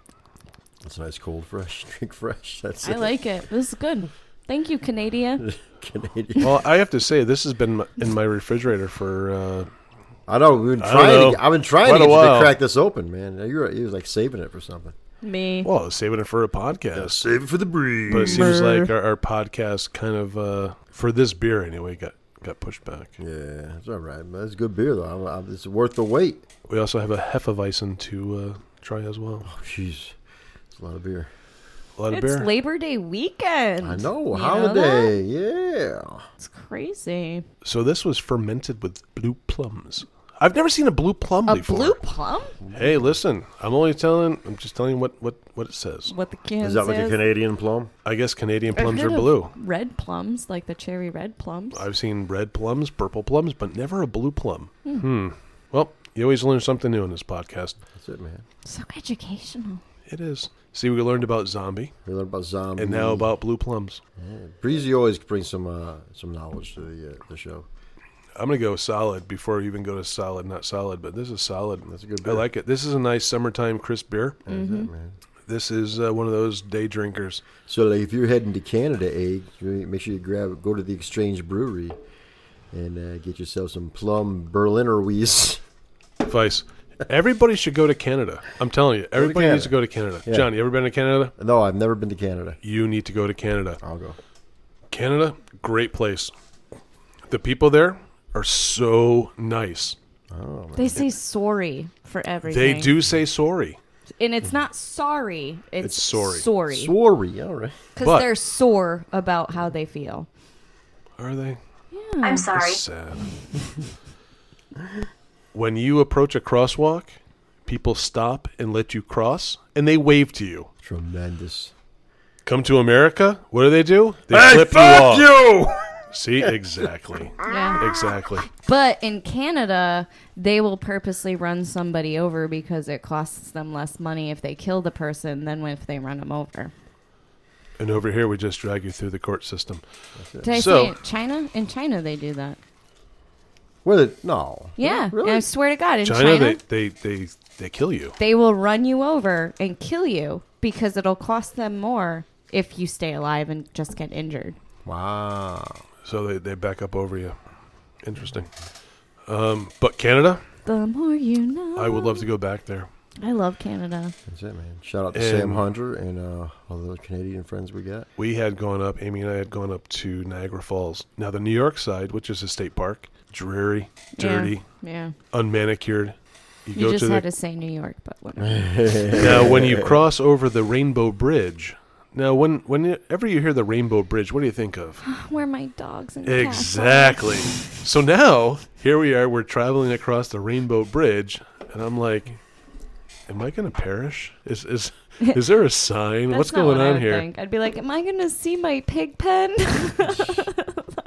Speaker 5: It's nice, cold, fresh. Drink fresh. That's
Speaker 6: I
Speaker 5: it.
Speaker 6: like it. This is good. Thank you, Canada.
Speaker 5: Canadian.
Speaker 3: Well, I have to say, this has been in my refrigerator for. Uh,
Speaker 5: I know. We've been
Speaker 3: don't
Speaker 5: trying.
Speaker 3: know.
Speaker 5: To, I've been trying
Speaker 3: Quite
Speaker 5: to,
Speaker 3: a
Speaker 5: get you to
Speaker 3: while.
Speaker 5: crack this open, man. You were, you was like saving it for something.
Speaker 6: Me.
Speaker 3: well, I was saving it for a podcast.
Speaker 4: Save it for the breeze.
Speaker 3: But it seems
Speaker 6: Brr.
Speaker 3: like our, our podcast kind of, uh, for this beer anyway, got, got pushed back.
Speaker 5: Yeah, it's all right. Man. It's good beer though. I'm, I'm, it's worth the wait.
Speaker 3: We also have a Hefeweizen to uh, try as well.
Speaker 5: Oh, Jeez, it's a lot of beer.
Speaker 3: A lot of
Speaker 6: It's
Speaker 3: beer.
Speaker 6: Labor Day weekend.
Speaker 5: I know.
Speaker 6: You that?
Speaker 5: holiday. yeah.
Speaker 6: It's crazy.
Speaker 3: So this was fermented with blue plums. I've never seen a blue plum
Speaker 6: A
Speaker 3: before.
Speaker 6: blue plum?
Speaker 3: Hey, listen. I'm only telling. I'm just telling you what what what it says.
Speaker 6: What the kids
Speaker 5: Is that like a
Speaker 6: is.
Speaker 5: Canadian plum?
Speaker 3: I guess Canadian
Speaker 6: I've
Speaker 3: plums are
Speaker 6: heard of
Speaker 3: blue.
Speaker 6: Red plums, like the cherry red plums.
Speaker 3: I've seen red plums, purple plums, but never a blue plum. Hmm. Well, you always learn something new in this podcast.
Speaker 5: That's it, man.
Speaker 6: So educational.
Speaker 3: It is. See, we learned about zombie,
Speaker 5: We learned about zombies.
Speaker 3: and now
Speaker 6: Hmm.
Speaker 3: about blue plums.
Speaker 5: Breezy always brings some uh, some knowledge to the uh, the show.
Speaker 3: I'm gonna go solid before you even go to solid, not solid, but this is solid. That's
Speaker 5: a good
Speaker 3: I
Speaker 5: beer.
Speaker 3: like it. This is a nice summertime crisp beer.
Speaker 6: Mm-hmm.
Speaker 5: Mhm. man.
Speaker 3: This is uh, one of those day drinkers.
Speaker 5: So like, if you're heading to Canada, egg, make sure you grab go to the Exchange Brewery and uh, get yourself some plum Berliner Weiss.
Speaker 3: Vice. Everybody should go to Canada. I'm telling you, everybody needs to go to Canada.
Speaker 5: Yeah.
Speaker 3: John, you ever been to Canada?
Speaker 5: No, I've never been to Canada.
Speaker 3: You need to go to Canada.
Speaker 5: I'll go.
Speaker 3: Canada, great place. The people there are so nice.
Speaker 5: Oh,
Speaker 6: They say sorry for everything.
Speaker 3: they do say sorry.
Speaker 6: and it's not sorry. It's,
Speaker 3: It's sorry.
Speaker 6: Sorry.
Speaker 5: Sorry, all right.
Speaker 3: But-
Speaker 6: Because they're sore about how they feel.
Speaker 3: Are they?
Speaker 6: I'm
Speaker 3: That's sad. when you approach a crosswalk, people stop and let you cross, and they wave to you.
Speaker 5: Tremendous.
Speaker 3: Come to America, what do they do? They
Speaker 4: Hey,
Speaker 3: flip
Speaker 4: fuck
Speaker 3: you off.
Speaker 4: you!
Speaker 3: See, exactly.
Speaker 6: Yeah.
Speaker 3: Exactly.
Speaker 6: But in Canada, they will purposely run somebody over because it costs them less money if they kill the person than if they run them over.
Speaker 3: And over here, we just drag you through the court system.
Speaker 6: Did I
Speaker 3: So-
Speaker 6: say it? China? In China, they do that.
Speaker 5: Where the no?
Speaker 6: Yeah.
Speaker 5: really?
Speaker 6: And I swear to God, in China,
Speaker 3: China, They,
Speaker 6: they,
Speaker 3: they, they, they kill you.
Speaker 6: will run you over and kill you because it'll cost them more if you stay alive and just get injured.
Speaker 5: Wow.
Speaker 3: So they, they back up over you. Interesting. Um, but Canada,
Speaker 6: The more you know.
Speaker 3: I would love to go back there.
Speaker 6: I love Canada.
Speaker 5: That's it, man. Shout out to
Speaker 3: And-
Speaker 5: Sam Hunter and uh, all the Canadian friends we got.
Speaker 3: We had gone up, Amy and I had gone up to Niagara Falls. Now, the New York side, which is a state park, dreary, dirty,
Speaker 6: Yeah.
Speaker 3: unmanicured. You,
Speaker 6: You
Speaker 3: go
Speaker 6: just
Speaker 3: to the.
Speaker 6: had to say New York, but whatever.
Speaker 3: now, when you cross over the Rainbow Bridge, now, when whenever you hear the Rainbow Bridge, what do you think of?
Speaker 6: Where my dogs and cats are.
Speaker 3: Exactly. so now here we are. We're traveling across the Rainbow Bridge, and I'm like, "Am I going to perish? Is is is there a sign?
Speaker 6: That's
Speaker 3: What's
Speaker 6: not
Speaker 3: going
Speaker 6: what I
Speaker 3: on
Speaker 6: would
Speaker 3: here?"
Speaker 6: think. I'd be like, "Am I going to see my pig pen?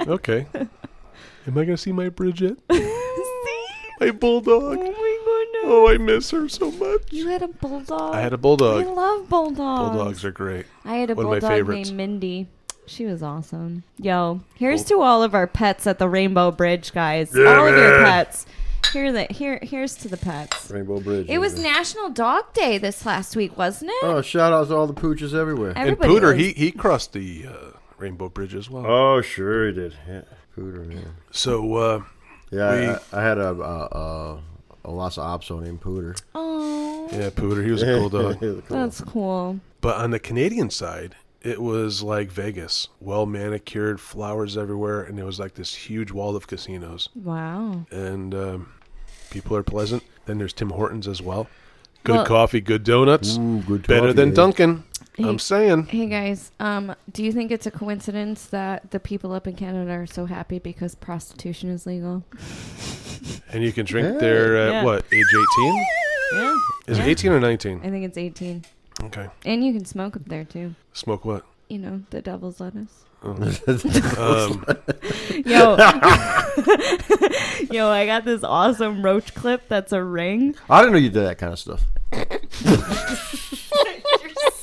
Speaker 3: Okay. Am I going to see my Bridget,
Speaker 6: see?
Speaker 3: my bulldog?
Speaker 6: Oh my goodness!
Speaker 3: Oh, I miss her so much.
Speaker 6: You had a bulldog.
Speaker 3: I had
Speaker 6: I
Speaker 3: a bulldog.
Speaker 6: love bulldogs.
Speaker 3: Bulldogs are great.
Speaker 6: I had a
Speaker 3: one of my
Speaker 6: bulldog
Speaker 3: favorites. Oh.
Speaker 6: named Mindy. She was awesome. Yo, here's to all of our pets at the Rainbow Bridge, guys. all of your pets. Here, the here, here's to the pets.
Speaker 5: Rainbow Bridge.
Speaker 6: It was
Speaker 5: man.
Speaker 6: National Dog Day this last week, wasn't it?
Speaker 5: Oh, shout out to all the pooches everywhere.
Speaker 3: And
Speaker 6: Everybody
Speaker 3: Pooter,
Speaker 6: was-
Speaker 3: he he crossed the uh, Rainbow Bridge as well.
Speaker 4: Oh, sure he did. Yeah.
Speaker 5: Pooter, man.
Speaker 3: so uh,
Speaker 5: Yeah, I, I had a a, a, a Lhasa Apso named Pooter.
Speaker 6: Oh,
Speaker 3: yeah, Pooter, he was a cool dog.
Speaker 6: that's cool.
Speaker 3: But on the Canadian side, it was like Vegas, well manicured, flowers everywhere, and it was like this huge wall of casinos.
Speaker 6: Wow.
Speaker 3: And um, people are pleasant. Then there's Tim Hortons as well. Good
Speaker 6: Well-
Speaker 3: coffee, good donuts.
Speaker 5: Ooh, good
Speaker 3: Better
Speaker 5: coffee,
Speaker 3: than
Speaker 5: eh?
Speaker 3: Dunkin'.
Speaker 6: Hey.
Speaker 3: I'm saying.
Speaker 6: Hey guys, um, do you think it's a coincidence that the people up in Canada are so happy because prostitution is legal?
Speaker 3: And you can drink
Speaker 5: Hey.
Speaker 3: there at
Speaker 6: Yeah.
Speaker 3: what, age 18?
Speaker 6: Yeah,
Speaker 3: Is it 18 or 19?
Speaker 6: I think it's 18,
Speaker 3: Okay.
Speaker 6: and you can smoke up there too.
Speaker 3: Smoke what?
Speaker 6: You know, the devil's lettuce.
Speaker 3: Um,
Speaker 6: Yo, yo, I got this awesome roach clip. That's a ring.
Speaker 5: I didn't know you did that kind of stuff.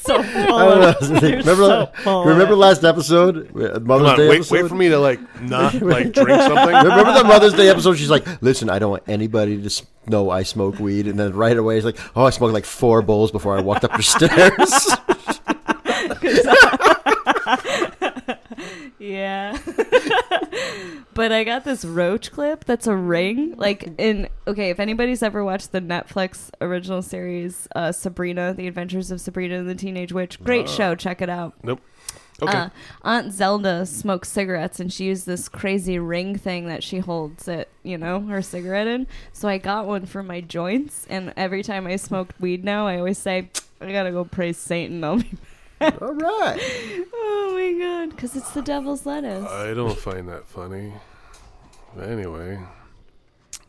Speaker 6: So full
Speaker 5: I don't know.
Speaker 6: of- you're
Speaker 5: remember,
Speaker 6: so full of
Speaker 5: remember
Speaker 6: it.
Speaker 5: last episode, Uh,
Speaker 3: come
Speaker 5: Mother's
Speaker 3: on,
Speaker 5: Day
Speaker 3: wait,
Speaker 5: episode.
Speaker 3: wait for me to like not like drink something.
Speaker 5: Remember the Mother's Day episode? She's like, "Listen, I don't want anybody to s- know I smoke weed." And then right away, she's like, "Oh, I smoked like four bowls before I walked up your stairs."
Speaker 6: Yeah. but I got this roach clip that's a ring. Like in okay, if anybody's ever watched the Netflix original series uh, Sabrina, The Adventures of Sabrina and the Teenage Witch, great show, check it out.
Speaker 3: Nope. Okay.
Speaker 6: Uh, Aunt Zelda smokes cigarettes and she used this crazy ring thing that she holds it, you know, her cigarette in. So I got one for my joints and every time I smoke weed now, I always say I got to go praise Satan. I'll be
Speaker 5: All right,
Speaker 6: Oh my god, cuz it's the devil's lettuce.
Speaker 3: I don't find that funny. Anyway.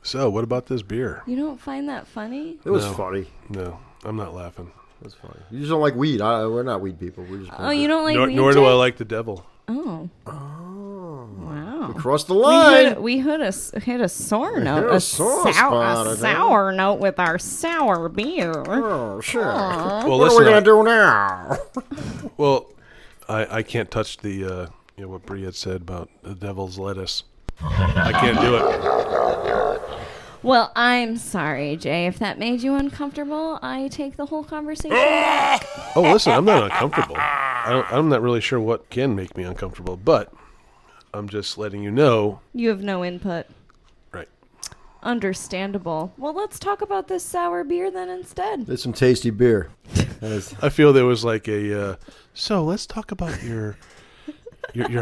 Speaker 3: So, what about this beer?
Speaker 6: You don't find that funny?
Speaker 5: it was
Speaker 3: No.
Speaker 5: funny. It
Speaker 3: No, I'm not laughing.
Speaker 5: was funny. You just don't like weed. I, we're not weed people. We're just
Speaker 6: Oh, you don't like
Speaker 3: nor
Speaker 6: weed,
Speaker 3: nor do
Speaker 6: Jay?
Speaker 3: I like the devil.
Speaker 6: Oh. Wow.
Speaker 5: cross the
Speaker 6: We hit,
Speaker 5: line.
Speaker 6: we hit a s- hit a sour note,
Speaker 5: hit
Speaker 6: a,
Speaker 5: a sour
Speaker 6: sou-
Speaker 5: spot, I
Speaker 6: a
Speaker 5: think.
Speaker 6: sour note with our sour beer.
Speaker 5: Oh, sure.
Speaker 3: well,
Speaker 5: What are we
Speaker 3: listen.
Speaker 5: gonna
Speaker 3: up.
Speaker 5: do now?
Speaker 3: Well, I, I can't touch the uh, you know what Brie had said about the devil's lettuce. I can't do it.
Speaker 6: Well, I'm sorry, Jay. If that made you uncomfortable, I take the whole conversation back.
Speaker 3: Oh, listen, I'm not uncomfortable. I don't, I'm not really sure what can make me uncomfortable, but I'm just letting you know.
Speaker 6: You have no input.
Speaker 3: Right.
Speaker 6: Understandable. Well, let's talk about this sour beer then instead.
Speaker 5: There's some tasty beer. That is-
Speaker 3: I feel there was like a. Uh, so let's talk about your your, your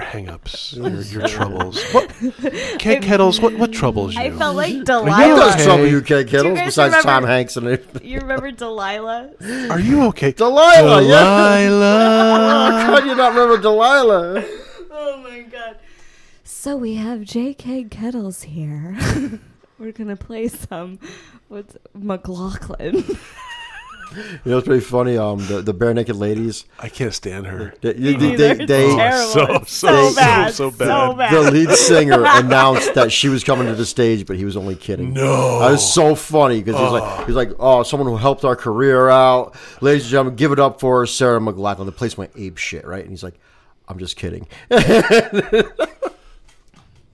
Speaker 3: hang-ups, your, your troubles. What, keg kettles, what what troubles you?
Speaker 6: I felt like
Speaker 5: What does
Speaker 6: Delilah.
Speaker 5: trouble you, Keg Kettles,
Speaker 6: guys
Speaker 5: besides Tom
Speaker 6: remember-
Speaker 5: Hanks and
Speaker 6: You remember Delilah?
Speaker 3: Are you okay?
Speaker 5: Delilah, yeah.
Speaker 6: Uh.
Speaker 3: Delilah.
Speaker 5: How do you not remember Delilah?
Speaker 6: Oh my god. So we have J.K. Kettles here. We're gonna play some. What's McLaughlin?
Speaker 5: You know, it's pretty funny. Um, the, the bare naked ladies.
Speaker 3: I can't stand her.
Speaker 5: They,
Speaker 3: Oh,
Speaker 5: they,
Speaker 6: Me
Speaker 5: they,
Speaker 6: neither.
Speaker 5: they,
Speaker 6: It's terrible.
Speaker 3: So
Speaker 6: It's
Speaker 3: so so
Speaker 6: bad.
Speaker 3: so
Speaker 6: So
Speaker 3: bad.
Speaker 6: bad.
Speaker 5: the lead singer announced that she was coming to the stage, but he was only kidding.
Speaker 3: No.
Speaker 5: that was so funny because he was like, he was like, oh, someone who helped our career out, ladies and gentlemen, give it up for Sarah McLachlan. The place went ape shit, right? And he's like, I'm just kidding.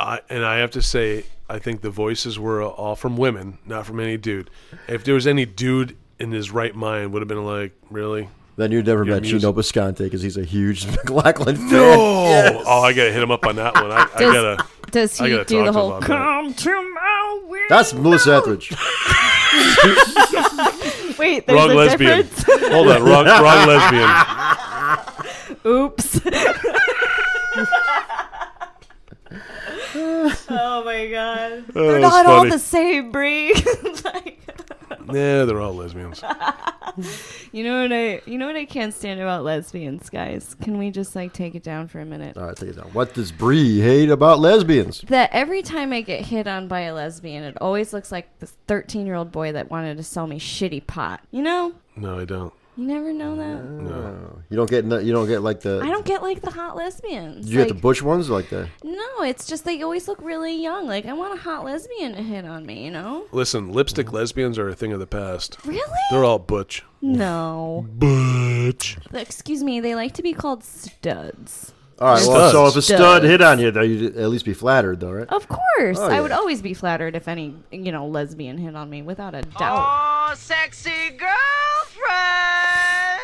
Speaker 3: I, and I have to say, I think the voices were all from women, not from any dude. If there was any dude in his right mind, would have been like, really?
Speaker 5: then you never met
Speaker 3: music-
Speaker 5: Chino Bisconte because he's a huge McLachlan fan.
Speaker 3: Oh, oh, I gotta hit him up on that one. I, I
Speaker 6: Does-
Speaker 3: gotta,
Speaker 6: Does
Speaker 3: I
Speaker 6: he
Speaker 3: gotta
Speaker 6: do the
Speaker 3: talk to him
Speaker 6: whole?
Speaker 3: about that.
Speaker 6: to my window.
Speaker 5: That's Melissa Etheridge.
Speaker 6: Wait, there's
Speaker 3: Wrong
Speaker 6: a
Speaker 3: lesbian.
Speaker 6: difference.
Speaker 3: Hold on, wrong, wrong lesbian.
Speaker 6: Oops. oh my god. They're
Speaker 3: that's
Speaker 6: not all
Speaker 3: Oh, funny.
Speaker 6: the same, Brie. like,
Speaker 3: Nah, they're all lesbians.
Speaker 6: you know what I you know what I can't stand about lesbians, guys? Can we just like take it down for a minute?
Speaker 5: All right, take it down. What does Bree hate about lesbians?
Speaker 6: that every time I get hit on by a lesbian, it always looks like this 13 year old boy that wanted to sell me shitty pot. You know?
Speaker 3: No, I don't.
Speaker 6: You never know that.
Speaker 5: You don't get no, you don't get like the
Speaker 6: I don't get like the hot lesbians.
Speaker 5: you
Speaker 6: like,
Speaker 5: get the bush ones like the
Speaker 6: No, it's just they always look really young. Like, I want a hot lesbian to hit on me, you know?
Speaker 3: Listen,
Speaker 6: Mm.
Speaker 3: lipstick lesbians are a thing of the past.
Speaker 6: Really?
Speaker 3: They're all butch.
Speaker 6: No.
Speaker 3: Butch.
Speaker 6: Excuse me, they like to be called studs.
Speaker 5: all right. Well,
Speaker 3: Studs.
Speaker 5: so if a stud
Speaker 6: Studs.
Speaker 5: hit on you, though, you'd at least be flattered, though, right?
Speaker 6: Of course.
Speaker 5: Oh,
Speaker 6: I would
Speaker 5: yeah.
Speaker 6: always be flattered if any, you know, lesbian hit on me without a doubt.
Speaker 1: Oh, sexy girlfriend.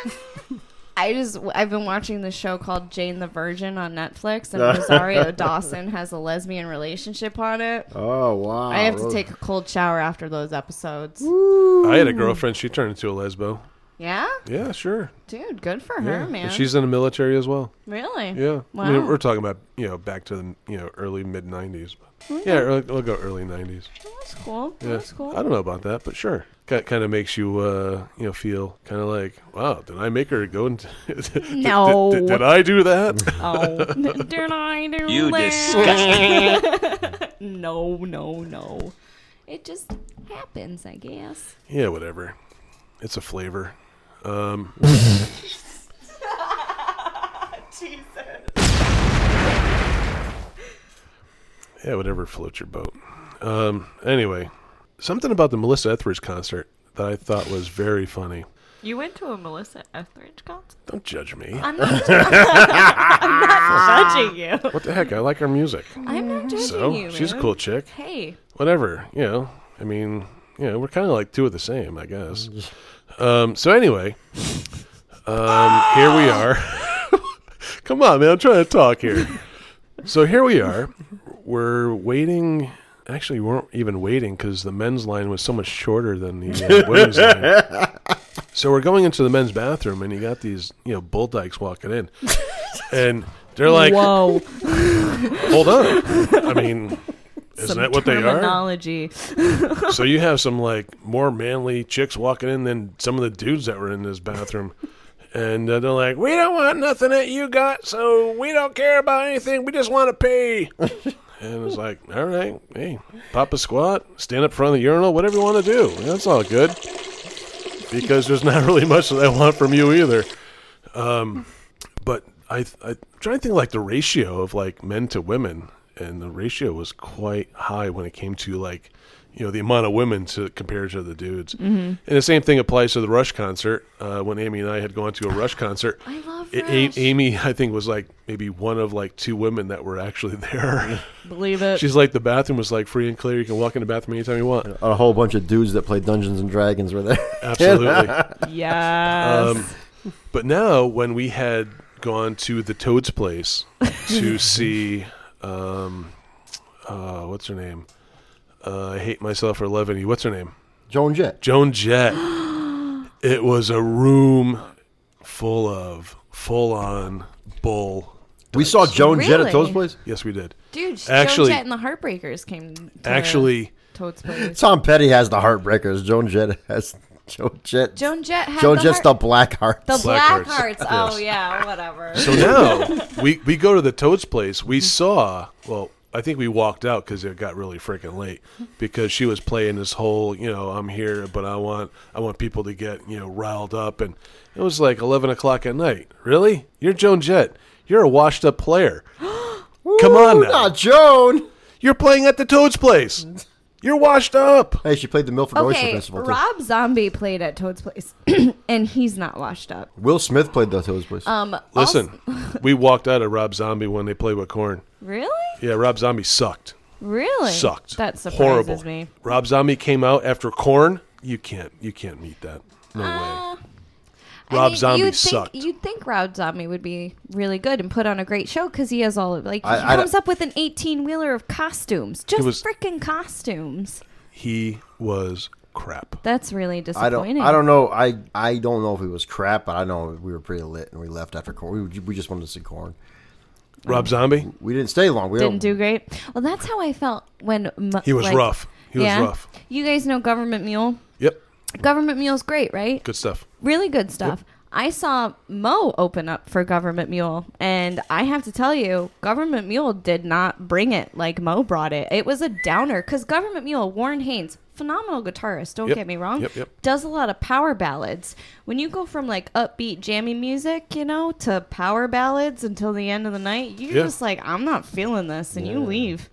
Speaker 6: I just I've been watching the show called Jane the Virgin on Netflix and Rosario Dawson has a lesbian relationship on it.
Speaker 5: Oh wow!
Speaker 6: I have to take a cold shower after those episodes.
Speaker 3: I had a girlfriend. She turned into a lesbo.
Speaker 6: Yeah?
Speaker 3: Yeah, sure.
Speaker 6: Dude, good for her,
Speaker 3: Yeah.
Speaker 6: Oh, man.
Speaker 3: And she's in the military as well.
Speaker 6: really?
Speaker 3: Yeah.
Speaker 6: Wow.
Speaker 3: I mean, we're talking about, you know, back to the, you know, early, mid 90s. Yeah, early, we'll go early 90s.
Speaker 6: That's cool.
Speaker 3: Yeah.
Speaker 6: That's cool.
Speaker 3: I don't know about that, but sure. That kind of makes you, uh, you know, feel kind of like, wow, did I make her go into. did- did-
Speaker 6: No.
Speaker 3: Did, did I do that?
Speaker 6: Oh, did I do
Speaker 7: You
Speaker 6: that?
Speaker 7: disgusting.
Speaker 6: No, no, no. It just happens, I guess.
Speaker 3: Yeah, whatever. It's a flavor. Um, Yeah, whatever floats your boat. Um, anyway, something about the Melissa Etheridge concert that I thought was very funny.
Speaker 6: You went to a Melissa Etheridge concert?
Speaker 3: Don't judge me.
Speaker 6: I'm not, I'm not judging you.
Speaker 3: What the heck? I like her music.
Speaker 6: I'm not judging
Speaker 3: So
Speaker 6: you.
Speaker 3: she's a
Speaker 6: man.
Speaker 3: cool chick.
Speaker 6: Hey,
Speaker 3: Whatever. You know. I mean, you know, we're kind of like two of the same, I guess.
Speaker 6: Mm-hmm.
Speaker 3: Um, so anyway, um, here we are. Come on, man. I'm trying to talk here. So here we are. We're waiting. Actually, we weren't even waiting because the men's line was so much shorter than the uh, women's line. So we're going into the men's bathroom, and you got these, you know, bull dykes walking in, and they're like,
Speaker 6: whoa!
Speaker 3: "Hold on." I mean, isn't
Speaker 6: Some
Speaker 3: that what they are?
Speaker 6: terminology.
Speaker 3: So you have some like more manly chicks walking in than some of the dudes that were in this bathroom. And uh, they're like, we don't want nothing that you got, so we don't care about anything. We just want to pee. and it's like, all right, hey, pop a squat, stand up front of the urinal, whatever you want to do. That's all good. Because there's not really much that I want from you either. Um, but I, I I'm trying to think like the ratio of like men to women, and the ratio was quite high when it came to like you know the amount of women to compared to the dudes.
Speaker 6: Mhm.
Speaker 3: And the same thing applies to the Rush concert. Uh, when Amy and I had gone to a Rush concert,
Speaker 6: I love
Speaker 3: it,
Speaker 6: Rush.
Speaker 3: A- Amy I think was like maybe one of like two women that were actually there.
Speaker 6: Believe it.
Speaker 3: She's like the bathroom was like free and clear. You can walk in the bathroom anytime you want.
Speaker 5: A whole bunch of dudes that play Dungeons and Dragons were there.
Speaker 3: Absolutely.
Speaker 6: Yes.
Speaker 3: um, but now, when we had gone to the Toad's place to see, um, uh, what's her name? Uh, I hate myself for loving you. What's her name?
Speaker 5: Joan Jett.
Speaker 3: Joan Jett. it was a room full of full on bull.
Speaker 5: We saw Joan Jett at Toad's
Speaker 6: Really?
Speaker 5: place.
Speaker 3: Yes, we did.
Speaker 6: Dude, Joan
Speaker 3: actually,
Speaker 6: Jett and the Heartbreakers came. To
Speaker 3: actually,
Speaker 6: Toad's place.
Speaker 5: Tom Petty has the heartbreakers. Joan Jett has Joan Jett.
Speaker 6: Joan Jett had
Speaker 5: Joan
Speaker 6: the
Speaker 5: Jett's
Speaker 6: heart-
Speaker 5: the black heart.
Speaker 6: the Black
Speaker 3: Black Hearts.
Speaker 6: Hearts. Oh yeah, whatever.
Speaker 3: So now we, we go to the Toad's place. We saw, well, I think we walked out because it got really freaking late because she was playing this whole, you know, I'm here, but I want I want people to get you know riled up, and it was like eleven o'clock at night. Really, you're Joan Jett. You're a washed up player. Come on now,
Speaker 5: Not Joan.
Speaker 3: you're playing at the Toad's place. You're washed up.
Speaker 5: Hey, she played the Milford Oyster
Speaker 6: okay,
Speaker 5: Festival too.
Speaker 6: Rob Zombie played at Toad's place, and he's not washed up.
Speaker 5: Will Smith played the Toad's place.
Speaker 6: Um,
Speaker 3: Listen,
Speaker 6: also-
Speaker 3: we walked out of Rob Zombie when they played with Corn.
Speaker 6: really,
Speaker 3: Yeah, Rob Zombie sucked.
Speaker 6: really
Speaker 3: sucked.
Speaker 6: That surprises
Speaker 3: Horrible.
Speaker 6: me.
Speaker 3: Rob Zombie came out after Corn. You can't. You can't meet that. No way.
Speaker 6: Uh, I
Speaker 3: Rob
Speaker 6: mean,
Speaker 3: Zombie
Speaker 6: you'd
Speaker 3: sucked.
Speaker 6: Think, you'd think Rob Zombie would be really good and put on a great show because he has all of like he
Speaker 5: I- I
Speaker 6: comes
Speaker 5: don't-
Speaker 6: up with an eighteen wheeler of costumes, just
Speaker 3: was-
Speaker 6: freaking costumes.
Speaker 3: He was crap.
Speaker 6: That's really
Speaker 5: I don't.
Speaker 6: disappointing.
Speaker 5: I don't know. I I don't know if it was crap, but I know we were pretty lit and we left after corn. We, we just wanted to see corn.
Speaker 3: Rob Zombie.
Speaker 5: We didn't stay long. We
Speaker 6: Didn't
Speaker 5: don't.
Speaker 6: do great. Well, that's how I felt when m-
Speaker 3: He was
Speaker 6: like-
Speaker 3: rough. He was
Speaker 6: yeah?
Speaker 3: rough.
Speaker 6: You guys know Government Mule.
Speaker 3: Yep.
Speaker 6: Government Mule's great, right?
Speaker 3: Good stuff.
Speaker 6: Really good stuff. I saw Mo open up for Government Mule, and I have to tell you, Government Mule did not bring it like Mo brought it. It was a downer because Government Mule, Warren Haynes, phenomenal guitarist, don't
Speaker 3: Yep.
Speaker 6: get me wrong,
Speaker 3: Yep, yep.
Speaker 6: does a lot of power ballads. When you go from like upbeat jammy music, you know, to power ballads until the end of the night, you're
Speaker 3: Yeah.
Speaker 6: just like, I'm not feeling this, and you leave.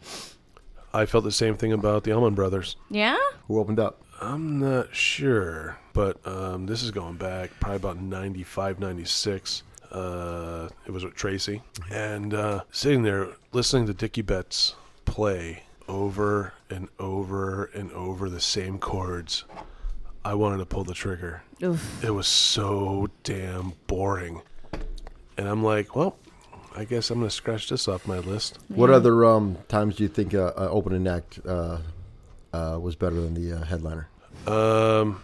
Speaker 3: I felt the same thing about the Allman Brothers.
Speaker 6: Yeah?
Speaker 5: Who opened up?
Speaker 3: I'm not sure, but um, this is going back probably about 95, 96. Uh, it was with Tracy. And uh, sitting there listening to Dickie Betts play over and over and over the same chords, I wanted to pull the trigger. It was so damn boring. And I'm like, well, I guess I'm going to scratch this off my list.
Speaker 5: What other um times do you think uh, uh, opening act uh, uh, was better than the uh, headliner?
Speaker 3: Um,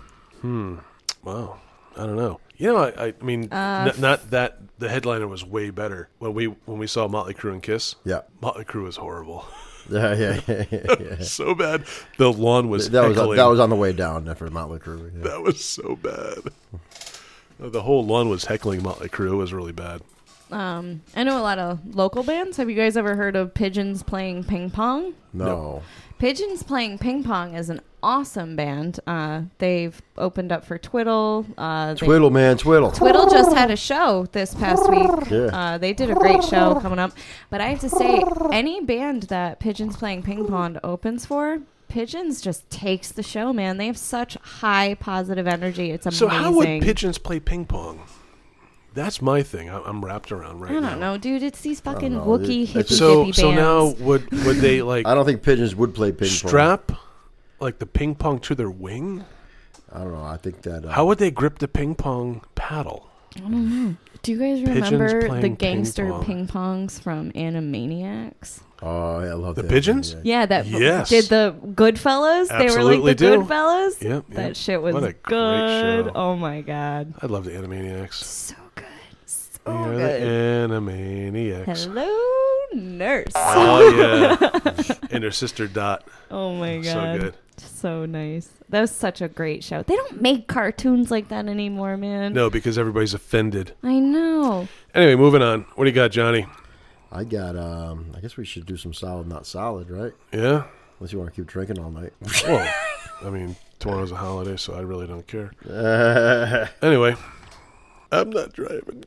Speaker 3: hmm. Wow. I don't know. You know, I, I mean,
Speaker 6: Uh,
Speaker 3: n- not that the headliner was way better when we when we saw Motley Crue and Kiss.
Speaker 5: Yeah.
Speaker 3: Motley Crue was horrible,
Speaker 5: Yeah, yeah, yeah. yeah, yeah.
Speaker 3: so bad. The lawn was
Speaker 5: That was
Speaker 3: heckling.
Speaker 5: that was on the way down for Motley Crue. yeah.
Speaker 3: That was so bad. Uh, The whole lawn was heckling Motley Crue. It was really bad.
Speaker 6: Um, I know a lot of local bands. Have you guys ever heard of Pigeons Playing Ping Pong?
Speaker 5: No,
Speaker 6: Pigeons Playing Ping Pong is an awesome band. Uh, they've opened up for Twiddle. Uh, they-
Speaker 5: Twiddle man, twiddle.
Speaker 6: Twiddle just had a show this past week.
Speaker 5: Yeah.
Speaker 6: Uh, they did a great show coming up. But I have to say, any band that Pigeons Playing Ping Pong opens for, Pigeons just takes the show, man. They have such high positive energy. It's
Speaker 3: So
Speaker 6: amazing.
Speaker 3: how would pigeons play ping pong? That's my thing. I, I'm wrapped around right
Speaker 6: I
Speaker 3: now.
Speaker 6: don't know, dude. It's these fucking
Speaker 5: know.
Speaker 6: Wookiee
Speaker 5: It's-
Speaker 6: hippie
Speaker 3: So
Speaker 6: dippy
Speaker 3: so
Speaker 6: bands.
Speaker 3: now would would they like
Speaker 5: I don't think pigeons would play ping pong.
Speaker 3: strap like the ping pong to their wing?
Speaker 5: I don't know. I think that uh,
Speaker 3: How would they grip the ping pong paddle?
Speaker 6: Do you guys
Speaker 3: Pigeons
Speaker 6: remember
Speaker 3: playing
Speaker 6: the
Speaker 3: ping
Speaker 6: gangster
Speaker 3: pong.
Speaker 6: ping, pongs from Animaniacs?
Speaker 5: Oh, yeah, I love
Speaker 3: The
Speaker 5: that.
Speaker 3: pigeons?
Speaker 5: Yeah.
Speaker 6: Yeah, that
Speaker 3: Yes.
Speaker 6: did the Goodfellas. they were
Speaker 3: Absolutely
Speaker 6: like the
Speaker 3: do.
Speaker 6: Goodfellas.
Speaker 3: Yep, yep.
Speaker 6: That shit was
Speaker 3: What a great
Speaker 6: good.
Speaker 3: show.
Speaker 6: Oh my god,
Speaker 3: I love the Animaniacs.
Speaker 6: so good, so
Speaker 3: We are the
Speaker 6: good.
Speaker 3: Animaniacs.
Speaker 6: Hello, nurse.
Speaker 3: Oh yeah, and her sister Dot.
Speaker 6: Oh my
Speaker 3: So
Speaker 6: god,
Speaker 3: good.
Speaker 6: So nice. That was such a great show. They don't make cartoons like that anymore, man.
Speaker 3: No, because everybody's offended.
Speaker 6: I know.
Speaker 3: Anyway, moving on. What do you got, Johnny?
Speaker 5: I got. Um, I guess we should do some solid, not solid, right?
Speaker 3: Yeah.
Speaker 5: Unless you want to keep drinking all night.
Speaker 3: Well, I mean, tomorrow's a holiday, so I really don't care. Anyway, I'm not driving.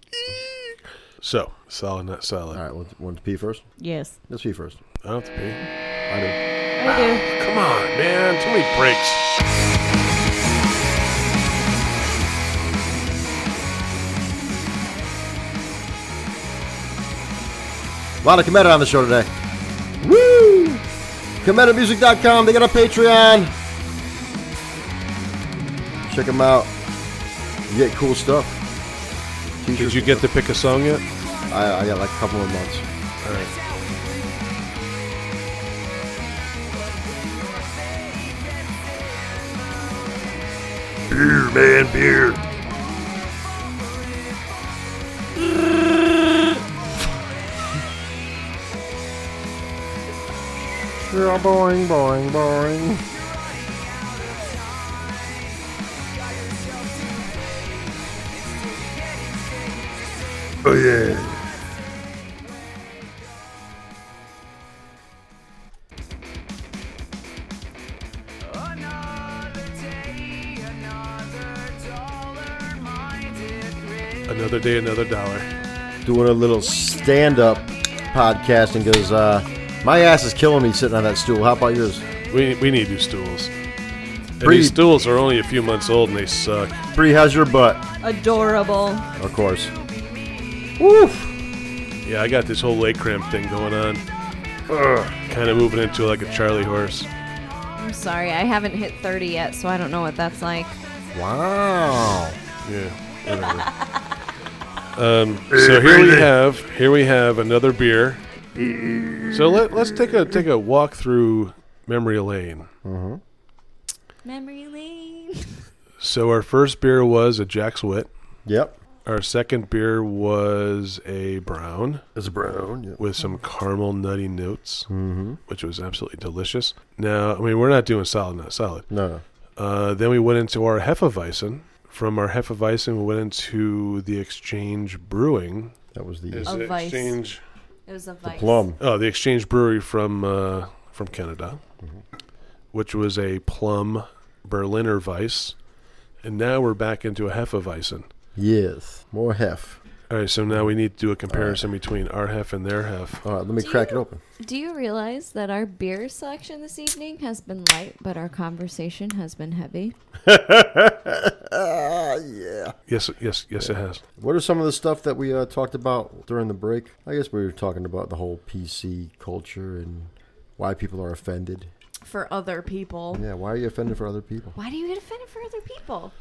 Speaker 3: So solid, not solid.
Speaker 5: all right, want, want to pee first?
Speaker 6: Yes.
Speaker 5: Let's pee first.
Speaker 3: I don't have to pee.
Speaker 5: I do.
Speaker 6: I do.
Speaker 3: Come on, man. Too many breaks.
Speaker 5: A lot of Cometa on the show today. Woo! CometaMusic.com. They got a Patreon. Check them out. You get cool stuff.
Speaker 3: Did you get to pick a song yet?
Speaker 5: I, I got like a couple of months.
Speaker 3: All right.
Speaker 4: Beer, man, beer.
Speaker 5: boing, boing, boing.
Speaker 4: Oh, yeah.
Speaker 3: Another day, another dollar.
Speaker 5: doing a little stand-up podcasting because uh, my ass is killing me sitting on that stool. How about yours?
Speaker 3: We, we need new stools. And
Speaker 5: Breed.
Speaker 3: these stools are only a few months old and they suck.
Speaker 5: Bree, how's your butt?
Speaker 6: Adorable.
Speaker 5: Of course.
Speaker 3: Yeah, I got this whole leg cramp thing going on. Kind of moving into like a Charlie horse.
Speaker 6: I'm sorry, I haven't hit 30 yet, so I don't know what that's like.
Speaker 5: Wow.
Speaker 3: Yeah, whatever. um, so here we have here we have another beer. So let let's take a take a walk through memory lane.
Speaker 6: Memory lane.
Speaker 3: So our first beer was a Jack's Wit.
Speaker 5: Yep.
Speaker 3: Our second beer was a brown
Speaker 4: It's brown. Yeah.
Speaker 3: with some caramel nutty notes, mm-hmm. which was absolutely delicious. Now, I mean, we're not doing solid, not solid.
Speaker 5: No. no.
Speaker 3: Uh, then we went into our Hefeweizen. From our Hefeweizen, we went into the Exchange Brewing.
Speaker 5: That was the uh,
Speaker 6: A
Speaker 3: the
Speaker 6: Weiss.
Speaker 3: Exchange?
Speaker 6: It was a vice.
Speaker 5: plum.
Speaker 3: Oh, the Exchange Brewery from uh, from Canada, Mm-hmm. which was a plum Berliner Weiss, and now we're back into a Hefeweizen.
Speaker 5: Yes. More hef.
Speaker 3: All right, so now we need to do a comparison between our hef and their hef.
Speaker 5: All right, let me crack it open.
Speaker 6: Do you realize that our beer selection this evening has been light, but our conversation has been heavy?
Speaker 5: Ah,
Speaker 3: Yes, yes, yes, it has.
Speaker 5: What are some of the stuff that we uh, talked about during the break? I guess we were talking about the whole PC culture and why people are offended.
Speaker 6: For other people.
Speaker 5: Yeah, why are you offended for other people?
Speaker 6: Why do you get offended for other people?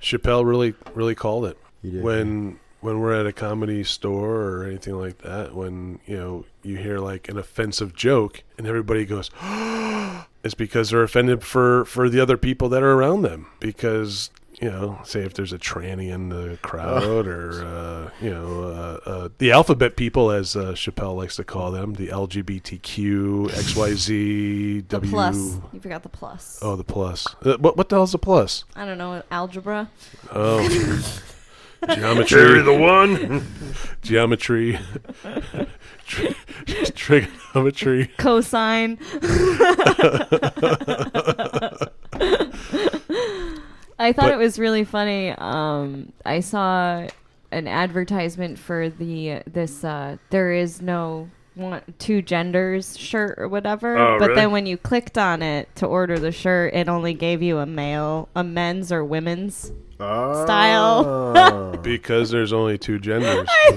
Speaker 3: Chappelle really, really called it
Speaker 5: He did,
Speaker 3: when when we're at a comedy store or anything like that. When you know you hear like an offensive joke and everybody goes, it's because they're offended for for the other people that are around them. Because you know, say if there's a tranny in the crowd or uh, you know uh, uh, the alphabet people, as uh, Chappelle likes to call them, the LGBTQ, XYZ,
Speaker 6: The
Speaker 3: W.
Speaker 6: plus. You forgot the plus.
Speaker 3: Oh, the plus. Uh, what what the hell's the plus?
Speaker 6: I don't know, algebra.
Speaker 4: Carry
Speaker 3: Geometry.
Speaker 4: Oh. the one.
Speaker 3: geometry, Tri- trigonometry.
Speaker 6: Cosine. I thought
Speaker 3: But-
Speaker 6: it was really funny. Um, I saw an advertisement for the this uh, there is no one, two genders shirt or whatever.
Speaker 4: Oh,
Speaker 6: but
Speaker 4: really?
Speaker 6: then when you clicked on it to order the shirt, it only gave you a male, a men's or women's
Speaker 3: Oh.
Speaker 6: style.
Speaker 3: Because there's only two genders.
Speaker 6: I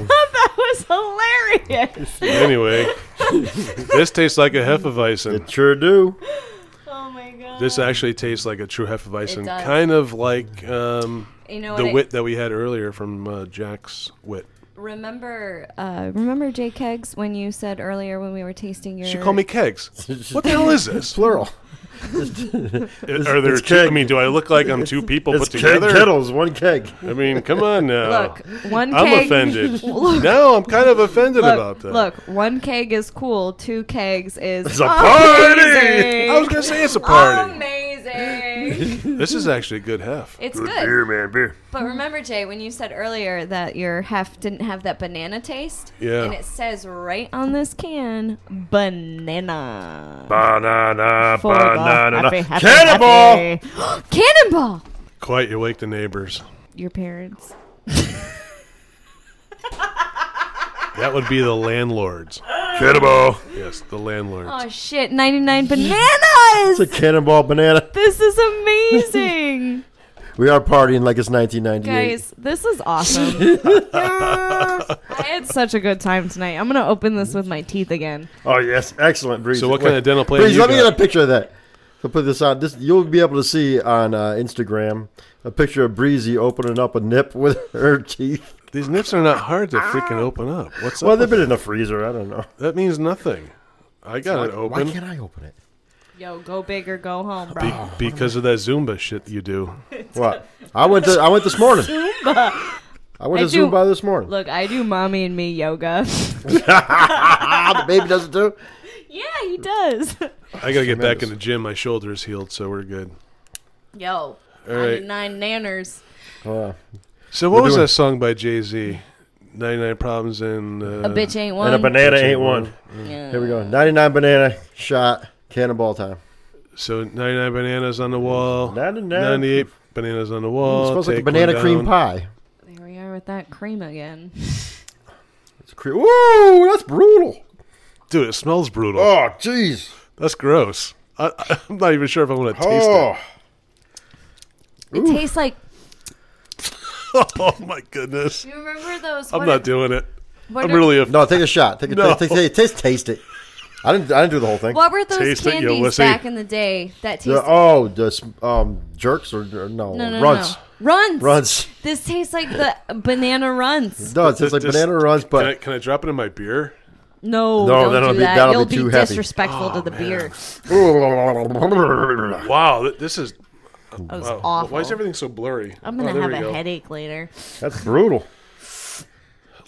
Speaker 6: thought that was hilarious.
Speaker 3: Anyway, this tastes like a Hefeweizen.
Speaker 5: It sure do.
Speaker 6: Oh my god!
Speaker 3: This uh, actually tastes like a true Hefeweizen.
Speaker 6: It does.
Speaker 3: Kind of like um,
Speaker 6: you know
Speaker 3: the
Speaker 6: what I-
Speaker 3: wit that we had earlier from uh, Jack's wit.
Speaker 6: Remember, uh, remember Jay Keggs when you said earlier when we were tasting your.
Speaker 3: She called me Kegs. What the hell is this?
Speaker 5: Plural.
Speaker 3: Are there
Speaker 5: it's
Speaker 3: two? I
Speaker 5: keg.
Speaker 3: mean, do I look like I'm two people
Speaker 5: It's
Speaker 3: put
Speaker 5: keg
Speaker 3: together?
Speaker 5: kettles, one keg.
Speaker 3: I mean, come on now.
Speaker 6: Look, one
Speaker 3: I'm
Speaker 6: keg.
Speaker 3: offended.
Speaker 6: Look,
Speaker 3: Now I'm kind of offended about
Speaker 6: look,
Speaker 3: that.
Speaker 6: look, one keg is cool. Two kegs is
Speaker 4: a party!
Speaker 6: amazing. Oh,
Speaker 3: I was gonna say it's a party.
Speaker 6: Amazing.
Speaker 3: This is actually a good hef.
Speaker 6: it's
Speaker 4: Good
Speaker 6: good.
Speaker 4: beer, man, beer.
Speaker 6: But remember, Jay, when you said earlier that your half didn't have that banana taste,
Speaker 3: Yeah.
Speaker 6: and it says right on this can, banana.
Speaker 4: Banana,
Speaker 6: For the
Speaker 4: banana,
Speaker 6: happy, happy,
Speaker 4: cannibal.
Speaker 6: happy. Cannonball!
Speaker 3: Quite you wake the neighbors.
Speaker 6: Your parents.
Speaker 3: That would be the landlords.
Speaker 4: Cannonball.
Speaker 3: Yes, the landlord.
Speaker 6: Oh shit! Ninety nine bananas.
Speaker 5: It's a cannonball banana.
Speaker 6: This is amazing,
Speaker 5: We are partying like it's 1998.
Speaker 6: guys. This is awesome. I had such a good time tonight. I'm gonna open this with my teeth again.
Speaker 5: Oh yes, excellent, Breeze.
Speaker 3: So what kind of dental plan
Speaker 5: Breeze,
Speaker 3: you
Speaker 5: let me
Speaker 3: got?
Speaker 5: get a picture of that. So put this on. This you'll be able to see on uh, Instagram a picture of Breezy opening up a nip with her teeth.
Speaker 3: These nips are not hard to freaking
Speaker 6: Ah.
Speaker 3: open up. What's
Speaker 5: Well,
Speaker 3: up?
Speaker 5: they've
Speaker 3: with
Speaker 5: been in the freezer. I don't know.
Speaker 3: that? that means nothing. I got it
Speaker 5: Why
Speaker 3: open
Speaker 5: can't I open it?
Speaker 6: Yo, go big or go home, bro.
Speaker 3: be- because of that Zumba shit you do.
Speaker 5: What? I went. To, I went this morning. I went
Speaker 6: I
Speaker 5: to
Speaker 6: do-
Speaker 5: Zumba this morning.
Speaker 6: Look, I do mommy and me yoga.
Speaker 5: Ah, the baby doesn't do.
Speaker 6: yeah, he does.
Speaker 3: I gotta get back in the gym. My shoulder's healed, so we're good.
Speaker 6: Yo,
Speaker 3: All right.
Speaker 6: 99 nanners.
Speaker 3: So what was
Speaker 5: doing-
Speaker 3: that song by Jay Z? Ninety nine problems and uh,
Speaker 6: A bitch ain't one.
Speaker 5: And a banana ain't one. Here we go. 99 banana shot. Cannonball time.
Speaker 3: So ninety nine bananas on the wall.
Speaker 5: 99.
Speaker 3: Ninety eight bananas on the wall.
Speaker 5: It smells like a
Speaker 3: Take one
Speaker 5: banana cream
Speaker 3: down.
Speaker 5: pie.
Speaker 6: There we are with that cream again.
Speaker 5: It's cre- Ooh, that's brutal.
Speaker 3: Dude, it smells brutal.
Speaker 5: Oh, jeez.
Speaker 3: That's gross. I, I'm not even sure if I want to taste
Speaker 5: Oh.
Speaker 6: It tastes like.
Speaker 3: it. Oh my goodness!
Speaker 6: You remember those?
Speaker 3: I'm
Speaker 6: what-
Speaker 3: not doing it.
Speaker 6: what
Speaker 3: I'm
Speaker 6: are-
Speaker 3: really a
Speaker 5: No, take a shot. Take a
Speaker 3: No.
Speaker 5: taste, taste, taste, taste it. I didn't. I didn't do the whole thing.
Speaker 6: What were those
Speaker 3: Taste it, you
Speaker 6: candies
Speaker 3: wussy.
Speaker 6: back in the day that tasted?
Speaker 5: The- oh, just um, jerks or, or no,
Speaker 6: no, no,
Speaker 5: runs.
Speaker 6: no. Runs.
Speaker 5: Runs.
Speaker 6: This tastes like the banana runs.
Speaker 5: No, it's just like
Speaker 3: Just-
Speaker 5: banana runs,
Speaker 3: Can I,
Speaker 5: but
Speaker 3: can I drop it in my beer?
Speaker 6: No,
Speaker 5: No,
Speaker 6: don't
Speaker 5: that'll
Speaker 6: do
Speaker 5: be-
Speaker 6: that.
Speaker 5: that'll
Speaker 6: You'll
Speaker 5: be
Speaker 6: be,
Speaker 5: too heavy.
Speaker 6: disrespectful
Speaker 3: Oh,
Speaker 6: to the beer.
Speaker 3: Wow, th- this is.
Speaker 6: That was
Speaker 3: wow.
Speaker 6: awful.
Speaker 3: Why is everything so blurry?
Speaker 6: I'm gonna
Speaker 3: Oh, there
Speaker 6: have
Speaker 3: we
Speaker 6: a
Speaker 3: go.
Speaker 6: headache later.
Speaker 5: that's brutal.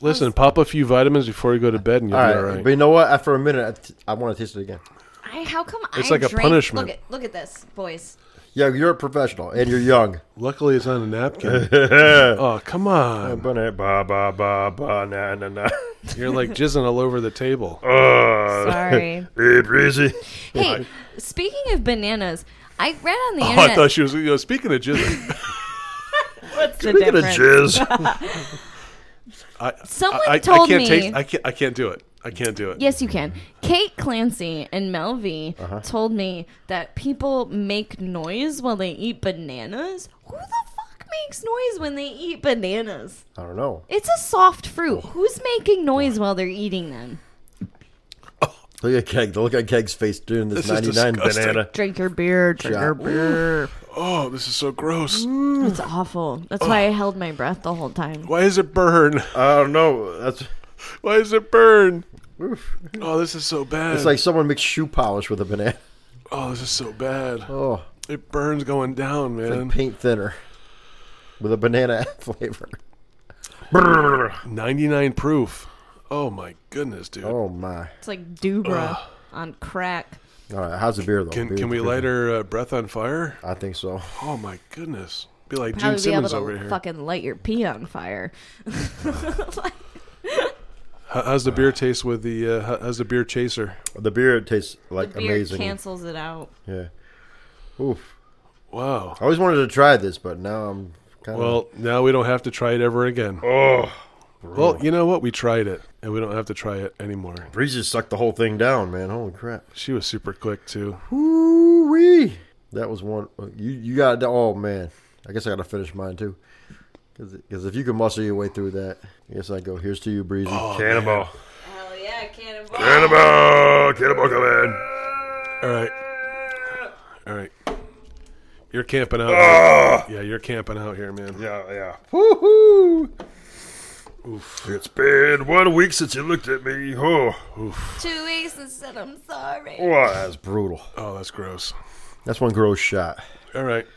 Speaker 3: Listen, pop a few vitamins before you go to bed, and you'll
Speaker 5: All right,
Speaker 3: be all right.
Speaker 5: but you know what? After a minute, I, t- I want to taste it again.
Speaker 6: I, how come
Speaker 3: It's
Speaker 6: I
Speaker 3: like a
Speaker 6: drank-
Speaker 3: punishment.
Speaker 6: Look at look at this, boys.
Speaker 5: Yeah, you're a professional and you're young.
Speaker 3: Luckily, it's on a napkin. oh, come on!
Speaker 5: Banana, ba ba ba banana. na. Oh,
Speaker 3: You're like jizzing all over the table.
Speaker 6: Sorry.
Speaker 4: Hey, Breezy.
Speaker 6: hey, speaking of bananas, I read on the
Speaker 3: Oh,
Speaker 6: internet.
Speaker 3: I thought she was. You know, speaking of jizzing,
Speaker 6: what's the
Speaker 4: Look at the
Speaker 6: difference?
Speaker 4: jizz.
Speaker 3: I,
Speaker 6: Someone
Speaker 3: I, I,
Speaker 6: told
Speaker 3: I can't
Speaker 6: me.
Speaker 3: Taste, I can't. I can't do it. I can't do it.
Speaker 6: Yes, you can. Kate Clancy and Mel V
Speaker 3: Uh-huh.
Speaker 6: told me that people make noise while they eat bananas. Who the fuck makes noise when they eat bananas?
Speaker 5: I don't know.
Speaker 6: It's a soft fruit. Who's making noise while they're eating them?
Speaker 5: Look at Keg. Look at Keg's face during this,
Speaker 3: This is
Speaker 5: 99
Speaker 3: disgusting.
Speaker 5: banana.
Speaker 6: Drink your beer. Drink
Speaker 5: shot.
Speaker 6: your beer.
Speaker 3: Oh, this is so gross.
Speaker 6: It's awful. That's why I held my breath the whole time.
Speaker 3: Why is it burn?
Speaker 5: I don't know. That's
Speaker 3: Why is it burn? Oh, this is so bad.
Speaker 5: it's like someone mixed shoe polish with a banana.
Speaker 3: oh, this is so bad.
Speaker 5: Oh,
Speaker 3: It burns going down, man.
Speaker 5: and paint thinner with a banana flavor.
Speaker 3: Ninety nine proof. Oh my goodness, dude.
Speaker 5: Oh my!
Speaker 6: It's like Dubra on crack.
Speaker 5: All right, how's the beer though?
Speaker 3: Can
Speaker 5: Beer's
Speaker 3: can we
Speaker 5: good.
Speaker 3: light her uh, breath on fire?
Speaker 5: I think so.
Speaker 3: Oh my goodness. Be like Gene
Speaker 6: Probably be able
Speaker 3: Simmons
Speaker 6: to
Speaker 3: over here.
Speaker 6: fucking light your pee on fire.
Speaker 3: How- How's the beer taste with the uh, how- how's the beer chaser?
Speaker 5: The beer tastes like
Speaker 6: Beer
Speaker 5: amazing.
Speaker 6: cancels it out.
Speaker 5: Yeah. Oof.
Speaker 3: Wow.
Speaker 4: Uh.
Speaker 5: I always wanted to try this, but now I'm kind of.
Speaker 3: Well, now we don't have to try it ever again. Oh. Well, you know what? We tried it, and we don't have to try it anymore.
Speaker 5: Breezy sucked the whole thing down, man. Holy crap.
Speaker 3: She was super quick too.
Speaker 5: Ooh wee. That was one. uh, You you got to. Oh man. I guess I got to finish mine too. Because if you can muscle your way through that, I guess I go. Here's to you, Breezy.
Speaker 3: Oh,
Speaker 4: Cannonball.
Speaker 6: Hell yeah, cannonball.
Speaker 4: Cannonball. Cannonball, come in.
Speaker 3: All right. All right. You're camping out. man. Yeah, you're camping out here, man.
Speaker 4: Yeah, Oh, yeah.
Speaker 5: Woohoo!
Speaker 4: It's been one week since you looked at me. Oh,
Speaker 6: Two weeks and said I'm sorry.
Speaker 4: oh that's
Speaker 5: Brutal.
Speaker 3: Oh, that's gross.
Speaker 5: That's one gross shot.
Speaker 3: All right.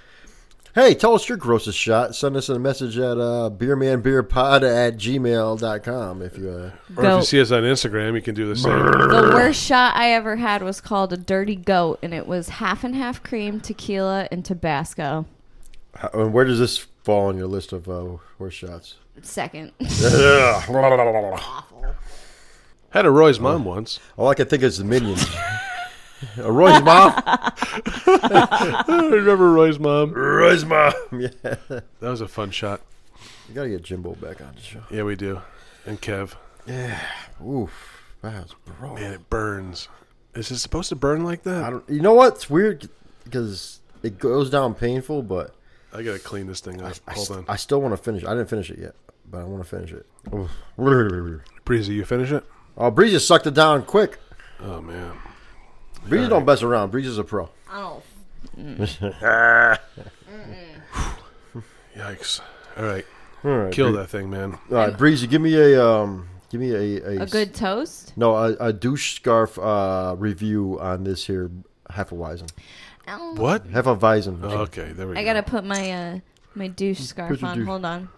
Speaker 5: Hey, tell us your grossest shot. Send us a message at uh, beermanbeerpod at gmail.com if you. Uh,
Speaker 3: Or if
Speaker 6: Goat.
Speaker 3: you see us on Instagram, you can do the same.
Speaker 6: The worst shot I ever had was called a dirty goat, and it was half and half cream, tequila, and Tabasco.
Speaker 5: how- and where does this fall on your list of uh, worst shots?
Speaker 6: Second.
Speaker 3: Had a Roy's mom once.
Speaker 5: All I can think is the minions. Uh, Roy's mom.
Speaker 3: I remember Roy's mom.
Speaker 4: Roy's mom.
Speaker 3: That was a fun shot.
Speaker 5: You gotta get Jimbo back on the show.
Speaker 3: Yeah, we do. And Kev.
Speaker 5: Oof. Wow, it's raw.
Speaker 3: Man, it burns. Is it supposed to burn like that?
Speaker 5: I don't. You know what's weird? Because it goes down painful, but
Speaker 3: I gotta clean this thing up.
Speaker 5: I,
Speaker 3: Hold
Speaker 5: st-
Speaker 3: on,
Speaker 5: I still want to finish. it. I didn't finish it yet, but I want to finish it. Oof.
Speaker 3: Breezy, you finish it?
Speaker 5: Oh, Breeze just sucked it down quick.
Speaker 3: Oh man,
Speaker 5: Breeze don't mess around. Breeze is a pro.
Speaker 6: I don't.
Speaker 3: yikes! All right,
Speaker 5: All right,
Speaker 3: kill
Speaker 5: Bree-
Speaker 3: that thing, man.
Speaker 5: All right, Breezy, give me a um, give me a a,
Speaker 6: A good toast.
Speaker 5: no a, a douche scarf uh review on this here Hefeweizen.
Speaker 6: Ow.
Speaker 3: What?
Speaker 5: Hefeweizen.
Speaker 4: Uh.
Speaker 3: Okay, there we go.
Speaker 6: I gotta put my uh my douche scarf
Speaker 5: your
Speaker 6: on.
Speaker 5: douche-
Speaker 6: Hold on.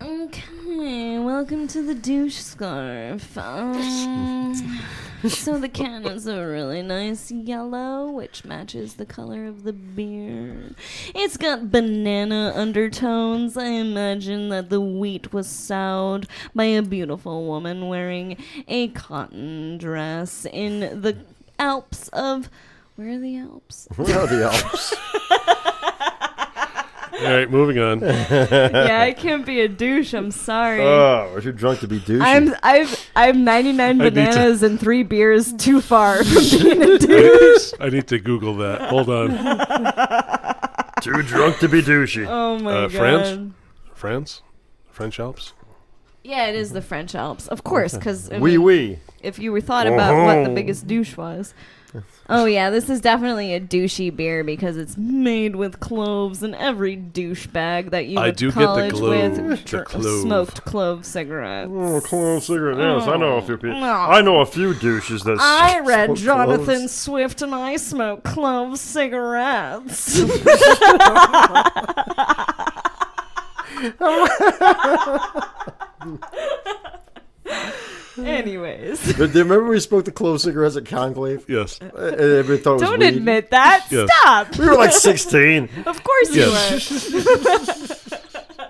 Speaker 6: Okay, welcome to the douche scarf. Um, so the can is a really nice yellow, which matches the color of the beer. It's got banana undertones. I imagine that the wheat was sowed by a beautiful woman wearing a cotton dress in the Alps of. Where are the Alps?
Speaker 5: Where are the Alps?
Speaker 3: All right, moving on.
Speaker 6: yeah, I can't be a douche. I'm sorry.
Speaker 5: oh, if you're drunk to be douche.
Speaker 6: I'm I've I'm 99
Speaker 3: I need to- Uh,
Speaker 6: bananas and three beers too far from being a douche.
Speaker 3: I need to Google that. Hold on,
Speaker 4: Too drunk to be douchey.
Speaker 6: Oh my
Speaker 3: Uh,
Speaker 6: god.
Speaker 3: France? France, French Alps.
Speaker 6: Yeah, it is the French Alps, of course, because
Speaker 5: Wee wee.
Speaker 6: if you were thought about what the biggest douche was. Oh yeah, this is definitely a douchey beer because it's made with cloves and every douchebag that you
Speaker 3: I
Speaker 6: would
Speaker 3: do get the
Speaker 6: college
Speaker 3: clove,
Speaker 6: with
Speaker 3: the clove.
Speaker 6: smoked clove cigarettes.
Speaker 4: Oh, cologne cigarette. Yes, I know a few people. I know a few douches that.
Speaker 6: Oh. I read
Speaker 5: Smoke
Speaker 6: Jonathan
Speaker 5: cloves.
Speaker 6: Swift and I smoke clove cigarettes. Anyways,
Speaker 5: But do you remember we spoke to close cigarettes at Conclave? Uh,
Speaker 3: Yes.
Speaker 5: And everybody thought it was
Speaker 6: don't
Speaker 5: weed.
Speaker 6: admit that.
Speaker 3: Yes.
Speaker 6: Stop.
Speaker 5: We were like 16.
Speaker 6: Of course
Speaker 3: Yes.
Speaker 6: you were.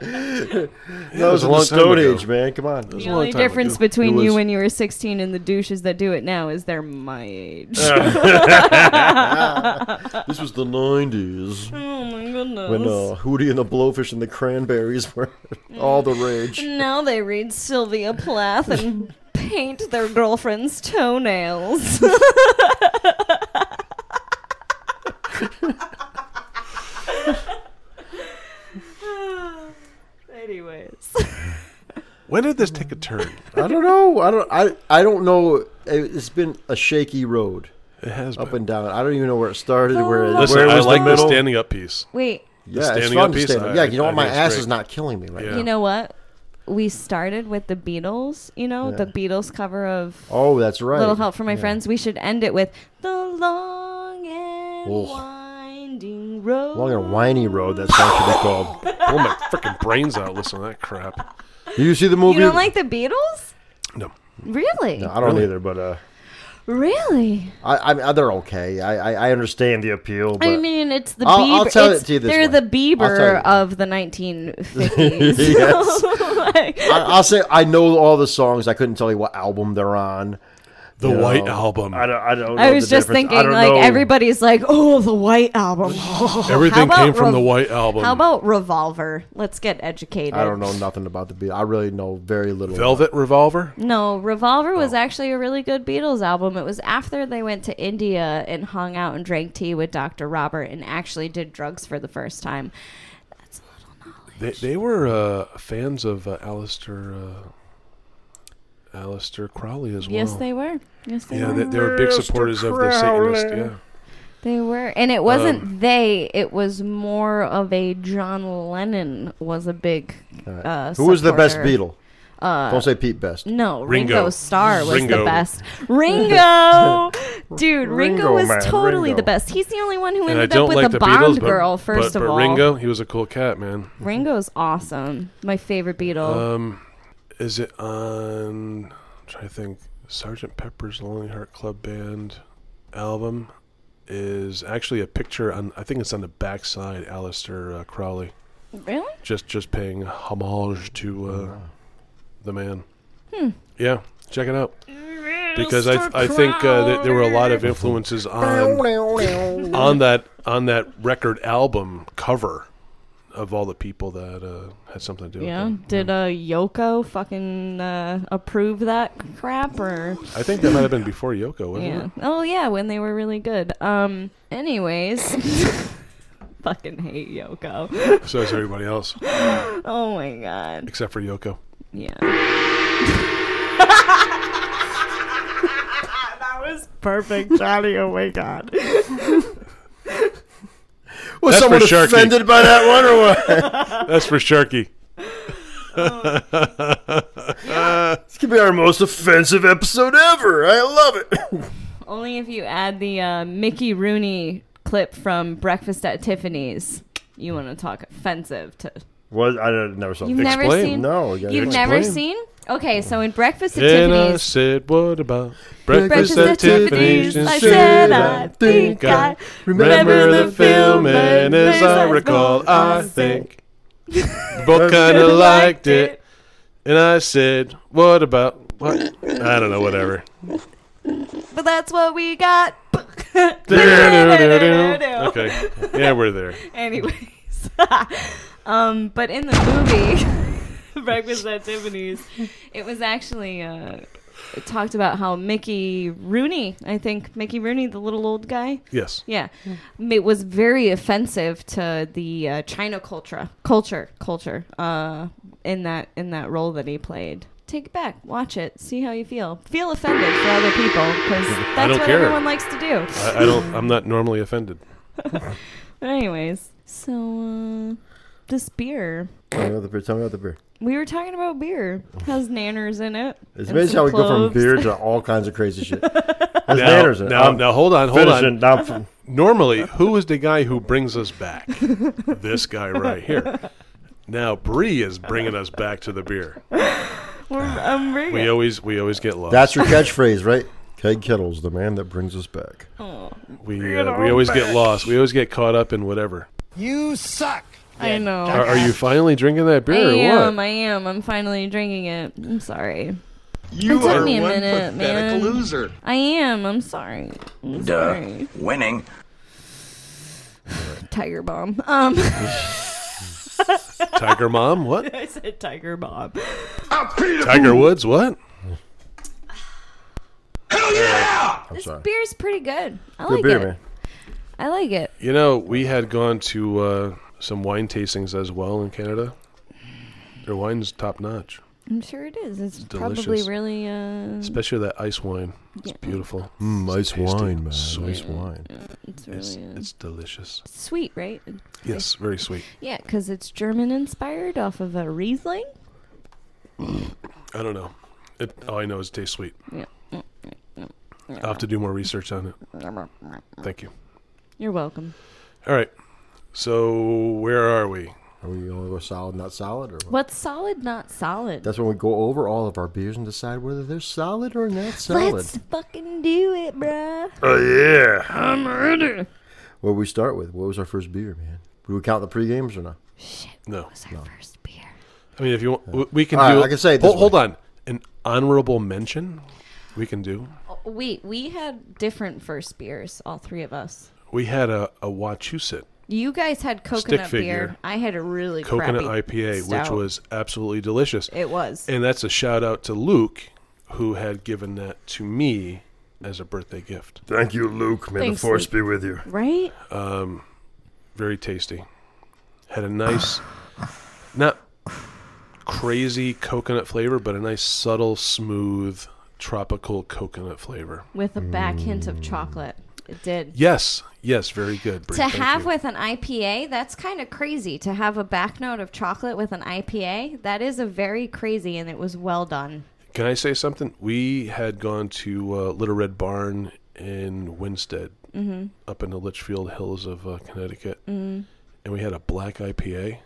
Speaker 5: that was a
Speaker 3: in the
Speaker 5: long
Speaker 3: summer,
Speaker 5: stone
Speaker 3: though.
Speaker 5: age, man. Come on.
Speaker 6: The only
Speaker 3: long time
Speaker 6: difference
Speaker 3: ago.
Speaker 6: between
Speaker 5: It
Speaker 6: you
Speaker 5: was-
Speaker 6: when you were 16 and the douches that do it now is they're my age.
Speaker 5: This was the 90s
Speaker 6: oh my goodness.
Speaker 5: when uh, Hootie and the Blowfish and the Cranberries were
Speaker 6: Mm.
Speaker 5: all the rage.
Speaker 6: Now they read Sylvia Plath and paint their girlfriend's toenails. Anyways,
Speaker 3: When did this take a turn?
Speaker 5: I don't know. I don't. I. I don't know. It- It's been a shaky road,
Speaker 3: It has
Speaker 5: up
Speaker 3: been.
Speaker 5: and down. I don't even know where it started. Where it,
Speaker 3: Listen,
Speaker 5: where it
Speaker 3: I
Speaker 5: was
Speaker 3: like
Speaker 5: the
Speaker 3: the
Speaker 5: middle.
Speaker 3: standing up piece.
Speaker 6: wait.
Speaker 5: yeah, it's
Speaker 3: standing
Speaker 5: fun
Speaker 3: up
Speaker 5: to
Speaker 3: piece,
Speaker 5: stand up.
Speaker 3: I-
Speaker 5: Yeah, you know
Speaker 3: I
Speaker 5: what? My
Speaker 3: think it's
Speaker 5: ass
Speaker 3: great.
Speaker 5: is not killing me right
Speaker 3: Yeah.
Speaker 5: now.
Speaker 6: You know what? We started with the Beatles. You know the Beatles cover of
Speaker 5: Oh, that's right.
Speaker 6: "Little Help from My Friends." We should end it with the long and
Speaker 5: Oof.
Speaker 6: winding road.
Speaker 5: Long and whiny road. That's what it should be called.
Speaker 3: Blow my freaking brains out. Listen to that crap.
Speaker 5: Do you see the movie?
Speaker 6: You don't like the Beatles?
Speaker 3: No.
Speaker 6: Really?
Speaker 5: I don't either, but uh,
Speaker 6: Really?
Speaker 5: I, I, I they're okay. I, I, I understand the appeal, but
Speaker 6: I mean, it's the
Speaker 5: I'll-
Speaker 6: Bieber.
Speaker 5: I'll tell
Speaker 6: it's-
Speaker 5: it to you this
Speaker 6: they're
Speaker 5: way.
Speaker 6: the
Speaker 5: I'll tell
Speaker 6: Bieber
Speaker 5: you.
Speaker 6: of the 1950s.
Speaker 5: Yes.
Speaker 6: Like,
Speaker 5: I, I'll say I know all the songs. I couldn't tell you what album they're on.
Speaker 3: The
Speaker 5: You
Speaker 3: White
Speaker 5: know,
Speaker 3: Album.
Speaker 4: I don't. I don't.
Speaker 6: I
Speaker 4: know
Speaker 6: was
Speaker 4: the
Speaker 6: just
Speaker 4: difference.
Speaker 6: thinking,
Speaker 4: I don't
Speaker 6: like
Speaker 4: know.
Speaker 6: everybody's like, "Oh, the White Album."
Speaker 3: Everything
Speaker 6: Oh, How
Speaker 3: came
Speaker 6: about
Speaker 3: from
Speaker 6: Rev-
Speaker 3: the White Album.
Speaker 6: How about Revolver? Let's get educated.
Speaker 5: I don't know nothing about the Beatles. I really know very little. about
Speaker 3: Velvet Revolver?
Speaker 6: No, Revolver was actually a really good Beatles album. It was after they went to India and hung out and drank tea with Dr. Robert and actually did drugs for the first time.
Speaker 3: They, they were uh, fans of uh, Alistair, uh, Alistair Crowley as well.
Speaker 6: Yes, they were. Yes, they
Speaker 3: Yeah,
Speaker 6: were.
Speaker 3: they, they were big
Speaker 4: Mr.
Speaker 3: supporters of the Satanist.
Speaker 4: Crowley.
Speaker 3: Yeah.
Speaker 6: They were, and it wasn't
Speaker 5: Um,
Speaker 6: they. It was more of a John Lennon was a big. Uh,
Speaker 5: Who was the best
Speaker 6: supporter. Uh,
Speaker 5: Beatle? Don't say Pete Best.
Speaker 6: No, Ringo,
Speaker 3: Ringo.
Speaker 6: Starr was the
Speaker 3: Ringo.
Speaker 6: best. Ringo, dude, Ringo,
Speaker 4: Ringo,
Speaker 6: was
Speaker 4: man,
Speaker 6: totally
Speaker 4: Ringo.
Speaker 6: the best. He's the only one who
Speaker 3: And I
Speaker 6: ended
Speaker 3: don't
Speaker 6: up with
Speaker 3: like
Speaker 6: the
Speaker 3: the
Speaker 6: Bond
Speaker 3: Beatles, but,
Speaker 6: girl.
Speaker 3: but-
Speaker 6: First
Speaker 3: but
Speaker 6: of all,
Speaker 3: Ringo, he was a cool cat, man.
Speaker 6: Ringo's awesome. My favorite Beatle.
Speaker 3: Um, is it on? I'm trying to think. Sergeant Pepper's Lonely Heart Club Band album is actually a picture on. I think it's on the backside. Alistair uh, Crowley,
Speaker 6: really?
Speaker 3: just just paying homage to uh, the man. Hmm. Yeah, check it out because I I think uh, that there were a lot of influences on on that on that record album cover. of all the people that uh, had something to do
Speaker 6: Yeah.
Speaker 3: with it.
Speaker 6: Did uh, Yoko fucking uh, approve that crap or?
Speaker 3: I think that might have been before Yoko, wasn't
Speaker 6: Yeah.
Speaker 3: it?
Speaker 6: Oh yeah, when they were really good. Um. Anyways. fucking hate Yoko.
Speaker 3: So is everybody else,
Speaker 6: Oh my god.
Speaker 3: except for Yoko.
Speaker 6: Yeah. that was perfect, Johnny. Oh my god.
Speaker 5: Was
Speaker 3: That's
Speaker 5: someone
Speaker 3: for Sharky.
Speaker 5: offended by that one or what?
Speaker 3: That's for Sharky.
Speaker 5: this could be our most offensive episode ever. I love it.
Speaker 6: Only if you add the uh, Mickey Rooney clip from Breakfast at Tiffany's. You want to talk offensive to?
Speaker 5: What? I don't- never saw
Speaker 6: You've
Speaker 5: that.
Speaker 6: never
Speaker 3: Explain.
Speaker 6: seen?
Speaker 5: No, you gotta
Speaker 6: You've
Speaker 5: explain.
Speaker 6: never seen? Okay, so in Breakfast at
Speaker 3: And I
Speaker 6: Tiffany's.
Speaker 3: said, what about
Speaker 6: Breakfast at Tiffany's. I said I think I
Speaker 3: remember the film, and as I recall, I think both kind of liked it. And I said, what about what? I don't know, whatever.
Speaker 6: But that's what we got.
Speaker 3: okay, yeah, we're there.
Speaker 6: Anyways, um, but in the movie Breakfast at Tiffany's, it was actually uh, it talked about how Mickey Rooney, I think Mickey Rooney, the little old guy,
Speaker 3: Yes.
Speaker 6: yeah, it was very offensive to the uh, China culture, culture, culture, uh, in that in that role that he played. Take it back, watch it, see how you feel. Feel offended for other people because that's
Speaker 3: don't
Speaker 6: what
Speaker 3: care.
Speaker 6: everyone likes to do.
Speaker 3: I, I don't. I'm not normally offended.
Speaker 6: But anyways, so uh, this beer.
Speaker 5: Tell me about the beer. Tell me about the beer.
Speaker 6: We were talking about beer. Has nanners in it.
Speaker 5: Oh. It's
Speaker 6: and
Speaker 5: amazing
Speaker 6: some
Speaker 5: how we go
Speaker 6: cloves.
Speaker 5: from beer to all kinds of crazy shit. That's
Speaker 3: Now,
Speaker 5: manners.
Speaker 3: now,
Speaker 5: I'm
Speaker 3: now, hold on, hold
Speaker 5: finishing.
Speaker 3: on.
Speaker 5: Now I'm from-
Speaker 3: Normally, who is the guy who brings us back? this guy right here. Now Bree is bringing us back to the beer.
Speaker 6: We're, um, I'm bringing
Speaker 3: We always we always get lost.
Speaker 5: that's your catchphrase, right? Keg Kettles, the man that brings us back.
Speaker 3: we uh, we always get lost. We always get caught up in whatever.
Speaker 8: You suck.
Speaker 6: I know.
Speaker 3: Are, are you finally drinking that
Speaker 6: I
Speaker 3: beer or
Speaker 6: am.
Speaker 3: what?
Speaker 6: I am. I'm finally drinking it. I'm sorry.
Speaker 9: You
Speaker 6: It took
Speaker 9: are
Speaker 6: me a
Speaker 9: one
Speaker 6: minute,
Speaker 9: pathetic
Speaker 6: man.
Speaker 9: loser.
Speaker 6: I am. I'm sorry. I'm sorry.
Speaker 7: Winning.
Speaker 6: Tiger bomb. Um,
Speaker 3: Tiger Mom, what?
Speaker 6: I said tiger bomb.
Speaker 3: Tiger Woods, what?
Speaker 5: I'm sorry.
Speaker 6: Beer's pretty good. I
Speaker 5: Good
Speaker 6: like
Speaker 5: beer,
Speaker 6: it.
Speaker 5: man.
Speaker 6: I like it.
Speaker 3: You know, we had gone to uh, some wine tastings as well in Canada. Their wine's top notch,
Speaker 6: I'm sure it is. It's probably
Speaker 3: delicious.
Speaker 6: really. Uh,
Speaker 3: especially that ice wine. It's beautiful.
Speaker 5: Mm, ice
Speaker 3: tasty.
Speaker 5: wine, man.
Speaker 3: Sweet.
Speaker 5: Ice wine.
Speaker 6: it's really
Speaker 3: It's,
Speaker 6: uh,
Speaker 3: it's delicious.
Speaker 6: sweet, right?
Speaker 3: Yes, very sweet.
Speaker 6: Yeah, because it's German inspired off of a Riesling.
Speaker 3: I don't know. It, all I know is it tastes sweet.
Speaker 6: Yeah. Mm,
Speaker 3: I'll have to do more research on it. Thank you.
Speaker 6: You're welcome.
Speaker 3: All right. So where are we?
Speaker 5: Are we going to go solid, not solid? Or what?
Speaker 6: What's solid, not solid?
Speaker 5: That's when we go over all of our beers and decide whether they're solid or not solid.
Speaker 6: Let's fucking do it, bruh.
Speaker 4: Oh, yeah.
Speaker 5: What did we start with? What was our first beer, man? Do we count the pre games or not?
Speaker 3: No.
Speaker 6: It's our first beer.
Speaker 3: I mean, if you want, w- we can
Speaker 5: All right,
Speaker 3: do.
Speaker 5: I can say it
Speaker 3: Hold,
Speaker 5: this
Speaker 3: hold on. An honorable mention. We can do.
Speaker 6: We we had different first beers, all three of us.
Speaker 3: We had a a Wachusett
Speaker 6: You guys had coconut
Speaker 3: figure.
Speaker 6: beer. I had a really
Speaker 3: coconut
Speaker 6: crappy
Speaker 3: IPA, which
Speaker 6: stout.
Speaker 3: was absolutely delicious.
Speaker 6: it was.
Speaker 3: And that's a shout out to Luke, who had given that to me as a birthday gift.
Speaker 4: Thank you, Luke. May
Speaker 6: Thanks,
Speaker 4: the force
Speaker 6: Luke.
Speaker 4: be with you.
Speaker 6: Right?
Speaker 3: Very tasty. Had a nice, not crazy coconut flavor, but a nice subtle, smooth tropical coconut flavor.
Speaker 6: With a back hint
Speaker 3: Mm.
Speaker 6: of chocolate. It did.
Speaker 3: Yes, yes, very good. Bree,
Speaker 6: To
Speaker 3: thank
Speaker 6: have
Speaker 3: you.
Speaker 6: with an IPA, that's kind of crazy. To have a back note of chocolate with an IPA, that is a very crazy, and it was well done.
Speaker 3: Can I say something? We had gone to uh, Little Red Barn in Winstead,
Speaker 6: Mm-hmm.
Speaker 3: up in the Litchfield Hills of uh, Connecticut, and we had a black IPA.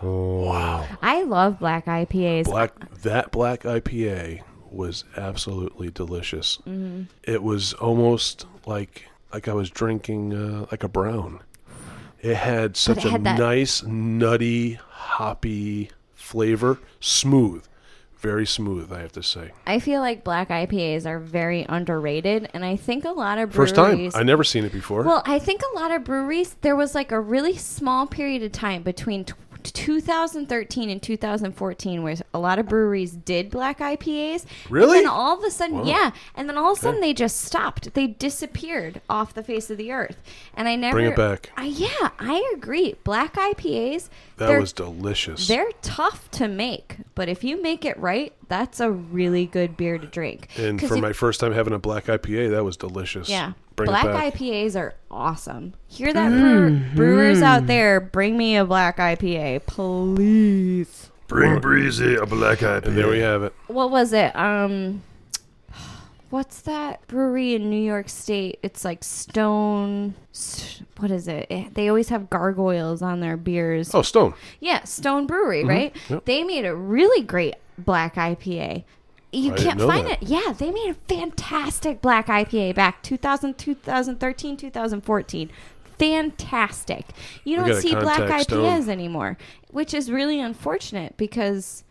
Speaker 6: I love black IPAs.
Speaker 3: Black that black IPA was absolutely delicious.
Speaker 6: Mm-hmm.
Speaker 3: It was almost like like I was drinking uh, like a brown. It had such
Speaker 6: it had
Speaker 3: a
Speaker 6: that-
Speaker 3: nice nutty hoppy flavor, smooth, very smooth. I have to say.
Speaker 6: I feel like black IPAs are very underrated, and I think a lot of breweries.
Speaker 3: First time. I never seen it before.
Speaker 6: Well, I think a lot of breweries, there was like a really small period of time between t- 2013 and 2014 where a lot of breweries did black IPAs.
Speaker 3: Really?
Speaker 6: And then all of a sudden,
Speaker 3: Wow.
Speaker 6: yeah. And then all of a sudden they just stopped. They disappeared off the face of the earth. And I never.
Speaker 3: Bring it back.
Speaker 6: I, yeah, I agree. Black IPAs,
Speaker 3: that
Speaker 6: they're,
Speaker 3: was delicious.
Speaker 6: they're tough to make, but if you make it right, that's a really good beer to drink.
Speaker 3: And
Speaker 6: 'Cause
Speaker 3: for
Speaker 6: you-
Speaker 3: my first time having a black IPA, that was delicious.
Speaker 6: yeah.
Speaker 3: Bring
Speaker 6: black
Speaker 3: it back.
Speaker 6: IPAs are awesome. Hear that, brewer- brewers out there? Bring me a black IPA, please.
Speaker 4: Bring Breezy a black IPA.
Speaker 3: and there we have it.
Speaker 6: What was it? Um, what's that brewery in New York State? It's like Stone. S- What is it? It- They always have gargoyles on their beers.
Speaker 3: Oh, Stone.
Speaker 6: Yeah, Stone Brewery, right?
Speaker 3: Mm-hmm. Yep.
Speaker 6: They made a really great black IPA. You
Speaker 3: I didn't
Speaker 6: can't
Speaker 3: know
Speaker 6: find
Speaker 3: that.
Speaker 6: it. Yeah, they made a fantastic black IPA back 2000, 2013, 2014. Fantastic. You
Speaker 3: We
Speaker 6: don't
Speaker 3: gotta
Speaker 6: see black IPAs
Speaker 3: contact Stone.
Speaker 6: anymore, which is really unfortunate because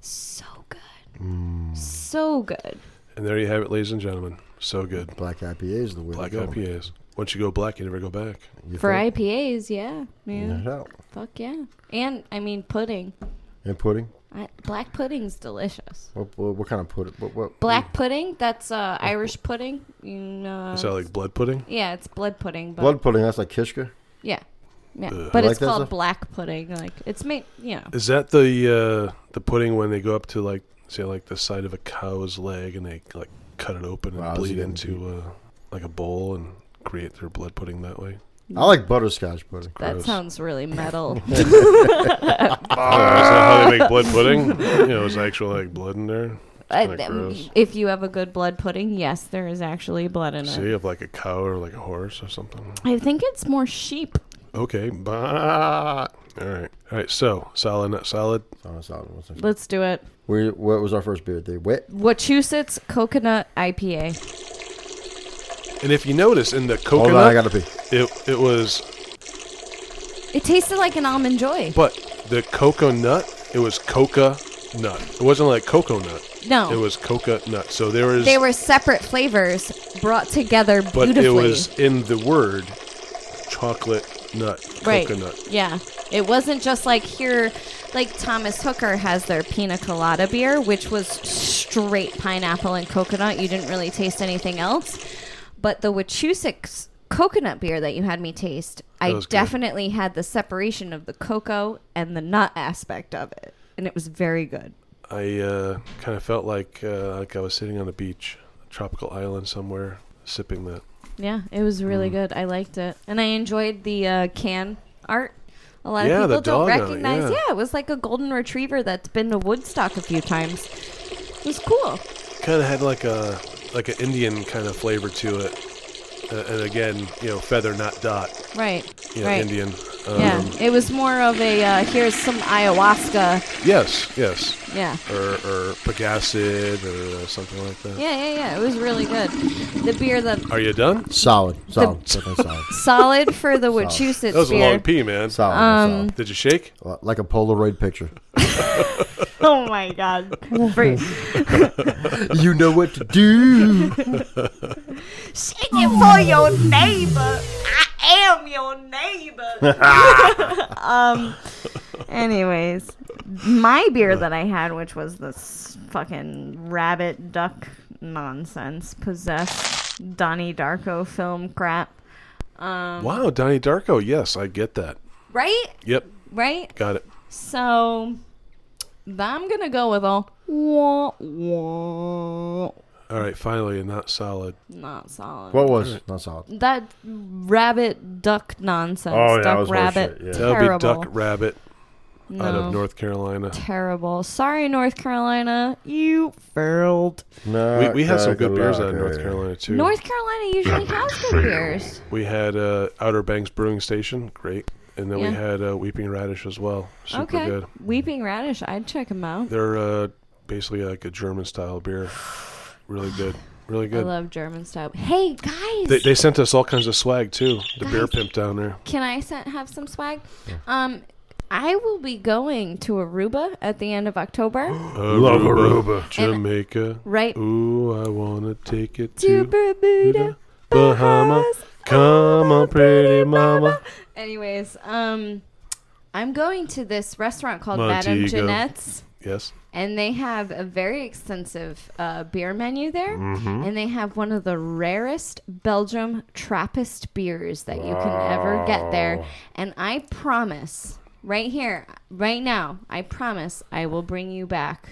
Speaker 6: so good.
Speaker 3: Mm.
Speaker 6: So good.
Speaker 3: And there you have it, ladies and gentlemen. So good.
Speaker 5: Black IPA is the way
Speaker 3: Black
Speaker 5: to go.
Speaker 3: IPAs. Once you go black, you never go back.
Speaker 5: You
Speaker 6: For
Speaker 5: think?
Speaker 6: IPAs, yeah. Yeah.
Speaker 5: Yeah.
Speaker 6: Fuck yeah. And I mean pudding.
Speaker 5: And pudding.
Speaker 6: I, black pudding's delicious.
Speaker 5: What, what, what kind of pudding? What, what?
Speaker 6: Black pudding. That's uh, Irish pudding. You know.
Speaker 3: Mm. Is that like blood pudding?
Speaker 6: Oh, yeah, it's blood pudding, but
Speaker 5: Blood pudding. That's like kishka.
Speaker 6: yeah, yeah. but
Speaker 5: Like
Speaker 6: it's
Speaker 5: that
Speaker 6: called
Speaker 5: stuff?
Speaker 6: black pudding. Like it's made. You know.
Speaker 3: Is that the uh, the pudding when they go up to like say like the side of a cow's leg and they like cut it open and
Speaker 5: Wow, this is
Speaker 3: bleed
Speaker 5: getting
Speaker 3: into uh, like a bowl and create their blood pudding that way?
Speaker 5: I like butterscotch pudding.
Speaker 6: That
Speaker 3: gross.
Speaker 6: sounds really metal.
Speaker 5: Ah.
Speaker 3: Oh, is that how they make blood pudding? you know, it's actual like blood in there.
Speaker 6: Uh,
Speaker 3: kinda
Speaker 6: th-
Speaker 3: gross.
Speaker 6: if you have a good blood pudding, yes, there is actually blood in
Speaker 3: So
Speaker 6: it.
Speaker 3: you have like a cow or like a horse or something.
Speaker 6: I think it's more sheep.
Speaker 3: Okay, bah. All right, all right. So solid, not solid.
Speaker 5: Oh, it's not- what's it-
Speaker 6: Let's do it.
Speaker 5: We, what was our first beer? The wet.
Speaker 6: Wachusett Coconut IPA.
Speaker 3: And if you notice in the coconut,
Speaker 5: Hold on, I gotta pee.
Speaker 3: it it was,
Speaker 6: It tasted like an almond joy.
Speaker 3: but the coconut, it was coca nut. It wasn't like coconut.
Speaker 6: No.
Speaker 3: it was coca nut. So there is,
Speaker 6: They were separate flavors brought together beautifully.
Speaker 3: but it was in the word chocolate nut,
Speaker 6: right.
Speaker 3: coconut.
Speaker 6: Yeah. It wasn't just like here, like Thomas Hooker has their pina colada beer, which was straight pineapple and coconut. You didn't really taste anything else. But the Wachusett coconut beer that you had me taste, I
Speaker 3: was good.
Speaker 6: definitely had the separation of the cocoa and the nut aspect of it. And it was very good.
Speaker 3: I uh, kind of felt like uh, like I was sitting on a beach, a tropical island somewhere, sipping that.
Speaker 6: Yeah, it was
Speaker 3: Mm.
Speaker 6: really good. I liked it, and I enjoyed the uh, can art. A lot
Speaker 3: Yeah,
Speaker 6: of
Speaker 3: the
Speaker 6: people don't
Speaker 3: dog on it,
Speaker 6: recognize.
Speaker 3: yeah.
Speaker 6: yeah. it was like a golden retriever that's been to Woodstock a few times. It was cool.
Speaker 3: kind of had like a like an Indian kind of flavor to it, uh, and again, you know, feather not dot,
Speaker 6: Right.
Speaker 3: you know,
Speaker 6: right.
Speaker 3: Indian. Um,
Speaker 6: Yeah, it was more of a uh, here's some ayahuasca.
Speaker 3: Yes, yes,
Speaker 6: Yeah.
Speaker 3: or or pagacid or uh, something like that.
Speaker 6: Yeah, yeah, yeah. It was really good. The beer that
Speaker 3: Are you done?
Speaker 5: Solid. Solid. Definitely solid.
Speaker 6: solid for the Wachusett
Speaker 3: That was a
Speaker 6: beer.
Speaker 3: long pee, man.
Speaker 5: Solid. solid.
Speaker 3: Did you shake?
Speaker 5: Li- Like a Polaroid picture.
Speaker 6: Oh my god. Free.
Speaker 5: you know what to do.
Speaker 10: Singing for your neighbor. I am your neighbor.
Speaker 6: Um, Anyways, my beer that I had, which was this fucking rabbit duck nonsense, possessed Donnie Darko film crap. Um.
Speaker 3: wow, Donnie Darko. Yes, I get that.
Speaker 6: Right?
Speaker 3: Yep,
Speaker 6: Right?
Speaker 3: got it.
Speaker 6: So, th- I'm gonna go with a wah, wah,
Speaker 3: All right, finally, and not solid.
Speaker 6: not solid.
Speaker 5: What was? Not solid.
Speaker 6: that rabbit duck nonsense.
Speaker 4: Oh, yeah, that
Speaker 6: duck
Speaker 4: was
Speaker 6: rabbit.
Speaker 4: horseshit, yeah.
Speaker 3: That would be
Speaker 6: Terrible.
Speaker 3: Duck Rabbit out
Speaker 6: No.
Speaker 3: of North Carolina.
Speaker 6: Terrible. Sorry, North Carolina. You failed.
Speaker 5: No.
Speaker 3: We, we had some good beers out of North Carolina too.
Speaker 6: North Carolina usually has good beers.
Speaker 3: We had uh, Outer Banks Brewing Station, great, and then
Speaker 6: Yeah.
Speaker 3: we had uh, Weeping Radish as well, super
Speaker 6: Okay.
Speaker 3: good.
Speaker 6: Weeping Radish, I'd check them out.
Speaker 3: They're uh, basically like a German style beer, really good, really
Speaker 6: I
Speaker 3: good.
Speaker 6: love German style. Hey guys,
Speaker 3: They, they sent us all kinds of swag too. The beer pimp down there.
Speaker 6: can I send, have some swag? Um, I will be going to Aruba at the end of October.
Speaker 4: Love Aruba.
Speaker 3: Jamaica.
Speaker 6: Right.
Speaker 3: Ooh, I wanna take it
Speaker 6: To
Speaker 3: to,
Speaker 6: Bermuda,
Speaker 3: Bahamas. Come on, pretty mama.
Speaker 6: Anyways, um, I'm going to this restaurant called Madame
Speaker 3: Montego.
Speaker 6: Jeanette's.
Speaker 3: Yes.
Speaker 6: And they have a very extensive uh, beer menu there,
Speaker 3: Mhm.
Speaker 6: and they have one of the rarest Belgium Trappist beers that you can ever get there.
Speaker 10: Wow.
Speaker 6: And I promise, right here, right now, I promise, I will bring you back.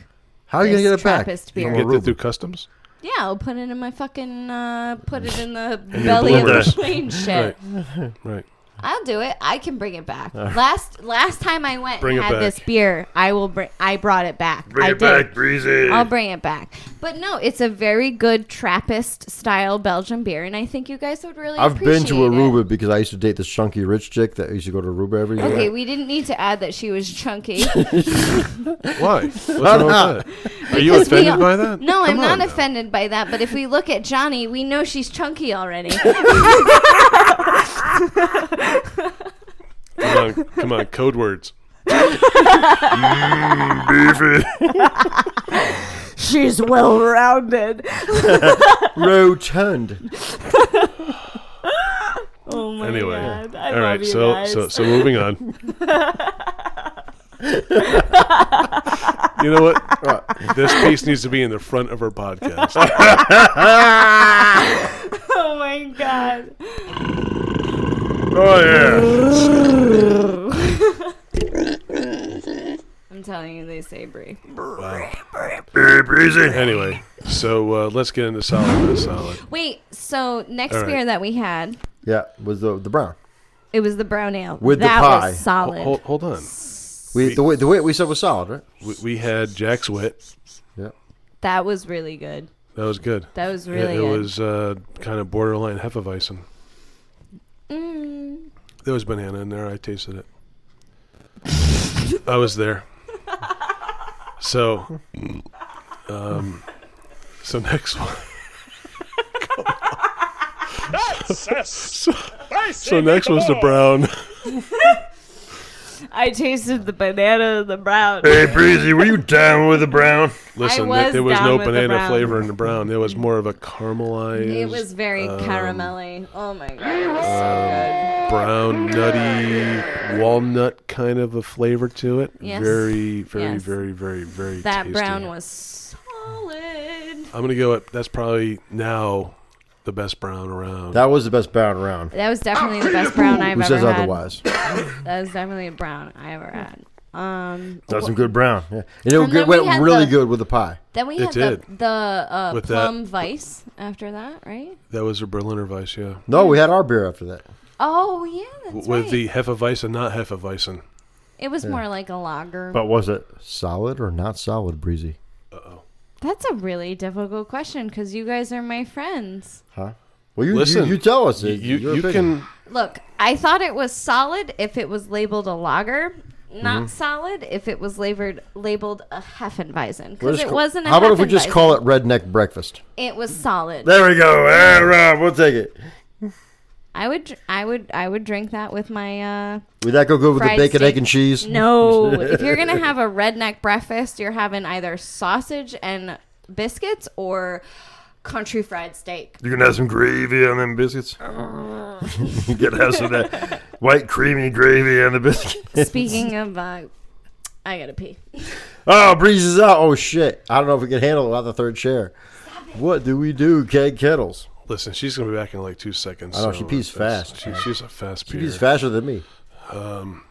Speaker 5: How are you
Speaker 6: this
Speaker 5: gonna get it back?
Speaker 6: Trappist
Speaker 3: You
Speaker 6: beer.
Speaker 3: can get that through customs.
Speaker 6: Yeah, I'll put it in my fucking uh, put it in the
Speaker 3: In your
Speaker 6: belly of the
Speaker 3: bloopers.
Speaker 6: plane shit.
Speaker 3: Right. right.
Speaker 6: I'll do it. I can bring it back.
Speaker 3: All right.
Speaker 6: Last last time I went
Speaker 3: Bring it
Speaker 6: and had
Speaker 3: back.
Speaker 6: this beer, I will bring. I brought it back.
Speaker 4: Bring
Speaker 6: I
Speaker 4: it
Speaker 6: did.
Speaker 4: back, Breezy.
Speaker 6: I'll bring it back. But no, it's a very good Trappist style Belgian beer, and I think you guys would really.
Speaker 5: I've been to
Speaker 6: appreciate it.
Speaker 5: Aruba because I used to date this chunky rich chick that used to go to Aruba every year.
Speaker 6: Okay, we didn't need to add that she was chunky.
Speaker 3: Why? What's wrong with that? Are you
Speaker 6: Because we
Speaker 3: offended
Speaker 6: all-
Speaker 3: by that?
Speaker 6: No, I'm
Speaker 3: Come
Speaker 6: not
Speaker 3: on now.
Speaker 6: offended by that. But if we look at Johnny, we know she's chunky already.
Speaker 3: Come on, come on, code words.
Speaker 10: She's well rounded.
Speaker 5: Rotund.
Speaker 10: Oh my
Speaker 3: anyway,
Speaker 10: god. I
Speaker 3: all
Speaker 10: love
Speaker 3: right.
Speaker 10: you
Speaker 3: so,
Speaker 10: guys.
Speaker 3: so, so moving on. You know what? Uh, this piece needs to be in the front of our podcast.
Speaker 10: oh my god.
Speaker 6: Oh yeah. I'm telling you, they say Brie.
Speaker 3: Very breezy. Anyway, so uh, let's get into solid. Into solid.
Speaker 6: Wait, so next
Speaker 5: All right.
Speaker 6: beer that we had,
Speaker 5: Yeah, was the the brown
Speaker 6: it was the brown ale.
Speaker 5: with
Speaker 6: that
Speaker 5: the pie.
Speaker 6: was solid.
Speaker 3: Hold, hold on.
Speaker 5: We the way the way we said was solid, right?
Speaker 3: We, we had Jack's wit.
Speaker 5: Yeah,
Speaker 6: That was really good.
Speaker 3: that was good.
Speaker 6: That was
Speaker 3: It-
Speaker 6: really
Speaker 3: It,
Speaker 6: good.
Speaker 3: was uh, kind of borderline hefeweizen.
Speaker 6: Mm.
Speaker 3: There was banana in there. I tasted it. I was there. So, um, so next one. so, so next was the brown.
Speaker 10: I tasted the banana and the brown.
Speaker 4: Hey, Breezy, were you down with the brown?
Speaker 3: Listen,
Speaker 10: was
Speaker 3: there, there was
Speaker 10: down
Speaker 3: no
Speaker 10: with the
Speaker 3: banana
Speaker 10: brown.
Speaker 3: flavor in the brown. There was more of a caramelized.
Speaker 6: It was very
Speaker 3: um,
Speaker 6: caramelly. Oh my god, it was
Speaker 3: um, brown, nutty, walnut kind of a flavor to it.
Speaker 6: Yes.
Speaker 3: Very, very,
Speaker 6: Yes.
Speaker 3: very, very, very.
Speaker 6: so that
Speaker 3: tasty.
Speaker 6: brown was solid.
Speaker 3: I'm gonna go. At, that's probably now the best brown around.
Speaker 5: that was the best brown round.
Speaker 6: That was definitely the best brown I've
Speaker 5: Who
Speaker 6: ever
Speaker 5: says
Speaker 6: had.
Speaker 5: otherwise?
Speaker 6: that was definitely a brown I ever
Speaker 3: Hmm.
Speaker 6: had. Um,
Speaker 5: That's
Speaker 6: wh-
Speaker 5: some good brown. Yeah, you know,
Speaker 6: And
Speaker 5: it
Speaker 6: then we
Speaker 5: went
Speaker 6: had
Speaker 5: really
Speaker 6: the-
Speaker 5: good with the pie.
Speaker 6: Then we
Speaker 3: It
Speaker 6: had the,
Speaker 3: did.
Speaker 6: the uh,
Speaker 3: With that-
Speaker 6: plum vice after that, right?
Speaker 3: That was a Berliner Weiss, yeah.
Speaker 5: No, we had our beer after that.
Speaker 6: Oh yeah, that's
Speaker 3: W- With
Speaker 6: right.
Speaker 3: the Hefeweizen, not Hefeweizen.
Speaker 6: it was
Speaker 5: Yeah.
Speaker 6: more like a lager.
Speaker 5: But was it solid or not solid, Breezy?
Speaker 6: That's a really difficult question because you guys are my friends.
Speaker 5: Huh? Well, you
Speaker 3: Listen,
Speaker 5: you, you tell us. it-
Speaker 3: you-
Speaker 5: your
Speaker 3: you
Speaker 5: opinion.
Speaker 6: Look, I thought it was solid if it was labeled a lager. Not
Speaker 5: Mhm.
Speaker 6: solid if it was labeled labeled a Heffenweizen because
Speaker 5: We'll just
Speaker 6: it
Speaker 5: ca-
Speaker 6: wasn't. A
Speaker 5: How about if we just
Speaker 6: Heffenweizen.
Speaker 5: call it redneck breakfast?
Speaker 6: It was solid.
Speaker 5: There we go. Eh, Rob, we'll take it.
Speaker 6: I would, dr- I would, I would drink that with my. uh
Speaker 5: Would that go good with the
Speaker 6: Fried
Speaker 5: bacon, egg,
Speaker 6: steak.
Speaker 5: and cheese?
Speaker 6: No, if you're gonna have a redneck breakfast, you're having either sausage and biscuits or country fried steak.
Speaker 4: You can have some gravy on them biscuits. you can have some of that white creamy gravy on the biscuits.
Speaker 6: Speaking of, uh, I gotta pee.
Speaker 5: Oh, Breeze is out. Oh, shit. I don't know if we can handle it without the third chair. What do we do, keg kettles?
Speaker 3: Listen, she's going to be back in like two seconds.
Speaker 5: I know, she pees
Speaker 3: that's-
Speaker 5: fast,
Speaker 3: She,
Speaker 5: man.
Speaker 3: she's a fast
Speaker 5: She
Speaker 3: peer.
Speaker 5: pees faster than me.
Speaker 3: Um,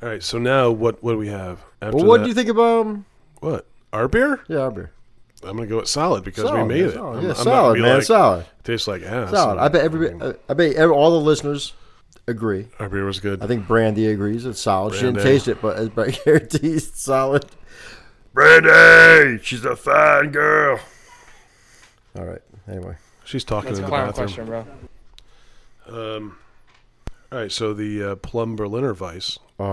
Speaker 3: all right, so now what What do we have? After
Speaker 5: Well, what
Speaker 3: that-
Speaker 5: do you think about um,
Speaker 3: What? Our beer?
Speaker 5: Yeah, our beer.
Speaker 3: I'm going to go with solid because
Speaker 5: Solid,
Speaker 3: we made
Speaker 5: yeah,
Speaker 3: it.
Speaker 5: solid,
Speaker 3: I'm-
Speaker 5: yeah,
Speaker 3: I'm not
Speaker 5: solid,
Speaker 3: gonna be
Speaker 5: man,
Speaker 3: like,
Speaker 5: solid.
Speaker 3: Tastes like ass.
Speaker 5: solid? I bet every, I, I bet every, all the listeners agree.
Speaker 3: Our beer was good.
Speaker 5: I think Brandy agrees. It's solid. She didn't
Speaker 4: Brandy.
Speaker 5: taste it, but but I guarantee it's solid.
Speaker 4: Brandy, she's a fine girl.
Speaker 5: All right. Anyway,
Speaker 3: she's talking
Speaker 11: That's
Speaker 3: in
Speaker 11: a
Speaker 3: the
Speaker 11: clown
Speaker 3: bathroom.
Speaker 11: question, bro.
Speaker 3: Um, all right, so the uh, plum Berliner Weiss.
Speaker 5: Oh.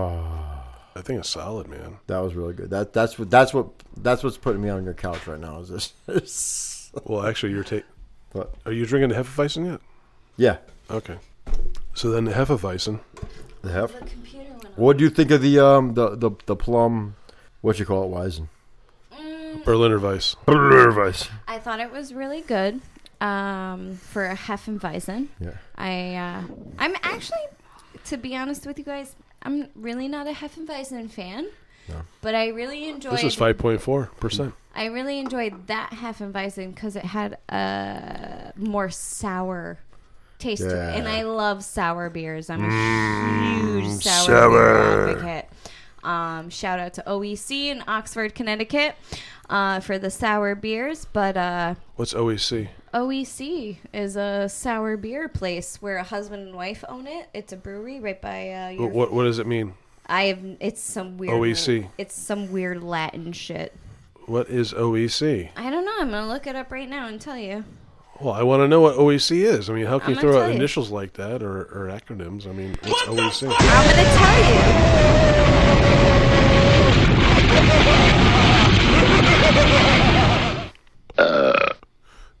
Speaker 3: I think it's solid, man.
Speaker 5: that was really good. That that's what that's what that's what's putting me on your couch right now. Is this?
Speaker 3: Well, actually, you're taking.
Speaker 5: What?
Speaker 3: Are you drinking the Hefeweizen yet?
Speaker 5: yeah.
Speaker 3: Okay. So then the Hefeweizen.
Speaker 5: The Hef.
Speaker 6: The computer went
Speaker 5: What do you think of the um the the, the plum? What you call it, Wisen?
Speaker 3: Berliner Weiss.
Speaker 4: Berliner Weiss.
Speaker 6: I thought it was really good um, for a Heffenweizen.
Speaker 5: Yeah.
Speaker 6: I uh, I'm actually, to be honest with you guys, I'm really not a Heffenweizen fan,
Speaker 3: No.
Speaker 6: but I really enjoyed.
Speaker 3: This is five point four percent.
Speaker 6: I really enjoyed that Heffenweizen because it had a more sour taste to
Speaker 3: Yeah.
Speaker 6: it, and I love sour beers. I'm a
Speaker 4: Mm,
Speaker 6: huge sour,
Speaker 4: sour.
Speaker 6: beer advocate. Um, shout out to OEC in Oxford, Connecticut, uh, for the sour beers. But uh,
Speaker 3: What's E OEC?
Speaker 6: OEC E is a sour beer place where a husband and wife own it. It's a brewery right by uh, your.
Speaker 3: What, what E What does it mean?
Speaker 6: I have. It's some weird.
Speaker 3: OEC.
Speaker 6: It's some weird Latin shit.
Speaker 3: What is E OEC?
Speaker 6: I don't know. I'm gonna look it up right now and tell you.
Speaker 3: Well, I want to know what OEC is. I mean, how can
Speaker 6: I'm
Speaker 3: you
Speaker 6: gonna
Speaker 3: throw
Speaker 6: tell
Speaker 3: out
Speaker 6: you.
Speaker 3: initials like that or, or acronyms? I mean, what's E OEC?
Speaker 6: I'm gonna tell you.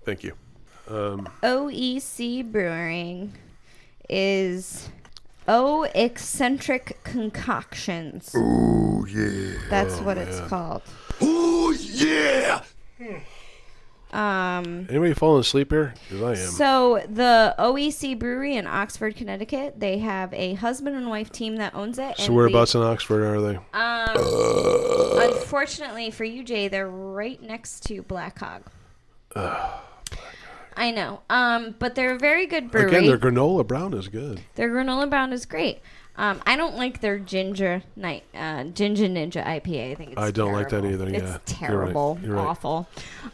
Speaker 3: Thank you. Um,
Speaker 6: OEC E Brewing is O Eccentric Concoctions.
Speaker 4: Ooh, yeah.
Speaker 6: That's
Speaker 3: Oh,
Speaker 6: what it's
Speaker 3: man.
Speaker 6: called.
Speaker 4: Ooh, yeah.
Speaker 6: Um.
Speaker 3: anybody falling asleep here? 'Cause I am.
Speaker 6: So the OEC Brewery in Oxford, Connecticut, they have a husband and wife team that owns it.
Speaker 3: So
Speaker 6: and
Speaker 3: whereabouts in Oxford are they?
Speaker 6: the- Um, unfortunately for you, Jay, they're right next to Black Hog. I know, um, but they're a very good brewery.
Speaker 3: Again, their granola brown is good.
Speaker 6: Their granola brown is great. Um, I don't like their ginger night uh, ginger ninja IPA. I think it's
Speaker 3: I don't like that
Speaker 6: terrible.
Speaker 3: either, yeah.
Speaker 6: it's
Speaker 3: You're right,
Speaker 6: terrible,
Speaker 3: you're right.
Speaker 6: awful.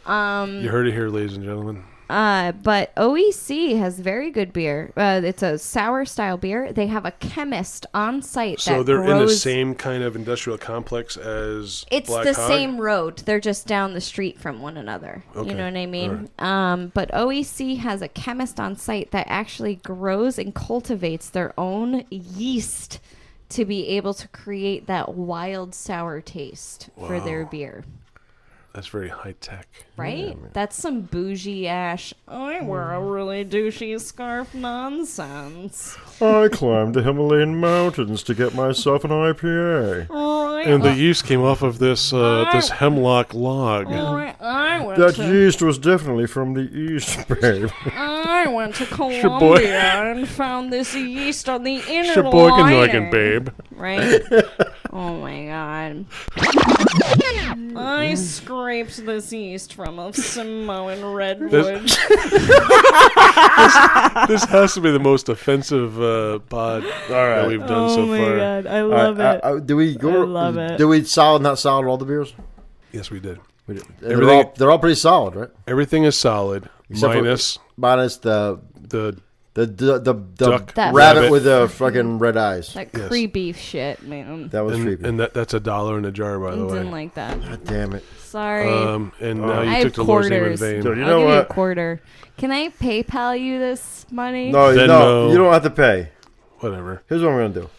Speaker 6: Um,
Speaker 3: You heard it here, ladies and gentlemen.
Speaker 6: uh, but OEC has very good beer. Uh, it's a sour style beer. They have a chemist on site.
Speaker 3: So
Speaker 6: that
Speaker 3: they're in the
Speaker 6: grows-
Speaker 3: same kind of industrial complex as
Speaker 6: It's
Speaker 3: Black
Speaker 6: the
Speaker 3: Hog?
Speaker 6: same road. They're just down the street from one another.
Speaker 3: Okay.
Speaker 6: You know what I mean? Um, but OEC has a chemist on site that actually grows and cultivates their own yeast to be able to create that wild sour taste for their
Speaker 3: Wow.
Speaker 6: beer.
Speaker 3: That's very high tech.
Speaker 6: Right? That's some bougie ash. I wear
Speaker 3: Hmm.
Speaker 6: a really douchey scarf nonsense.
Speaker 4: I climbed the Himalayan mountains to get myself an IPA.
Speaker 6: Right.
Speaker 3: And the yeast came off of this uh, this hemlock log.
Speaker 6: Right, I went
Speaker 4: That
Speaker 6: to-
Speaker 4: yeast was definitely from the east, babe.
Speaker 6: I went to
Speaker 4: your boy-
Speaker 6: Colombia and found this yeast on the inner liner.
Speaker 4: babe.
Speaker 6: Right? oh my god. I scraped this yeast from a Samoan redwood.
Speaker 3: this has to be the most offensive uh, pod that we've done
Speaker 6: Oh
Speaker 3: so far.
Speaker 5: do we go?
Speaker 3: I love it.
Speaker 5: Do we solid not solid all the beers?
Speaker 3: Yes, we did.
Speaker 5: We did. They're
Speaker 3: Everything-
Speaker 5: all, they're all pretty solid, right?
Speaker 3: Everything is solid.
Speaker 5: Except for-
Speaker 3: minus
Speaker 5: minus the
Speaker 3: the
Speaker 5: the the, the,
Speaker 3: Duck.
Speaker 5: rabbit,
Speaker 6: That-
Speaker 5: with the fucking red eyes.
Speaker 6: that
Speaker 3: Yes.
Speaker 6: creepy shit, man.
Speaker 5: That was
Speaker 3: and,
Speaker 5: creepy.
Speaker 3: and that, that's a dollar in a jar, by the way.
Speaker 6: Didn't like that.
Speaker 5: God damn it.
Speaker 6: Sorry.
Speaker 3: Um, and now you
Speaker 6: I have
Speaker 3: took the Lord's name in
Speaker 6: quarters.
Speaker 3: vain.
Speaker 4: you
Speaker 6: I'll
Speaker 4: know
Speaker 6: give you a
Speaker 4: what?
Speaker 6: quarter. Can I PayPal you this money?
Speaker 5: No, you
Speaker 3: Venmo.
Speaker 5: no, you don't have to pay.
Speaker 3: Whatever.
Speaker 5: Here's what I'm gonna do.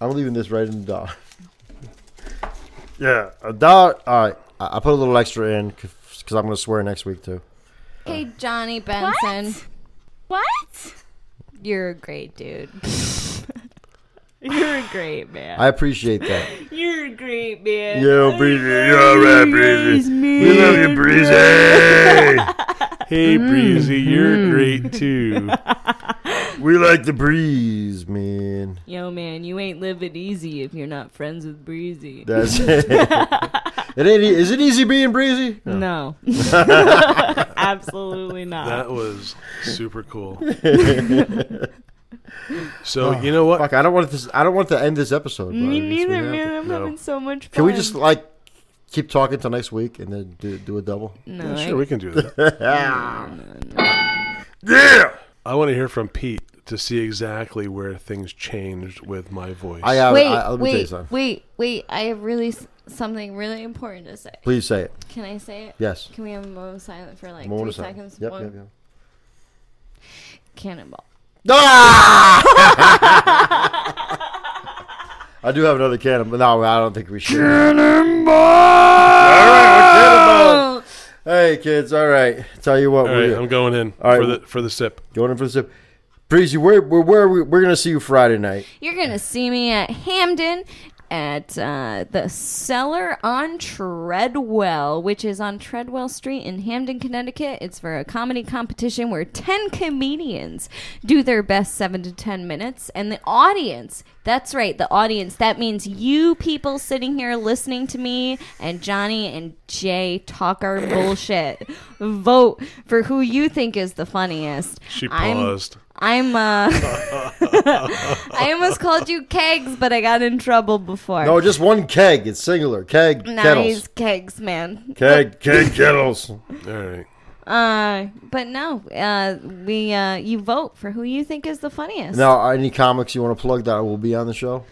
Speaker 5: I'm leaving this right in the dollar.
Speaker 4: Yeah.
Speaker 5: A dollar. All right, I, I put a little extra in because I'm gonna swear next week too.
Speaker 6: Hey, Johnny Benson.
Speaker 10: What?
Speaker 6: You're a great dude. You're a great man.
Speaker 5: I appreciate that.
Speaker 10: You're a great man.
Speaker 4: Yo, Breezy. You're right, Breezy. We love you, Breezy.
Speaker 3: Hey,
Speaker 6: Mm-hmm.
Speaker 3: Breezy, you're great too.
Speaker 5: we like the breeze, man.
Speaker 6: Yo, man, you ain't living easy if you're not friends with Breezy.
Speaker 5: That's it. it ain't. e- Is it easy being breezy?
Speaker 6: No. Absolutely not.
Speaker 3: That was super cool.
Speaker 5: Oh,
Speaker 3: so you know what?
Speaker 5: Fuck, I don't want this. I don't want to end this episode. but
Speaker 6: Me
Speaker 5: I guess we
Speaker 6: neither,
Speaker 5: have
Speaker 6: man.
Speaker 5: to.
Speaker 6: I'm
Speaker 3: No.
Speaker 6: having so much fun.
Speaker 5: Can we just like keep talking till next week and then do, do a double?
Speaker 6: No,
Speaker 3: Yeah,
Speaker 6: I-
Speaker 3: sure, we can do that.
Speaker 4: yeah.
Speaker 3: I want to hear from Pete to see exactly where things changed with my voice.
Speaker 5: I uh, have.
Speaker 6: wait,
Speaker 5: I, I- let me tell you
Speaker 6: wait,
Speaker 5: something.
Speaker 6: wait, wait. I have really s- something really important to say.
Speaker 5: Please say it.
Speaker 6: Can I say it?
Speaker 5: Yes.
Speaker 6: Can we have a moment of silence for like
Speaker 5: Moment of
Speaker 6: three
Speaker 5: silence.
Speaker 6: seconds?
Speaker 5: Yep,
Speaker 6: One
Speaker 5: yep, yep.
Speaker 6: cannonball.
Speaker 5: I do have another cannon, but no, I don't think we should.
Speaker 6: Oh,
Speaker 5: All right, we're cannonball. Hey, kids. All right. Tell you what.
Speaker 3: All right,
Speaker 5: we
Speaker 3: I'm going in
Speaker 5: All right.
Speaker 3: for the for the sip.
Speaker 5: Going in for the sip. Breezy, where, where, where are we, we're going to see you Friday night.
Speaker 6: You're gonna see me at Hamden at uh, the cellar on Treadwell, which is on Treadwell Street in Hamden, Connecticut. It's for a comedy competition where 10 comedians do their best 7 to 10 minutes. And the audience, that's right, the audience, that means you people sitting here listening to me and Johnny and Jay talk our bullshit. Vote for who you think is the funniest.
Speaker 3: She
Speaker 6: I'm-
Speaker 3: paused.
Speaker 6: I'm uh I almost called you kegs, but I got in trouble before.
Speaker 5: No, just one keg. It's singular. Keg,
Speaker 6: nice
Speaker 5: kettles.
Speaker 6: kegs, man.
Speaker 5: Keg, keg, kettles. All
Speaker 3: right.
Speaker 6: Uh but no, uh we uh you vote for who you think is the funniest.
Speaker 5: Now, any comics you want to plug that will be on the show?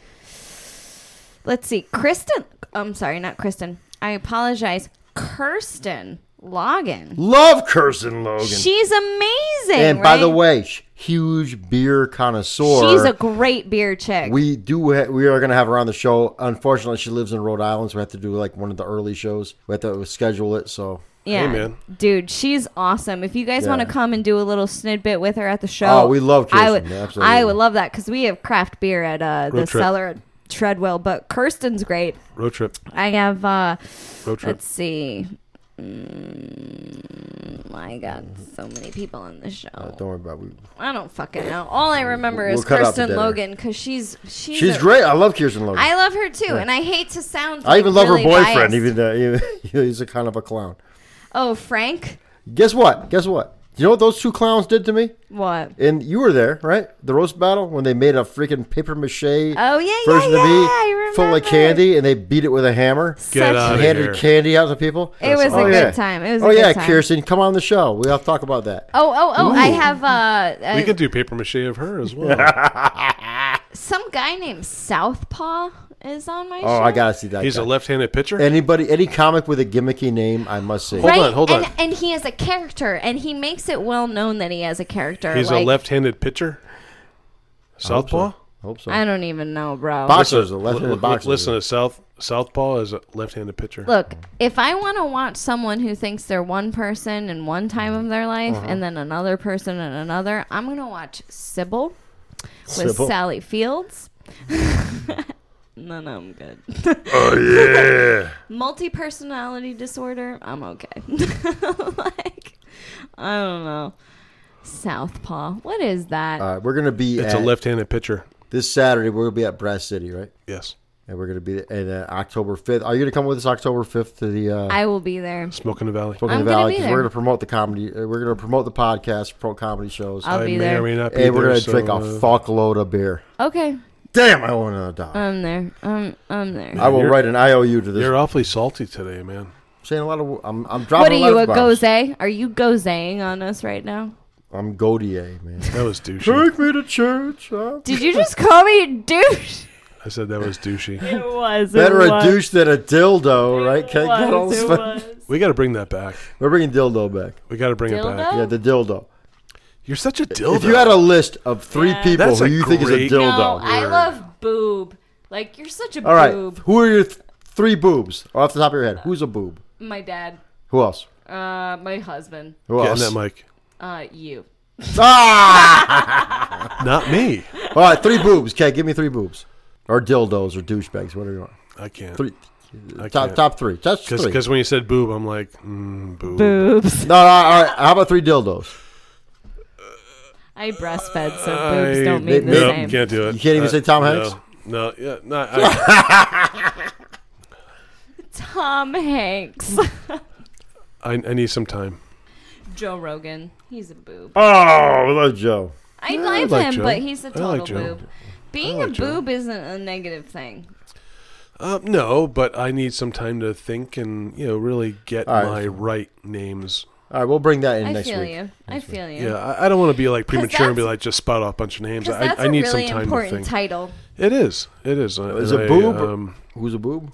Speaker 6: Let's see. Kristen I'm sorry, not Kristen. I apologize. Kirsten Logan.
Speaker 5: Love Kirsten Logan.
Speaker 6: She's amazing.
Speaker 5: and by the
Speaker 6: right?
Speaker 5: way, sh- huge beer connoisseur.
Speaker 6: she's a great beer chick.
Speaker 5: we do. Ha- we are going to have her on the show. Unfortunately, she lives in Rhode Island, so we have to do like one of the early shows. We have to schedule it. So
Speaker 6: Yeah, dude, she's awesome. If you guys
Speaker 5: Yeah.
Speaker 6: want to come and do a little snidbit with her at the show,
Speaker 5: Oh, we love
Speaker 6: I would,
Speaker 5: Kirsten, absolutely.
Speaker 6: I would love that because we have craft beer at uh, the
Speaker 3: Road trip.
Speaker 6: cellar at Treadwell. But Kirsten's great.
Speaker 3: Road trip.
Speaker 6: I have. Uh,
Speaker 3: Road trip.
Speaker 6: Let's see. Mm, I got so many people on the show.
Speaker 5: uh, don't worry about. We,
Speaker 6: I don't fucking know. All I remember
Speaker 5: Oh. We'll
Speaker 6: is
Speaker 5: cut out the
Speaker 6: Kirsten
Speaker 5: dinner.
Speaker 6: Logan because she's she's
Speaker 5: she's
Speaker 6: a-
Speaker 5: great. I love Kirsten Logan.
Speaker 6: I love her too,
Speaker 5: Yeah.
Speaker 6: and I hate to sound.
Speaker 5: I even
Speaker 6: like,
Speaker 5: love
Speaker 6: really
Speaker 5: her boyfriend.
Speaker 6: biased.
Speaker 5: Even though even, he's a kind of a clown.
Speaker 6: oh, Frank,
Speaker 5: Guess what? Guess what? You know what those two clowns did to me?
Speaker 6: what?
Speaker 5: And you were there, right? The roast battle when they made a freaking paper mache
Speaker 6: Oh yeah, yeah,
Speaker 5: version
Speaker 6: yeah.
Speaker 5: of me
Speaker 6: I
Speaker 5: full of
Speaker 6: remember.
Speaker 5: candy, and they beat it with a hammer.
Speaker 3: Get Such- outta
Speaker 5: And handed
Speaker 3: here.
Speaker 5: candy out to people.
Speaker 6: It was a good time. It was a
Speaker 5: oh
Speaker 6: good
Speaker 5: yeah,
Speaker 6: time.
Speaker 5: Kirsten, come on the show. We'll talk about that.
Speaker 6: Oh, oh, oh! I
Speaker 5: Ooh.
Speaker 6: have uh, uh
Speaker 3: we could do paper mache of her as well.
Speaker 6: some guy named Southpaw is on my
Speaker 5: Oh,
Speaker 6: show.
Speaker 5: I gotta see that.
Speaker 3: He's
Speaker 5: guy.
Speaker 3: a left-handed pitcher.
Speaker 5: Anybody, any comic with a gimmicky name, I must see.
Speaker 6: right? And, and he has a character, and he makes it well known that he has a character.
Speaker 3: He's
Speaker 6: like,
Speaker 3: a left-handed pitcher. Southpaw.
Speaker 5: Hope so.
Speaker 6: I don't even know, bro.
Speaker 5: Boxers, a
Speaker 3: Listen-
Speaker 5: left-handed
Speaker 3: li- li-
Speaker 5: boxer.
Speaker 3: Listen to South Southpaw is a left-handed pitcher.
Speaker 6: Look, if I want to watch someone who thinks they're one person in one time of their life,
Speaker 3: Uh-huh.
Speaker 6: and then another person in another, I'm gonna watch Sybil with
Speaker 5: Sybil.
Speaker 6: Sally Fields. no, no, I'm good.
Speaker 4: Oh, yeah.
Speaker 6: Multi personality disorder. I'm okay. like, I don't know. Southpaw. What is that?
Speaker 5: All right, we're gonna be.
Speaker 3: It's a
Speaker 5: at-
Speaker 3: left-handed pitcher.
Speaker 5: This Saturday, we're gonna be at Brass City, right?
Speaker 3: Yes.
Speaker 5: And we're gonna be at uh, October fifth. Are you gonna come with us October fifth to the? Uh,
Speaker 6: I will be there.
Speaker 3: Smoking the Valley.
Speaker 5: Spoken
Speaker 6: I'm
Speaker 5: the
Speaker 6: gonna
Speaker 5: Valley
Speaker 6: be
Speaker 5: 'cause
Speaker 6: there.
Speaker 5: we're gonna promote the comedy. uh, We're gonna promote the podcast, pro comedy shows.
Speaker 6: I'll I be may there. or may
Speaker 3: not be
Speaker 5: and we're
Speaker 3: there,
Speaker 5: gonna
Speaker 3: so,
Speaker 5: drink a
Speaker 3: uh,
Speaker 5: fuckload of beer.
Speaker 6: Okay.
Speaker 5: Damn, I want another dollar.
Speaker 6: I'm there. I'm I'm there.
Speaker 5: I will
Speaker 3: You're-
Speaker 5: write an IOU to this.
Speaker 3: You're awfully salty today, man.
Speaker 5: saying a lot of. I'm, I'm dropping.
Speaker 6: What are
Speaker 5: a lot
Speaker 6: you
Speaker 5: of
Speaker 6: a
Speaker 5: bombs.
Speaker 6: goze? Are you gozaying on us right now?
Speaker 5: I'm Godier, man.
Speaker 3: That was douchey.
Speaker 5: Take me to church. uh.
Speaker 6: Did you just call me a douche?
Speaker 3: I said that was douchey.
Speaker 6: It was.
Speaker 5: Better a douche than a dildo, right? Can't get all this fun-
Speaker 3: We got to bring that back.
Speaker 5: We're bringing dildo back.
Speaker 3: We got to bring it back.
Speaker 6: Dildo?
Speaker 5: Yeah, the dildo.
Speaker 3: You're such a dildo.
Speaker 5: If you had a list of three people
Speaker 3: That's
Speaker 5: who
Speaker 3: a
Speaker 5: you think is a
Speaker 3: great-
Speaker 5: dildo,
Speaker 6: No, I love boob. Like you're such a
Speaker 5: all right,
Speaker 6: boob.
Speaker 5: who are your th- three boobs off the top of your head? Who's a boob?
Speaker 6: My dad.
Speaker 5: Who else?
Speaker 6: Uh, my husband.
Speaker 5: Who
Speaker 3: Get in
Speaker 5: else?
Speaker 3: that mic.
Speaker 6: Uh, you.
Speaker 5: Ah!
Speaker 3: Not me.
Speaker 5: all right, three boobs. Okay, give me three boobs or dildos or douchebags, whatever you want.
Speaker 3: I can't.
Speaker 5: Three.
Speaker 3: I
Speaker 5: Top,
Speaker 3: can't.
Speaker 5: top three. Just three.
Speaker 3: Because when you said boob, I'm like, mm, boob.
Speaker 6: Boobs.
Speaker 5: No, no, all right. How about three dildos?
Speaker 6: I breastfed, so
Speaker 3: I-
Speaker 6: boobs don't mean the
Speaker 3: nope,
Speaker 6: same.
Speaker 3: Can't do it.
Speaker 5: You can't even say Tom
Speaker 3: no.
Speaker 5: Hanks?
Speaker 3: No, yeah, no. I,
Speaker 6: Tom Hanks.
Speaker 3: I, I need some time.
Speaker 6: Joe Rogan. He's a boob.
Speaker 5: Oh, we love Joe.
Speaker 6: I
Speaker 3: Uh, I
Speaker 6: love
Speaker 3: like
Speaker 6: him,
Speaker 3: Joe.
Speaker 6: but he's a
Speaker 3: I
Speaker 6: total
Speaker 3: like Joe.
Speaker 6: boob. Being
Speaker 3: like
Speaker 6: a
Speaker 3: Joe.
Speaker 6: boob isn't a negative thing.
Speaker 3: Uh, no, but I need some time to think and you know really get
Speaker 5: All right.
Speaker 3: my right names.
Speaker 5: All right, we'll bring that in
Speaker 6: I
Speaker 5: next
Speaker 6: feel
Speaker 5: week.
Speaker 6: you. I feel you.
Speaker 3: Yeah, I, I don't want to be like
Speaker 6: 'Cause
Speaker 3: premature and be
Speaker 6: that's-
Speaker 3: like just spout off a bunch of names.
Speaker 6: Because
Speaker 3: I,
Speaker 6: that's
Speaker 3: I need
Speaker 6: a
Speaker 3: some
Speaker 6: really
Speaker 3: time to
Speaker 6: important
Speaker 3: think.
Speaker 6: title.
Speaker 3: It is. It is.
Speaker 5: Is
Speaker 3: And
Speaker 5: it
Speaker 3: I,
Speaker 5: boob? or-
Speaker 3: um,
Speaker 5: Who's a boob?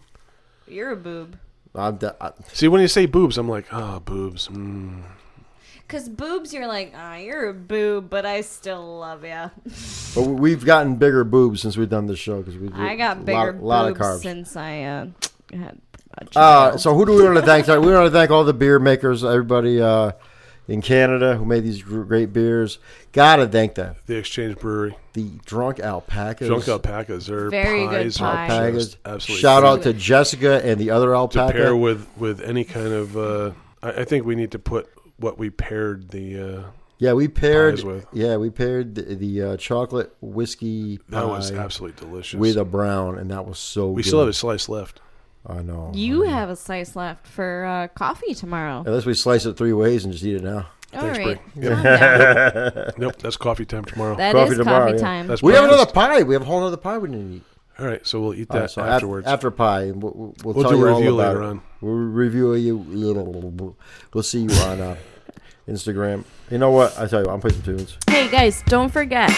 Speaker 6: You're a boob.
Speaker 5: I'm da- I-
Speaker 3: see, when you say boobs, I'm like, ah, boobs. Mm.
Speaker 6: Because boobs, you're like, ah, you're a boob, but I still love you.
Speaker 5: but we- we've gotten bigger boobs since we've done this show because we
Speaker 6: I got
Speaker 5: a lot,
Speaker 6: bigger
Speaker 5: lot of
Speaker 6: boobs
Speaker 5: carbs.
Speaker 6: since I uh, had a
Speaker 5: Uh,
Speaker 6: child.
Speaker 5: so who do we want to thank? Sorry, we want to thank all the beer makers, everybody. Uh, in Canada who made these gr- great beers. Gotta thank them.
Speaker 3: The Exchange Brewery.
Speaker 5: The Drunk Alpacas.
Speaker 3: Drunk alpacas. They're
Speaker 6: Very good
Speaker 3: pies are
Speaker 6: pie.
Speaker 5: Alpacas.
Speaker 3: just Absolutely.
Speaker 5: Shout out to
Speaker 3: great.
Speaker 5: Jessica and the other
Speaker 3: to
Speaker 5: alpaca.
Speaker 3: pair with with any kind of. Uh, I, I think we need to put what we paired the. Uh,
Speaker 5: yeah, we paired.
Speaker 3: pies with.
Speaker 5: Yeah, we paired the, the uh, chocolate whiskey.
Speaker 3: That was
Speaker 5: pie
Speaker 3: absolutely delicious.
Speaker 5: With a brown, and that was so.
Speaker 3: we
Speaker 5: good.
Speaker 3: still have a slice left.
Speaker 5: I know.
Speaker 6: You have a slice left for uh, coffee tomorrow.
Speaker 5: Unless we slice it three ways and just eat it now.
Speaker 6: All right.
Speaker 3: Yep.
Speaker 6: Calm down.
Speaker 3: Nope. Nope, that's coffee time tomorrow.
Speaker 6: That
Speaker 5: Coffee
Speaker 6: is
Speaker 5: tomorrow,
Speaker 6: coffee
Speaker 5: yeah.
Speaker 6: time.
Speaker 3: That's
Speaker 5: we have
Speaker 3: breakfast.
Speaker 5: another pie. We have a whole other pie we didn't eat.
Speaker 3: All right, so we'll eat
Speaker 5: All
Speaker 3: that
Speaker 5: right, so af-
Speaker 3: afterwards.
Speaker 5: After pie, and we'll, we'll, we'll
Speaker 3: We'll
Speaker 5: tell
Speaker 3: do a
Speaker 5: you
Speaker 3: review
Speaker 5: all about
Speaker 3: later
Speaker 5: it.
Speaker 3: on.
Speaker 5: We'll review you. We'll see you on uh, Instagram. You know what? I tell you, what, I'm playing some tunes.
Speaker 6: Hey guys, don't forget.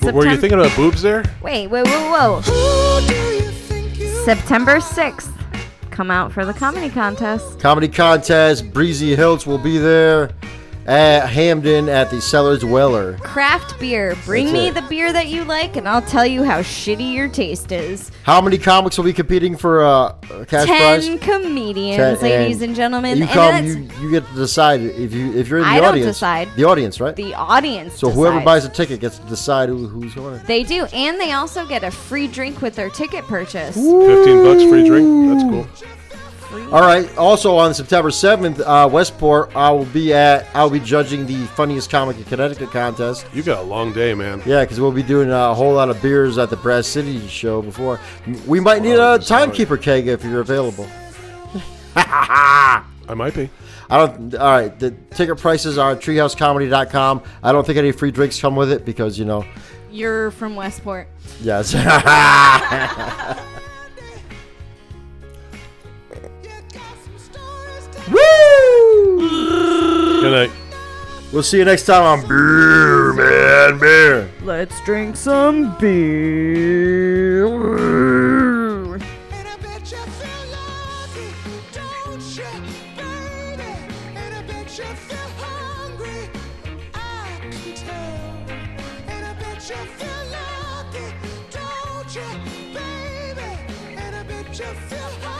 Speaker 3: W- Were you
Speaker 6: Septem-
Speaker 3: thinking about boobs there?
Speaker 6: Wait, wait, whoa, whoa. September 6th. Come out for the comedy contest.
Speaker 5: Comedy contest. Breezy Hilts will be there at Hamden at the Sellers Weller.
Speaker 6: Craft beer. Bring
Speaker 5: That's
Speaker 6: me
Speaker 5: it.
Speaker 6: the beer that you like, and I'll tell you how shitty your taste is.
Speaker 5: How many comics will be competing for uh, a cash prize?
Speaker 6: Ten comedians,
Speaker 5: Ten,
Speaker 6: ladies and gentlemen.
Speaker 5: You
Speaker 6: and
Speaker 5: come.
Speaker 6: that's
Speaker 5: You, you get to decide if you if you're in the
Speaker 6: I don't
Speaker 5: audience.
Speaker 6: decide.
Speaker 5: The audience, right?
Speaker 6: the audience.
Speaker 5: so whoever
Speaker 6: decides.
Speaker 5: buys a ticket gets to decide who, who's going.
Speaker 6: They do, and they also get a free drink with their ticket purchase.
Speaker 3: Fifteen bucks free drink. That's cool.
Speaker 5: All right. Also on September seventh, uh, Westport, I will be at. I'll be judging the funniest comic in Connecticut contest.
Speaker 3: You got a long day, man.
Speaker 5: Yeah, because we'll be doing a whole lot of beers at the Brass City show before. We might need a timekeeper keg if you're available.
Speaker 3: I might be.
Speaker 5: I don't. All right. The ticket prices are at TreehouseComedy.com. I don't think any free drinks come with it because you know.
Speaker 6: You're from Westport.
Speaker 5: Yes.
Speaker 3: Good night.
Speaker 5: we'll see you next time on Beer Man Beer.
Speaker 6: Let's drink some beer.
Speaker 2: Feel lucky, don't you, baby? And I bet you feel hungry.